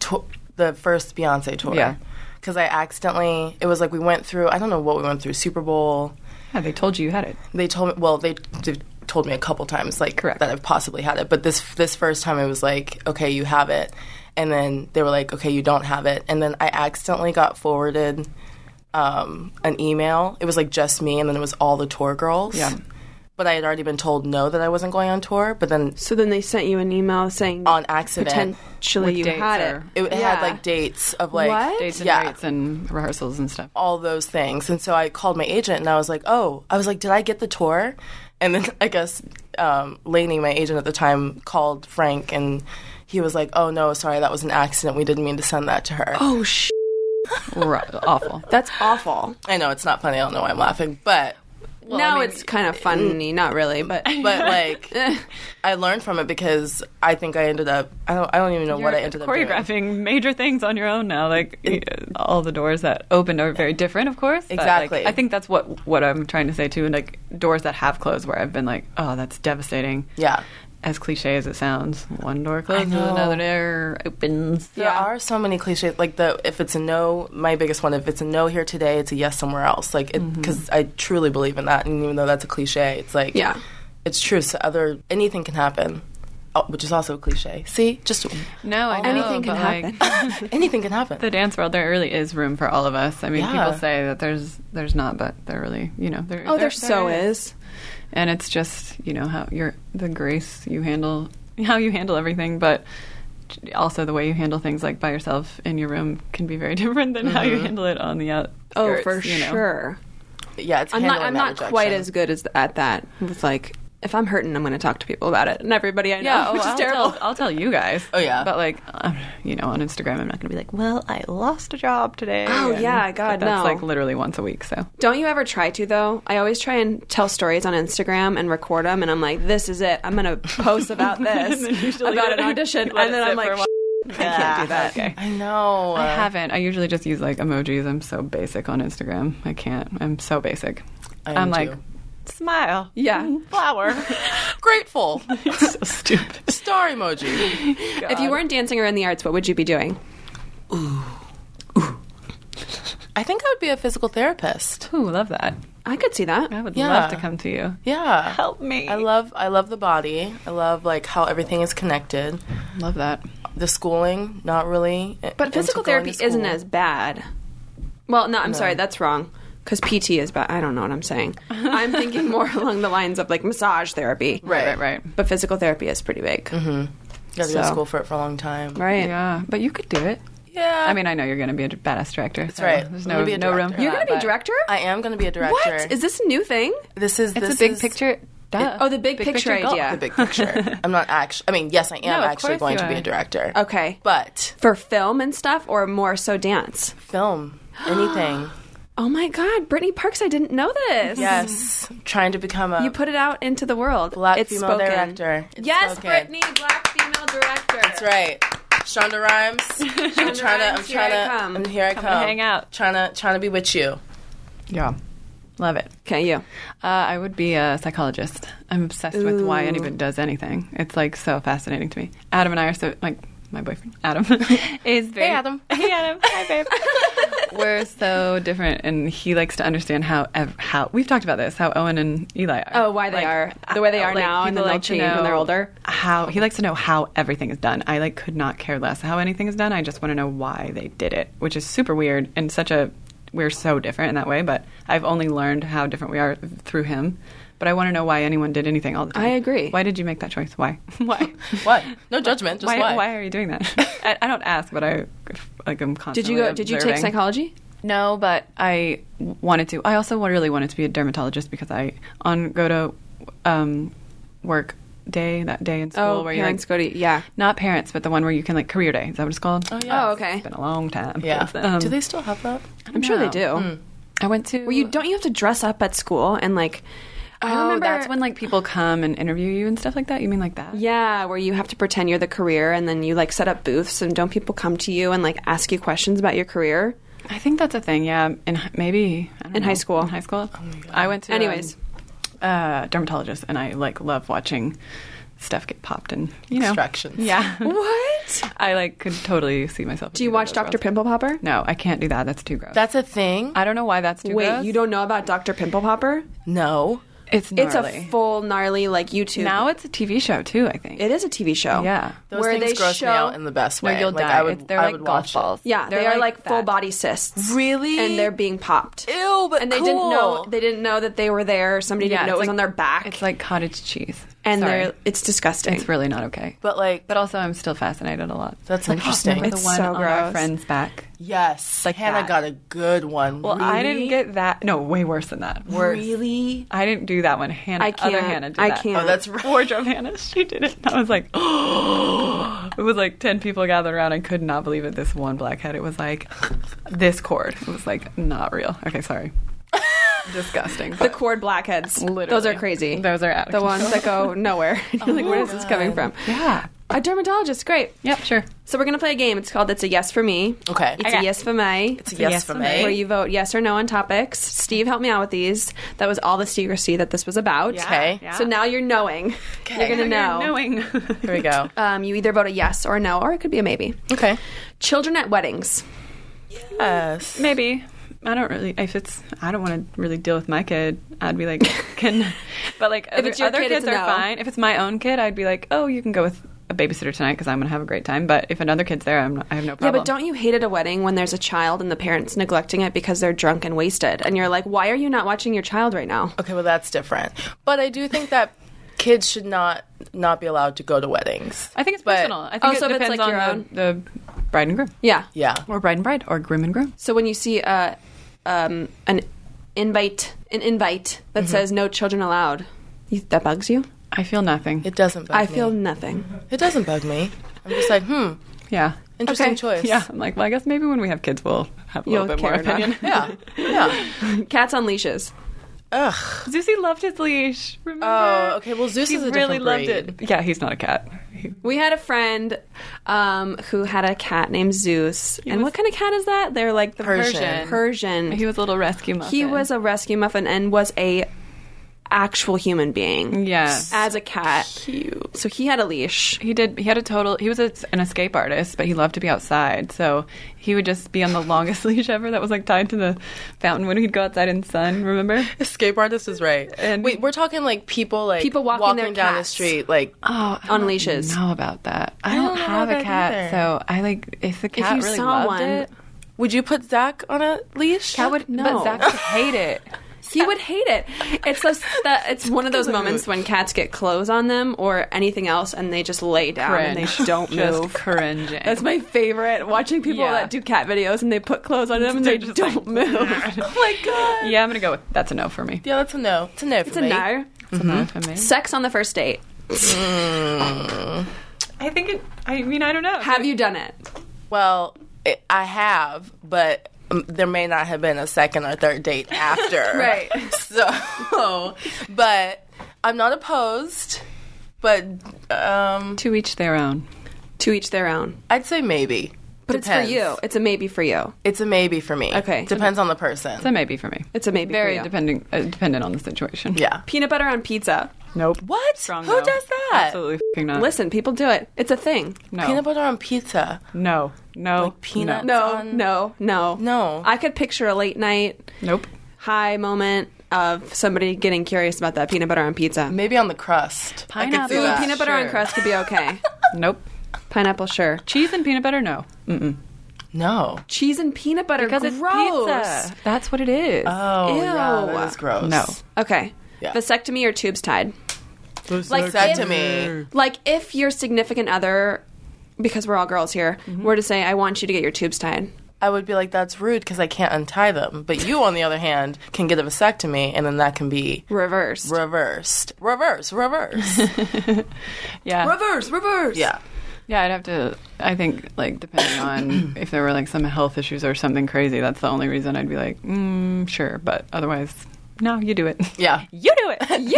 [SPEAKER 4] to- the first Beyonce tour.
[SPEAKER 5] Yeah.
[SPEAKER 4] Because I accidentally, it was like we went through. I don't know what we went through. Super Bowl.
[SPEAKER 5] Yeah, they told you you had it.
[SPEAKER 4] They told me. Well, they. they told me a couple times like
[SPEAKER 5] Correct.
[SPEAKER 4] that I've possibly had it but this this first time it was like okay you have it and then they were like okay you don't have it and then I accidentally got forwarded um, an email it was like just me and then it was all the tour girls
[SPEAKER 5] Yeah.
[SPEAKER 4] but I had already been told no that I wasn't going on tour but then
[SPEAKER 3] So then they sent you an email saying
[SPEAKER 4] On accident.
[SPEAKER 3] potentially
[SPEAKER 5] With
[SPEAKER 3] you
[SPEAKER 5] dates
[SPEAKER 3] had
[SPEAKER 5] or-
[SPEAKER 3] it.
[SPEAKER 4] It
[SPEAKER 3] Yeah.
[SPEAKER 4] had like dates of like
[SPEAKER 3] What?
[SPEAKER 5] Dates and
[SPEAKER 4] yeah,
[SPEAKER 5] rates and rehearsals and stuff.
[SPEAKER 4] all those things. And so I called my agent and I was like, "Oh, I was like, did I get the tour?" And then [laughs] I guess um, Lainey, my agent at the time, called Frank and he was like, "Oh no, sorry, that was an accident. We didn't mean to send that to her."
[SPEAKER 3] Oh sh!
[SPEAKER 5] Ru- Awful.
[SPEAKER 3] That's awful.
[SPEAKER 4] I know it's not funny. I don't know why I'm laughing, but
[SPEAKER 3] now
[SPEAKER 4] I mean-
[SPEAKER 3] it's kind of funny, not really,
[SPEAKER 5] [laughs]
[SPEAKER 3] but [laughs]
[SPEAKER 4] but like I learned from it because I think I ended up I don't I don't even know what
[SPEAKER 5] [laughs]
[SPEAKER 4] I
[SPEAKER 5] You're
[SPEAKER 4] ended up doing.
[SPEAKER 5] choreographing major things on your own now. Like all the doors that opened are very different, of course. but, like,
[SPEAKER 4] Exactly.
[SPEAKER 5] I think that's what what I'm trying to say too. And like doors that have closed, where I've been like, oh, that's devastating.
[SPEAKER 4] Yeah.
[SPEAKER 5] As cliche as it sounds, one door closes,
[SPEAKER 4] know.
[SPEAKER 5] another door opens.
[SPEAKER 4] There are so many cliches. Like the if it's a no, my biggest one. If it's a no here today, it's a yes somewhere else. Like
[SPEAKER 3] Mm-hmm.
[SPEAKER 4] because I truly believe in that, and even though that's a cliche, it's like
[SPEAKER 3] Yeah.
[SPEAKER 4] it's true. So other anything can happen, oh, which is also a cliche. See, just
[SPEAKER 5] No, I know,
[SPEAKER 3] Anything can
[SPEAKER 5] but, like,
[SPEAKER 3] happen.
[SPEAKER 4] anything can happen.
[SPEAKER 5] the dance world, there really is room for all of us. I mean,
[SPEAKER 4] Yeah.
[SPEAKER 5] people say that there's there's not, but there really, you know, there.
[SPEAKER 3] oh, there, so is.
[SPEAKER 5] and it's just you know how your the grace you handle how you handle everything, but also the way you handle things like by yourself in your room can be very [laughs] different than how you handle it on the out.
[SPEAKER 3] Oh,
[SPEAKER 5] skirts,
[SPEAKER 3] for
[SPEAKER 5] you know.
[SPEAKER 3] sure.
[SPEAKER 4] yeah, it's
[SPEAKER 3] I'm not.
[SPEAKER 4] handling
[SPEAKER 3] I'm
[SPEAKER 4] that
[SPEAKER 3] not quite
[SPEAKER 4] rejection.
[SPEAKER 3] as good as at that. It's like if I'm hurting, I'm going to talk to people about it and everybody I know,
[SPEAKER 5] [laughs] Yeah, oh,
[SPEAKER 3] which is
[SPEAKER 5] I'll
[SPEAKER 3] terrible.
[SPEAKER 5] Tell, I'll tell you guys.
[SPEAKER 4] Oh, yeah.
[SPEAKER 5] but like, um, you know, on Instagram, I'm not going to be like, "Well, I lost a job today."
[SPEAKER 3] Oh, yeah,
[SPEAKER 5] but
[SPEAKER 3] God,
[SPEAKER 5] that's
[SPEAKER 3] no.
[SPEAKER 5] like literally once a week. So
[SPEAKER 3] Don't you ever try to though? I always try and tell stories on Instagram and record them, and I'm like, "This is it. I'm going to post
[SPEAKER 5] [laughs]
[SPEAKER 3] about this
[SPEAKER 5] then you delete
[SPEAKER 3] about
[SPEAKER 5] it.
[SPEAKER 3] an audition,"
[SPEAKER 5] You [laughs] let
[SPEAKER 3] and
[SPEAKER 5] it
[SPEAKER 3] then
[SPEAKER 5] sit
[SPEAKER 3] I'm
[SPEAKER 5] for
[SPEAKER 3] like,
[SPEAKER 5] a while.
[SPEAKER 3] "Shit, "I can't do that."
[SPEAKER 5] okay.
[SPEAKER 4] I know.
[SPEAKER 5] I haven't. I usually just use like emojis. I'm so basic on Instagram. I can't. I'm so basic.
[SPEAKER 4] I am
[SPEAKER 5] am like
[SPEAKER 4] too.
[SPEAKER 5] smile.
[SPEAKER 4] Oh,
[SPEAKER 3] Yeah.
[SPEAKER 5] flower.
[SPEAKER 4] [laughs] grateful
[SPEAKER 5] so stupid.
[SPEAKER 4] star emoji.
[SPEAKER 3] If you weren't dancing or in the arts, what would you be doing?
[SPEAKER 4] I think I would be a physical therapist.
[SPEAKER 5] Ooh, love that.
[SPEAKER 3] I could see that.
[SPEAKER 5] I would
[SPEAKER 4] Yeah.
[SPEAKER 5] love to come to you.
[SPEAKER 4] Yeah,
[SPEAKER 5] Help me.
[SPEAKER 4] I love I love the body. I love like how everything is connected.
[SPEAKER 5] Love that.
[SPEAKER 4] The schooling, not really.
[SPEAKER 3] But physical therapy isn't as bad. Well, no, I'm sorry, that's wrong. Because PT is, but I don't know what I'm
[SPEAKER 4] [laughs]
[SPEAKER 3] saying. I'm thinking more along the lines of like massage therapy,
[SPEAKER 5] Right, right.
[SPEAKER 3] But physical therapy is pretty big,
[SPEAKER 4] Mm-hmm. You gotta go to
[SPEAKER 3] So.
[SPEAKER 4] school for it for a long time.
[SPEAKER 3] right?
[SPEAKER 5] Yeah, but you could do it.
[SPEAKER 4] Yeah.
[SPEAKER 5] I mean, I know you're going to be a badass director. That's
[SPEAKER 4] Ah. right.
[SPEAKER 5] There's
[SPEAKER 4] I'm
[SPEAKER 5] no,
[SPEAKER 4] gonna be a
[SPEAKER 5] no room.
[SPEAKER 4] director.
[SPEAKER 5] for
[SPEAKER 3] You're
[SPEAKER 5] that,
[SPEAKER 3] gonna be a
[SPEAKER 5] but
[SPEAKER 3] director?
[SPEAKER 4] I am gonna be a director.
[SPEAKER 3] What is this a new thing?
[SPEAKER 4] This is
[SPEAKER 5] It's
[SPEAKER 4] this
[SPEAKER 5] a big
[SPEAKER 4] is
[SPEAKER 5] picture. Duh.
[SPEAKER 3] Oh, the big, picture,
[SPEAKER 5] goal.
[SPEAKER 3] idea.
[SPEAKER 4] The big picture. I'm not actually. I mean, yes, I am
[SPEAKER 5] No, of
[SPEAKER 4] actually
[SPEAKER 5] course
[SPEAKER 4] going
[SPEAKER 5] you
[SPEAKER 4] to be
[SPEAKER 5] are.
[SPEAKER 4] a director.
[SPEAKER 3] okay,
[SPEAKER 4] But
[SPEAKER 3] for film and stuff, or more so dance.
[SPEAKER 4] film, anything.
[SPEAKER 3] Oh my God, Brittany Parks! I didn't know this.
[SPEAKER 4] yes, trying to become a
[SPEAKER 3] you put it out into the world.
[SPEAKER 4] black
[SPEAKER 3] it's
[SPEAKER 4] female
[SPEAKER 3] spoken.
[SPEAKER 4] director. It's
[SPEAKER 3] yes,
[SPEAKER 4] spoken.
[SPEAKER 3] Brittany, black female director.
[SPEAKER 4] That's right. Shonda Rhimes. I'm trying to. I'm
[SPEAKER 3] Rhimes, here I
[SPEAKER 4] trying to.
[SPEAKER 3] come.
[SPEAKER 4] I'm here. I come.
[SPEAKER 5] to hang out.
[SPEAKER 4] Trying to. Trying to be with you.
[SPEAKER 5] Yeah. Love it.
[SPEAKER 3] Okay, you.
[SPEAKER 5] Uh, I would be a psychologist. I'm obsessed with why anybody does anything. It's like so fascinating to me. Adam and I are so like my boyfriend Adam is very
[SPEAKER 4] Hey, Adam.
[SPEAKER 5] Hey Adam. Hi
[SPEAKER 3] [laughs]
[SPEAKER 5] babe. We're so different, and he likes to understand how ev- how we've talked about this how Owen and Eli are.
[SPEAKER 3] Oh, why they are the way they are
[SPEAKER 5] like,
[SPEAKER 3] now, and then
[SPEAKER 5] people
[SPEAKER 3] they'll
[SPEAKER 5] like to
[SPEAKER 3] change when they're
[SPEAKER 5] know
[SPEAKER 3] older.
[SPEAKER 5] How he likes to know how everything is done. I like could not care less how anything is done. I just want to know why they did it, which is super weird and such a we're so different in that way. But I've only learned how different we are through him. But I want to know why anyone did anything all the time.
[SPEAKER 3] I agree.
[SPEAKER 5] Why did you make that choice?
[SPEAKER 3] [laughs]
[SPEAKER 5] Why? [laughs] why?
[SPEAKER 4] What? No judgment. [laughs]
[SPEAKER 5] [laughs]
[SPEAKER 4] Just
[SPEAKER 5] Why,
[SPEAKER 4] why?
[SPEAKER 5] why are you doing that? I, I don't ask, but I like I'm constantly.
[SPEAKER 3] Did you go? Did you take
[SPEAKER 5] observing.
[SPEAKER 3] psychology?
[SPEAKER 5] No, but I w- wanted to. I also wa- really wanted to be a dermatologist because I on go to um, work day that day in school
[SPEAKER 3] Oh,
[SPEAKER 5] where
[SPEAKER 3] parents
[SPEAKER 5] you're
[SPEAKER 3] go
[SPEAKER 5] like,
[SPEAKER 3] to yeah.
[SPEAKER 5] not parents, but the one where you can like career day. Is that what it's called? Oh
[SPEAKER 4] yeah.
[SPEAKER 3] Oh, okay.
[SPEAKER 5] It's been a long time.
[SPEAKER 4] Yeah.
[SPEAKER 5] Um,
[SPEAKER 4] Do they still have that?
[SPEAKER 3] I'm sure they
[SPEAKER 5] No.
[SPEAKER 3] do.
[SPEAKER 5] I went to.
[SPEAKER 3] Well, you don't you have to dress up at school and like? I
[SPEAKER 5] Oh,
[SPEAKER 3] remember
[SPEAKER 5] that's when like people come and interview you and stuff like that. You mean like that?
[SPEAKER 3] Yeah, where you have to pretend you're the career, and then you like set up booths, and don't people come to you and like ask you questions about your career?
[SPEAKER 5] I think that's a thing. Yeah, in h- maybe I don't
[SPEAKER 3] In high
[SPEAKER 5] know.
[SPEAKER 3] school.
[SPEAKER 5] In high school.
[SPEAKER 4] Oh
[SPEAKER 5] I went to. um,
[SPEAKER 3] Anyways.
[SPEAKER 5] uh, dermatologist, and I like love watching stuff get popped and you know
[SPEAKER 4] Extractions.
[SPEAKER 5] Yeah. [laughs]
[SPEAKER 3] What?
[SPEAKER 5] I like could totally see myself.
[SPEAKER 3] Do you watch Doctor Pimple Popper?
[SPEAKER 5] No, I can't do that. That's too gross.
[SPEAKER 4] That's a thing.
[SPEAKER 5] I don't know why that's too
[SPEAKER 3] Wait,
[SPEAKER 5] gross.
[SPEAKER 3] you don't know about Doctor Pimple Popper?
[SPEAKER 4] no.
[SPEAKER 5] It's gnarly.
[SPEAKER 3] It's a full gnarly like YouTube.
[SPEAKER 5] now it's a TV show too. I think
[SPEAKER 3] it is a TV show.
[SPEAKER 5] Yeah.
[SPEAKER 4] Those things gross me out in the best way.
[SPEAKER 5] Where you'll
[SPEAKER 4] like,
[SPEAKER 5] die.
[SPEAKER 4] I would,
[SPEAKER 5] It's- they're
[SPEAKER 4] I
[SPEAKER 5] like
[SPEAKER 4] would
[SPEAKER 5] golf
[SPEAKER 4] watch it.
[SPEAKER 5] balls.
[SPEAKER 3] yeah,
[SPEAKER 5] They're
[SPEAKER 3] they are
[SPEAKER 5] like
[SPEAKER 3] like full
[SPEAKER 5] that.
[SPEAKER 3] body cysts.
[SPEAKER 4] Really?
[SPEAKER 3] And they're being popped.
[SPEAKER 4] Ew, but
[SPEAKER 3] and they didn't know
[SPEAKER 4] cool.
[SPEAKER 3] they didn't know that they were there. Somebody
[SPEAKER 5] Yeah,
[SPEAKER 3] didn't know it
[SPEAKER 5] it's
[SPEAKER 3] was
[SPEAKER 5] like-
[SPEAKER 3] on their back.
[SPEAKER 5] It's like cottage cheese.
[SPEAKER 3] and
[SPEAKER 5] Sorry.
[SPEAKER 3] they're it's disgusting.
[SPEAKER 5] it's really not okay.
[SPEAKER 4] But like,
[SPEAKER 5] But also, I'm still fascinated a lot.
[SPEAKER 4] That's
[SPEAKER 5] like,
[SPEAKER 4] interesting.
[SPEAKER 5] Oh, remember the
[SPEAKER 3] It's
[SPEAKER 5] one
[SPEAKER 3] so
[SPEAKER 5] on our
[SPEAKER 3] gross.
[SPEAKER 5] friend's back.
[SPEAKER 4] yes,
[SPEAKER 5] Like
[SPEAKER 4] Hannah
[SPEAKER 5] that.
[SPEAKER 4] got a good one.
[SPEAKER 5] Well, I didn't get that. No, way worse than that. Worse.
[SPEAKER 3] really
[SPEAKER 5] I didn't do that one. Hannah,
[SPEAKER 3] I can't.
[SPEAKER 5] other Hannah did
[SPEAKER 3] I
[SPEAKER 5] that.
[SPEAKER 3] can't.
[SPEAKER 4] Oh, that's right.
[SPEAKER 5] wardrobe Hannah. She did it. And I was like, [gasps] oh. It was like 10 people gathered around. I could not believe it. This one blackhead. It was like this cord. It was like not real.
[SPEAKER 3] [laughs]
[SPEAKER 5] Okay, sorry. Disgusting.
[SPEAKER 3] the
[SPEAKER 5] but
[SPEAKER 3] cord blackheads.
[SPEAKER 5] literally.
[SPEAKER 3] Those are crazy.
[SPEAKER 5] Those are out of
[SPEAKER 3] the ones
[SPEAKER 5] control.
[SPEAKER 3] that go
[SPEAKER 5] [laughs]
[SPEAKER 3] nowhere. [laughs] You're like, where is this coming from?
[SPEAKER 5] Yeah.
[SPEAKER 3] A dermatologist, great.
[SPEAKER 5] Oh, Yep, sure.
[SPEAKER 3] So we're gonna play a game. It's called "It's a Yes for Me."
[SPEAKER 4] Okay.
[SPEAKER 3] It's
[SPEAKER 5] Okay.
[SPEAKER 3] a yes for me. It's
[SPEAKER 4] a yes for me.
[SPEAKER 3] Where you vote yes or no on topics. Steve helped me out with these. That was all the secrecy that this was about.
[SPEAKER 4] Okay.
[SPEAKER 5] Yeah.
[SPEAKER 3] So now you're knowing. You're gonna know.
[SPEAKER 5] Knowing.
[SPEAKER 4] Here
[SPEAKER 5] [laughs]
[SPEAKER 4] we go.
[SPEAKER 3] Um, you either vote a yes or a no, or it could be a maybe.
[SPEAKER 4] Okay.
[SPEAKER 3] Children at weddings.
[SPEAKER 4] Yes.
[SPEAKER 5] Maybe. I don't really. If it's, I don't want to really deal with my kid. I'd
[SPEAKER 3] [laughs]
[SPEAKER 5] be like, can, but like other,
[SPEAKER 3] it's your
[SPEAKER 5] other
[SPEAKER 3] kid,
[SPEAKER 5] kids
[SPEAKER 3] it's a no.
[SPEAKER 5] are fine. If it's my own kid, I'd be like, oh, you can go with a babysitter tonight because I'm gonna have a great time. But if another kid's there, I'm not, I have no
[SPEAKER 3] Yeah,
[SPEAKER 5] problem.
[SPEAKER 3] but don't you hate at a wedding when there's a child and the parents neglecting it because they're drunk and wasted, and you're like, why are you not watching your child right now?
[SPEAKER 4] Okay, well that's different. But I do think that kids should not not be allowed to go to weddings.
[SPEAKER 5] I think it's
[SPEAKER 4] But-
[SPEAKER 5] personal. I think
[SPEAKER 3] Oh,
[SPEAKER 5] it
[SPEAKER 3] so if it's,
[SPEAKER 5] depends
[SPEAKER 3] like, your
[SPEAKER 5] on the, the bride and groom,
[SPEAKER 3] Yeah.
[SPEAKER 4] Yeah.
[SPEAKER 5] or bride and bride, or groom and groom.
[SPEAKER 3] So when you see uh, um, an invite, an invite that
[SPEAKER 5] Mm-hmm.
[SPEAKER 3] says no children allowed, you, that bugs you.
[SPEAKER 5] I feel nothing.
[SPEAKER 4] It doesn't bug
[SPEAKER 3] I
[SPEAKER 4] me.
[SPEAKER 3] feel nothing. [laughs]
[SPEAKER 4] it doesn't bug me. I'm just like, hmm,
[SPEAKER 5] yeah,
[SPEAKER 4] interesting
[SPEAKER 3] Okay.
[SPEAKER 4] choice.
[SPEAKER 5] yeah. I'm like, well, I guess maybe when we have kids, we'll have a
[SPEAKER 3] You'll
[SPEAKER 5] little bit more
[SPEAKER 3] care enough.
[SPEAKER 5] opinion.
[SPEAKER 4] Yeah.
[SPEAKER 5] [laughs]
[SPEAKER 4] Yeah.
[SPEAKER 3] Cats on leashes.
[SPEAKER 4] Ugh.
[SPEAKER 5] Zuzi loved his leash. Remember?
[SPEAKER 4] Oh, okay, well, Zeus
[SPEAKER 5] he
[SPEAKER 4] is a
[SPEAKER 5] really
[SPEAKER 4] different
[SPEAKER 5] loved
[SPEAKER 4] breed.
[SPEAKER 5] it. Yeah, he's not a cat. He-
[SPEAKER 3] We had a friend um, who had a cat named Zeus. and what kind of cat is that? They're like the
[SPEAKER 4] Persian.
[SPEAKER 3] Persian.
[SPEAKER 5] He was a little rescue muffin.
[SPEAKER 3] He was a rescue muffin and was a actual human being.
[SPEAKER 5] yeah.
[SPEAKER 3] As a cat. So he had a leash.
[SPEAKER 5] He did. He had a total. He was a, an escape artist, but he loved to be outside. So he would just be on the longest [laughs] leash ever. That was like tied to the fountain when he'd go outside in the sun. Remember?
[SPEAKER 4] [laughs] Escape artist is right.
[SPEAKER 5] And-
[SPEAKER 4] Wait, we're talking like people like
[SPEAKER 3] People walking their
[SPEAKER 4] down
[SPEAKER 3] cats. Uh,
[SPEAKER 4] the street like
[SPEAKER 5] [laughs] Oh, I
[SPEAKER 3] On
[SPEAKER 5] don't
[SPEAKER 3] leashes.
[SPEAKER 5] Know about that? I, don't,
[SPEAKER 4] don't know
[SPEAKER 5] have a
[SPEAKER 4] about that
[SPEAKER 5] cat,
[SPEAKER 4] either.
[SPEAKER 5] so I like if the cat
[SPEAKER 3] you
[SPEAKER 5] really
[SPEAKER 3] saw
[SPEAKER 5] loved
[SPEAKER 3] one-
[SPEAKER 5] it.
[SPEAKER 4] Would you put Zach on a leash?
[SPEAKER 5] Cat would,
[SPEAKER 3] No.
[SPEAKER 5] but Zach would hate it.
[SPEAKER 3] He would hate it. It's just that it's
[SPEAKER 5] [laughs]
[SPEAKER 3] one of those moments when cats get clothes on them or anything else, and they just lay down and they
[SPEAKER 5] Cringe.
[SPEAKER 3] don't
[SPEAKER 5] [laughs] Just
[SPEAKER 3] move.
[SPEAKER 5] cringing.
[SPEAKER 3] That's my favorite. Watching people
[SPEAKER 5] Yeah.
[SPEAKER 3] that do cat videos and they put clothes on them and they
[SPEAKER 5] They're just
[SPEAKER 3] don't
[SPEAKER 5] [laughs]
[SPEAKER 3] move. [laughs]
[SPEAKER 4] Oh my god.
[SPEAKER 5] yeah, I'm gonna go with that's a no for me.
[SPEAKER 4] Yeah, that's a no. It's a no.
[SPEAKER 3] It's a no.
[SPEAKER 5] That's a no for me.
[SPEAKER 3] Sex on the first date.
[SPEAKER 5] I think it. I mean, I don't know.
[SPEAKER 3] Have you done it?
[SPEAKER 4] Well, it, I have, but um, there may not have been a second or
[SPEAKER 3] [laughs]
[SPEAKER 4] third date after. [laughs]
[SPEAKER 3] Right.
[SPEAKER 4] So, but I'm not opposed. But um,
[SPEAKER 5] to each their own.
[SPEAKER 3] To each their own.
[SPEAKER 4] I'd say maybe.
[SPEAKER 3] But
[SPEAKER 4] Depends.
[SPEAKER 3] it's for you. It's a maybe for you.
[SPEAKER 4] It's a maybe for me.
[SPEAKER 3] Okay.
[SPEAKER 4] Depends on the person.
[SPEAKER 5] It's a maybe for me.
[SPEAKER 3] It's a maybe for
[SPEAKER 5] very
[SPEAKER 3] you.
[SPEAKER 5] dependent uh, dependent on the situation.
[SPEAKER 4] yeah.
[SPEAKER 3] Peanut butter on pizza.
[SPEAKER 5] Nope.
[SPEAKER 4] What?
[SPEAKER 5] Strong
[SPEAKER 4] Who
[SPEAKER 5] no.
[SPEAKER 4] does that?
[SPEAKER 5] Absolutely fing not.
[SPEAKER 3] Listen, people do it. It's a thing.
[SPEAKER 5] no.
[SPEAKER 4] Peanut butter on pizza.
[SPEAKER 5] No. No.
[SPEAKER 4] Like peanut-
[SPEAKER 5] No.
[SPEAKER 3] No,
[SPEAKER 4] on-
[SPEAKER 3] no, no.
[SPEAKER 4] No.
[SPEAKER 3] I could picture a late night
[SPEAKER 5] Nope.
[SPEAKER 3] high moment of somebody getting curious about that peanut butter on pizza.
[SPEAKER 4] Maybe on the crust. I could see
[SPEAKER 5] Pineapple.
[SPEAKER 3] Ooh,
[SPEAKER 4] that.
[SPEAKER 3] peanut butter on
[SPEAKER 5] Sure.
[SPEAKER 3] crust could be [laughs] okay.
[SPEAKER 5] Nope.
[SPEAKER 3] Pineapple, sure.
[SPEAKER 5] Cheese and peanut butter. No.
[SPEAKER 4] [laughs] No.
[SPEAKER 3] Cheese and peanut butter,
[SPEAKER 5] Because it's
[SPEAKER 3] gross.
[SPEAKER 5] pizza. That's what it is.
[SPEAKER 4] Oh, yeah.
[SPEAKER 3] Ew.
[SPEAKER 4] That is gross.
[SPEAKER 5] No.
[SPEAKER 3] Okay.
[SPEAKER 4] Yeah.
[SPEAKER 3] Vasectomy or tubes tied. Like
[SPEAKER 4] Said
[SPEAKER 3] if,
[SPEAKER 4] to me.
[SPEAKER 3] like if your significant other, because we're all girls here, were to say, "I want you to get your tubes tied,"
[SPEAKER 4] I would be like, that's rude because I can't untie them. But you, on the other hand, can get a vasectomy and then that can be
[SPEAKER 3] reverse.
[SPEAKER 4] reversed. Reverse, reverse.
[SPEAKER 5] Yeah.
[SPEAKER 3] reverse, reverse.
[SPEAKER 4] yeah.
[SPEAKER 5] Yeah, I'd have to. I think, like, depending [clears throat] on if there were like some health issues or something crazy, that's the only reason I'd be like, mm, sure. But otherwise, no, [laughs] you do it.
[SPEAKER 4] Yeah.
[SPEAKER 3] You do it. You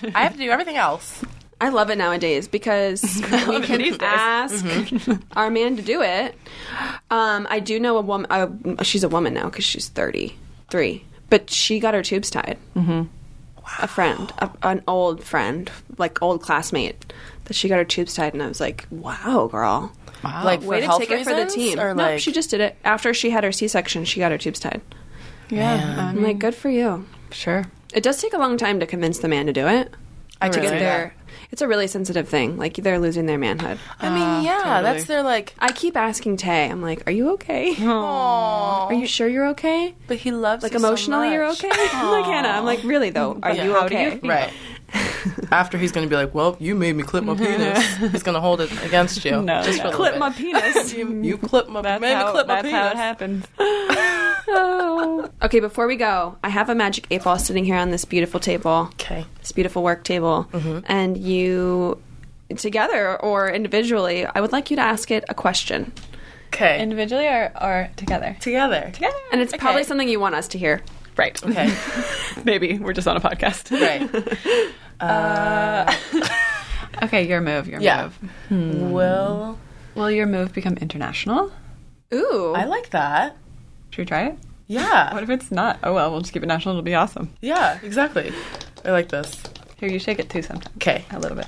[SPEAKER 3] [laughs] do it.
[SPEAKER 4] I have to do everything else.
[SPEAKER 3] I love it nowadays because [laughs] we can ask our man to do it. Um, I do know a woman. Uh, she's a woman now because she's thirty-three, but she got her tubes tied. Mm-hmm. A friend, a, an old friend, like old classmate, that she got her tubes tied, and I was like, "Wow, girl,
[SPEAKER 4] Like,
[SPEAKER 3] way
[SPEAKER 4] for
[SPEAKER 3] to
[SPEAKER 4] health
[SPEAKER 3] take it
[SPEAKER 4] reasons?
[SPEAKER 3] for the team."
[SPEAKER 4] Or
[SPEAKER 3] no,
[SPEAKER 4] like,
[SPEAKER 3] she just did it after she had her C-section. She got her tubes tied.
[SPEAKER 5] Yeah. I
[SPEAKER 3] I'm like, "Good for you."
[SPEAKER 5] sure.
[SPEAKER 3] It does take a long time to convince the man to do it.
[SPEAKER 4] I
[SPEAKER 3] To
[SPEAKER 4] could
[SPEAKER 3] get
[SPEAKER 4] do
[SPEAKER 3] their, it's a really sensitive thing. Like they're losing their manhood.
[SPEAKER 4] that. I mean, yeah, that's their like,
[SPEAKER 3] I keep asking Tay. I'm like, "Are you okay? Are you sure you're okay?
[SPEAKER 4] but he loves
[SPEAKER 3] Like
[SPEAKER 4] you so
[SPEAKER 3] emotionally, you're
[SPEAKER 4] much.
[SPEAKER 3] okay." [laughs] like Hannah, I'm like, "Really though? Are
[SPEAKER 4] Yeah.
[SPEAKER 3] you
[SPEAKER 4] How do
[SPEAKER 3] okay?" [laughs]
[SPEAKER 4] Right. [laughs] After he's going to be like, well, you made me clip my penis. he's going to hold it against you.
[SPEAKER 5] No,
[SPEAKER 4] just
[SPEAKER 5] no.
[SPEAKER 4] for a little
[SPEAKER 3] Clip [laughs]
[SPEAKER 4] bit.
[SPEAKER 3] my penis.
[SPEAKER 4] [laughs] You, you clip my,
[SPEAKER 5] Mm-hmm. That's,
[SPEAKER 4] made me
[SPEAKER 5] how,
[SPEAKER 4] clip my
[SPEAKER 5] that's
[SPEAKER 4] penis.
[SPEAKER 5] how it happens.
[SPEAKER 3] [laughs]
[SPEAKER 4] [laughs]
[SPEAKER 3] Oh. Okay, before we go, I have a magic eight ball sitting here on this beautiful table,
[SPEAKER 4] Okay.
[SPEAKER 3] this beautiful work table,
[SPEAKER 4] Mm-hmm.
[SPEAKER 3] and you, together or individually, I would like you to ask it a question,
[SPEAKER 4] Okay.
[SPEAKER 5] [laughs] Individually or, or together?
[SPEAKER 4] together.
[SPEAKER 5] Together.
[SPEAKER 3] and it's probably something you want us to hear.
[SPEAKER 5] Right. [laughs]
[SPEAKER 4] Okay.
[SPEAKER 5] Maybe. We're just on a [laughs] podcast. Uh,
[SPEAKER 4] Right.
[SPEAKER 5] [laughs] Okay, your move. Your
[SPEAKER 4] Yeah.
[SPEAKER 5] move.
[SPEAKER 4] Well,
[SPEAKER 5] Will your move become international?
[SPEAKER 3] Ooh,
[SPEAKER 4] I like that.
[SPEAKER 5] Should we try it?
[SPEAKER 4] Yeah.
[SPEAKER 5] What if it's not? Oh, well, we'll just keep it national. It'll be awesome.
[SPEAKER 4] Yeah, exactly. I like this.
[SPEAKER 5] Here, you shake it too sometimes.
[SPEAKER 4] Okay.
[SPEAKER 5] A little bit.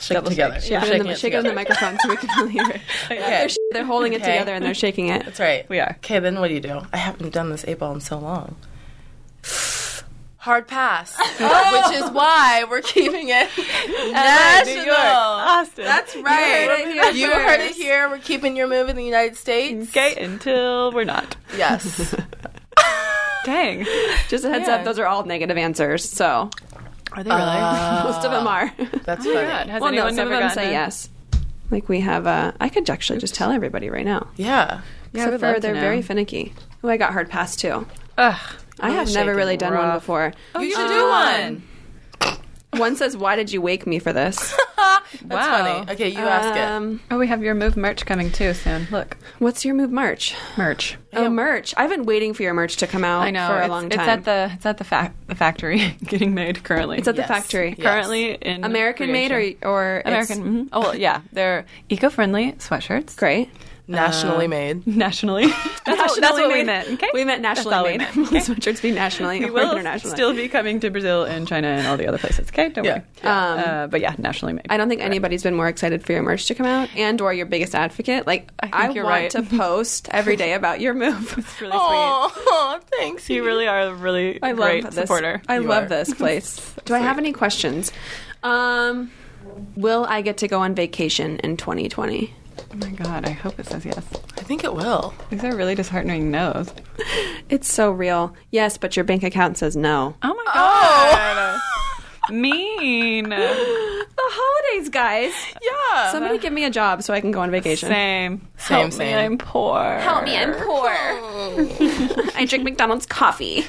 [SPEAKER 4] Shake
[SPEAKER 5] Double
[SPEAKER 4] it together.
[SPEAKER 5] shake.
[SPEAKER 4] We're
[SPEAKER 5] Yeah.
[SPEAKER 3] shake, it in the,
[SPEAKER 4] shaking
[SPEAKER 3] shake it in the
[SPEAKER 4] together.
[SPEAKER 3] microphone so we can all hear it.
[SPEAKER 4] Okay.
[SPEAKER 3] They're, sh- [laughs] they're holding it
[SPEAKER 4] Okay.
[SPEAKER 3] together and they're shaking it.
[SPEAKER 4] That's right.
[SPEAKER 5] We are.
[SPEAKER 4] Okay, then what do you do? I haven't done this eight ball in so long. [sighs]
[SPEAKER 5] [laughs]
[SPEAKER 4] Hard pass, [laughs] which is why we're keeping it national.
[SPEAKER 5] Austin.
[SPEAKER 4] That's right.
[SPEAKER 3] You [laughs] heard it here
[SPEAKER 4] You heard it
[SPEAKER 3] first.
[SPEAKER 4] here. We're keeping your move in the United States.
[SPEAKER 5] Okay, until we're not. [laughs]
[SPEAKER 4] Yes.
[SPEAKER 5] Dang.
[SPEAKER 3] Just a heads
[SPEAKER 4] Yeah.
[SPEAKER 3] up, those are all negative answers. So
[SPEAKER 5] Are they really?
[SPEAKER 3] [laughs] most of them are.
[SPEAKER 4] That's
[SPEAKER 5] oh my
[SPEAKER 4] funny.
[SPEAKER 5] God. Has
[SPEAKER 3] well, no,
[SPEAKER 5] anyone
[SPEAKER 3] some of
[SPEAKER 5] ever
[SPEAKER 3] them
[SPEAKER 5] gotten
[SPEAKER 3] say
[SPEAKER 5] a-
[SPEAKER 3] yes. Like we have, uh, I could actually just tell everybody right now.
[SPEAKER 4] Yeah.
[SPEAKER 5] Yeah, I
[SPEAKER 3] Except
[SPEAKER 5] would
[SPEAKER 3] for
[SPEAKER 5] love to
[SPEAKER 3] they're
[SPEAKER 5] know.
[SPEAKER 3] very finicky. Oh, I got hard pass too.
[SPEAKER 5] Ugh.
[SPEAKER 3] I have never
[SPEAKER 4] shaking.
[SPEAKER 3] really done one
[SPEAKER 5] Rough. [laughs]
[SPEAKER 3] before.
[SPEAKER 4] You should do one.
[SPEAKER 3] One says, "Why did you wake me for
[SPEAKER 5] [laughs]
[SPEAKER 3] this?"
[SPEAKER 4] That's
[SPEAKER 5] wow.
[SPEAKER 4] funny. Okay, you ask
[SPEAKER 3] Um,
[SPEAKER 5] Oh, we have your move merch coming too soon. Look,
[SPEAKER 3] what's your move, merch?
[SPEAKER 5] merch.
[SPEAKER 3] Oh, merch! I've been waiting for your merch to come out
[SPEAKER 5] I know.
[SPEAKER 3] for a
[SPEAKER 5] it's,
[SPEAKER 3] long
[SPEAKER 5] it's
[SPEAKER 3] time.
[SPEAKER 5] at the it's at the fac- the factory [laughs] getting made currently.
[SPEAKER 3] It's at
[SPEAKER 4] Yes.
[SPEAKER 3] the factory.
[SPEAKER 4] Yeah.
[SPEAKER 5] currently in
[SPEAKER 3] American made
[SPEAKER 5] creation.
[SPEAKER 3] or or it's-
[SPEAKER 5] American. mhm. Oh well, yeah, they're eco-friendly sweatshirts.
[SPEAKER 3] Great.
[SPEAKER 4] it. Nationally
[SPEAKER 5] Um,
[SPEAKER 4] made.
[SPEAKER 5] Nationally, [laughs] that's,
[SPEAKER 3] Nationally
[SPEAKER 5] we
[SPEAKER 3] made.
[SPEAKER 5] meant. Okay,
[SPEAKER 3] We meant
[SPEAKER 5] That's
[SPEAKER 3] nationally
[SPEAKER 5] all we
[SPEAKER 3] made. [laughs]
[SPEAKER 5] meant.
[SPEAKER 3] Most sweatshirts be nationally
[SPEAKER 5] It
[SPEAKER 3] or
[SPEAKER 5] will
[SPEAKER 3] internationally.
[SPEAKER 5] still be coming to Brazil and China and all the other places. Okay, don't
[SPEAKER 4] Yeah.
[SPEAKER 5] worry. uh, but yeah, nationally made.
[SPEAKER 3] Um, I don't think anybody's been more excited for your merch to come out and or your biggest advocate. Like I,
[SPEAKER 5] think you're
[SPEAKER 3] want
[SPEAKER 5] right. [laughs]
[SPEAKER 3] to post every day about your move.
[SPEAKER 5] It's really
[SPEAKER 4] Oh,
[SPEAKER 5] [laughs]
[SPEAKER 4] thanks.
[SPEAKER 5] sweet. You really are a really
[SPEAKER 3] I love
[SPEAKER 5] great
[SPEAKER 3] this.
[SPEAKER 5] supporter.
[SPEAKER 3] I love
[SPEAKER 5] [laughs]
[SPEAKER 4] are.
[SPEAKER 3] this place. Do I have any questions? Um, will I get to go on vacation in 2020?
[SPEAKER 5] Oh my god, I hope it says yes.
[SPEAKER 4] I think it will.
[SPEAKER 5] These are really disheartening no's.
[SPEAKER 3] It's so real. Yes, but your bank account says no. [gasps]
[SPEAKER 5] Oh my [laughs]
[SPEAKER 3] Oh!
[SPEAKER 5] god. mean.
[SPEAKER 3] The holidays, guys.
[SPEAKER 4] Yeah.
[SPEAKER 3] Somebody give me a job so I can go on vacation.
[SPEAKER 5] Uh-huh. Same.
[SPEAKER 4] Same,
[SPEAKER 5] Help Me,
[SPEAKER 4] same.
[SPEAKER 5] I'm poor.
[SPEAKER 3] Help me, I'm poor.
[SPEAKER 5] Oh.
[SPEAKER 3] [laughs] I drink McDonald's coffee.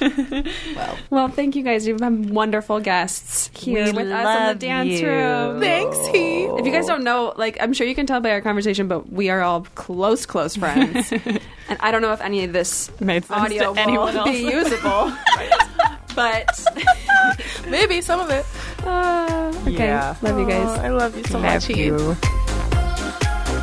[SPEAKER 3] well, well, thank you guys. You've been wonderful guests here
[SPEAKER 5] We
[SPEAKER 3] with us in
[SPEAKER 5] love
[SPEAKER 3] the dance
[SPEAKER 5] you.
[SPEAKER 3] room.
[SPEAKER 4] Thanks, he.
[SPEAKER 3] If you guys don't know, like I'm sure you can tell by our conversation, but we are all close, close
[SPEAKER 5] [laughs]
[SPEAKER 3] friends. and I don't know if any of this
[SPEAKER 5] Made sense to
[SPEAKER 3] audio
[SPEAKER 5] anyone
[SPEAKER 3] will
[SPEAKER 5] else.
[SPEAKER 3] be usable,
[SPEAKER 5] [laughs]
[SPEAKER 3] but [laughs]
[SPEAKER 4] Maybe some of it.
[SPEAKER 3] uh, okay,
[SPEAKER 5] Yeah.
[SPEAKER 3] love you guys.
[SPEAKER 4] I love you so much, Heath.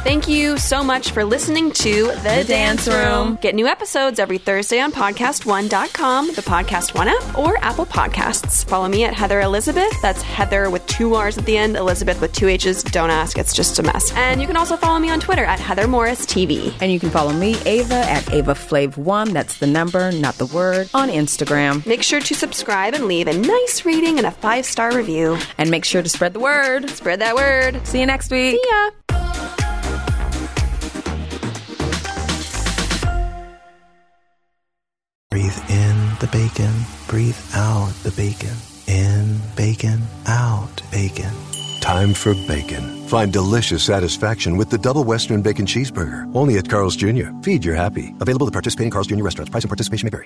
[SPEAKER 3] Thank you so much for listening to The, Dance Room. Get new episodes every Thursday on podcast1.com, the Podcast One app, or Apple Podcasts. Follow me at Heather Elizabeth. That's Heather with two R's at the end, Elizabeth with two H's. Don't ask, it's just a mess. And you can also follow me on Twitter at Heather Morris TV.
[SPEAKER 7] And you can follow me, Ava, at AvaFlav1. That's the number, not the word, on Instagram.
[SPEAKER 3] Make sure to subscribe and leave a nice rating and a five star review.
[SPEAKER 7] And make sure to spread the word.
[SPEAKER 3] Spread that word.
[SPEAKER 7] See you next week.
[SPEAKER 3] See ya.
[SPEAKER 8] Breathe in the bacon, breathe out the bacon. In bacon, out bacon.
[SPEAKER 9] Time for bacon. Find delicious satisfaction with the Double Western Bacon Cheeseburger. Only at Carl's Jr. Feed your happy. Available at participating Carl's Jr. restaurants. Price and participation may vary.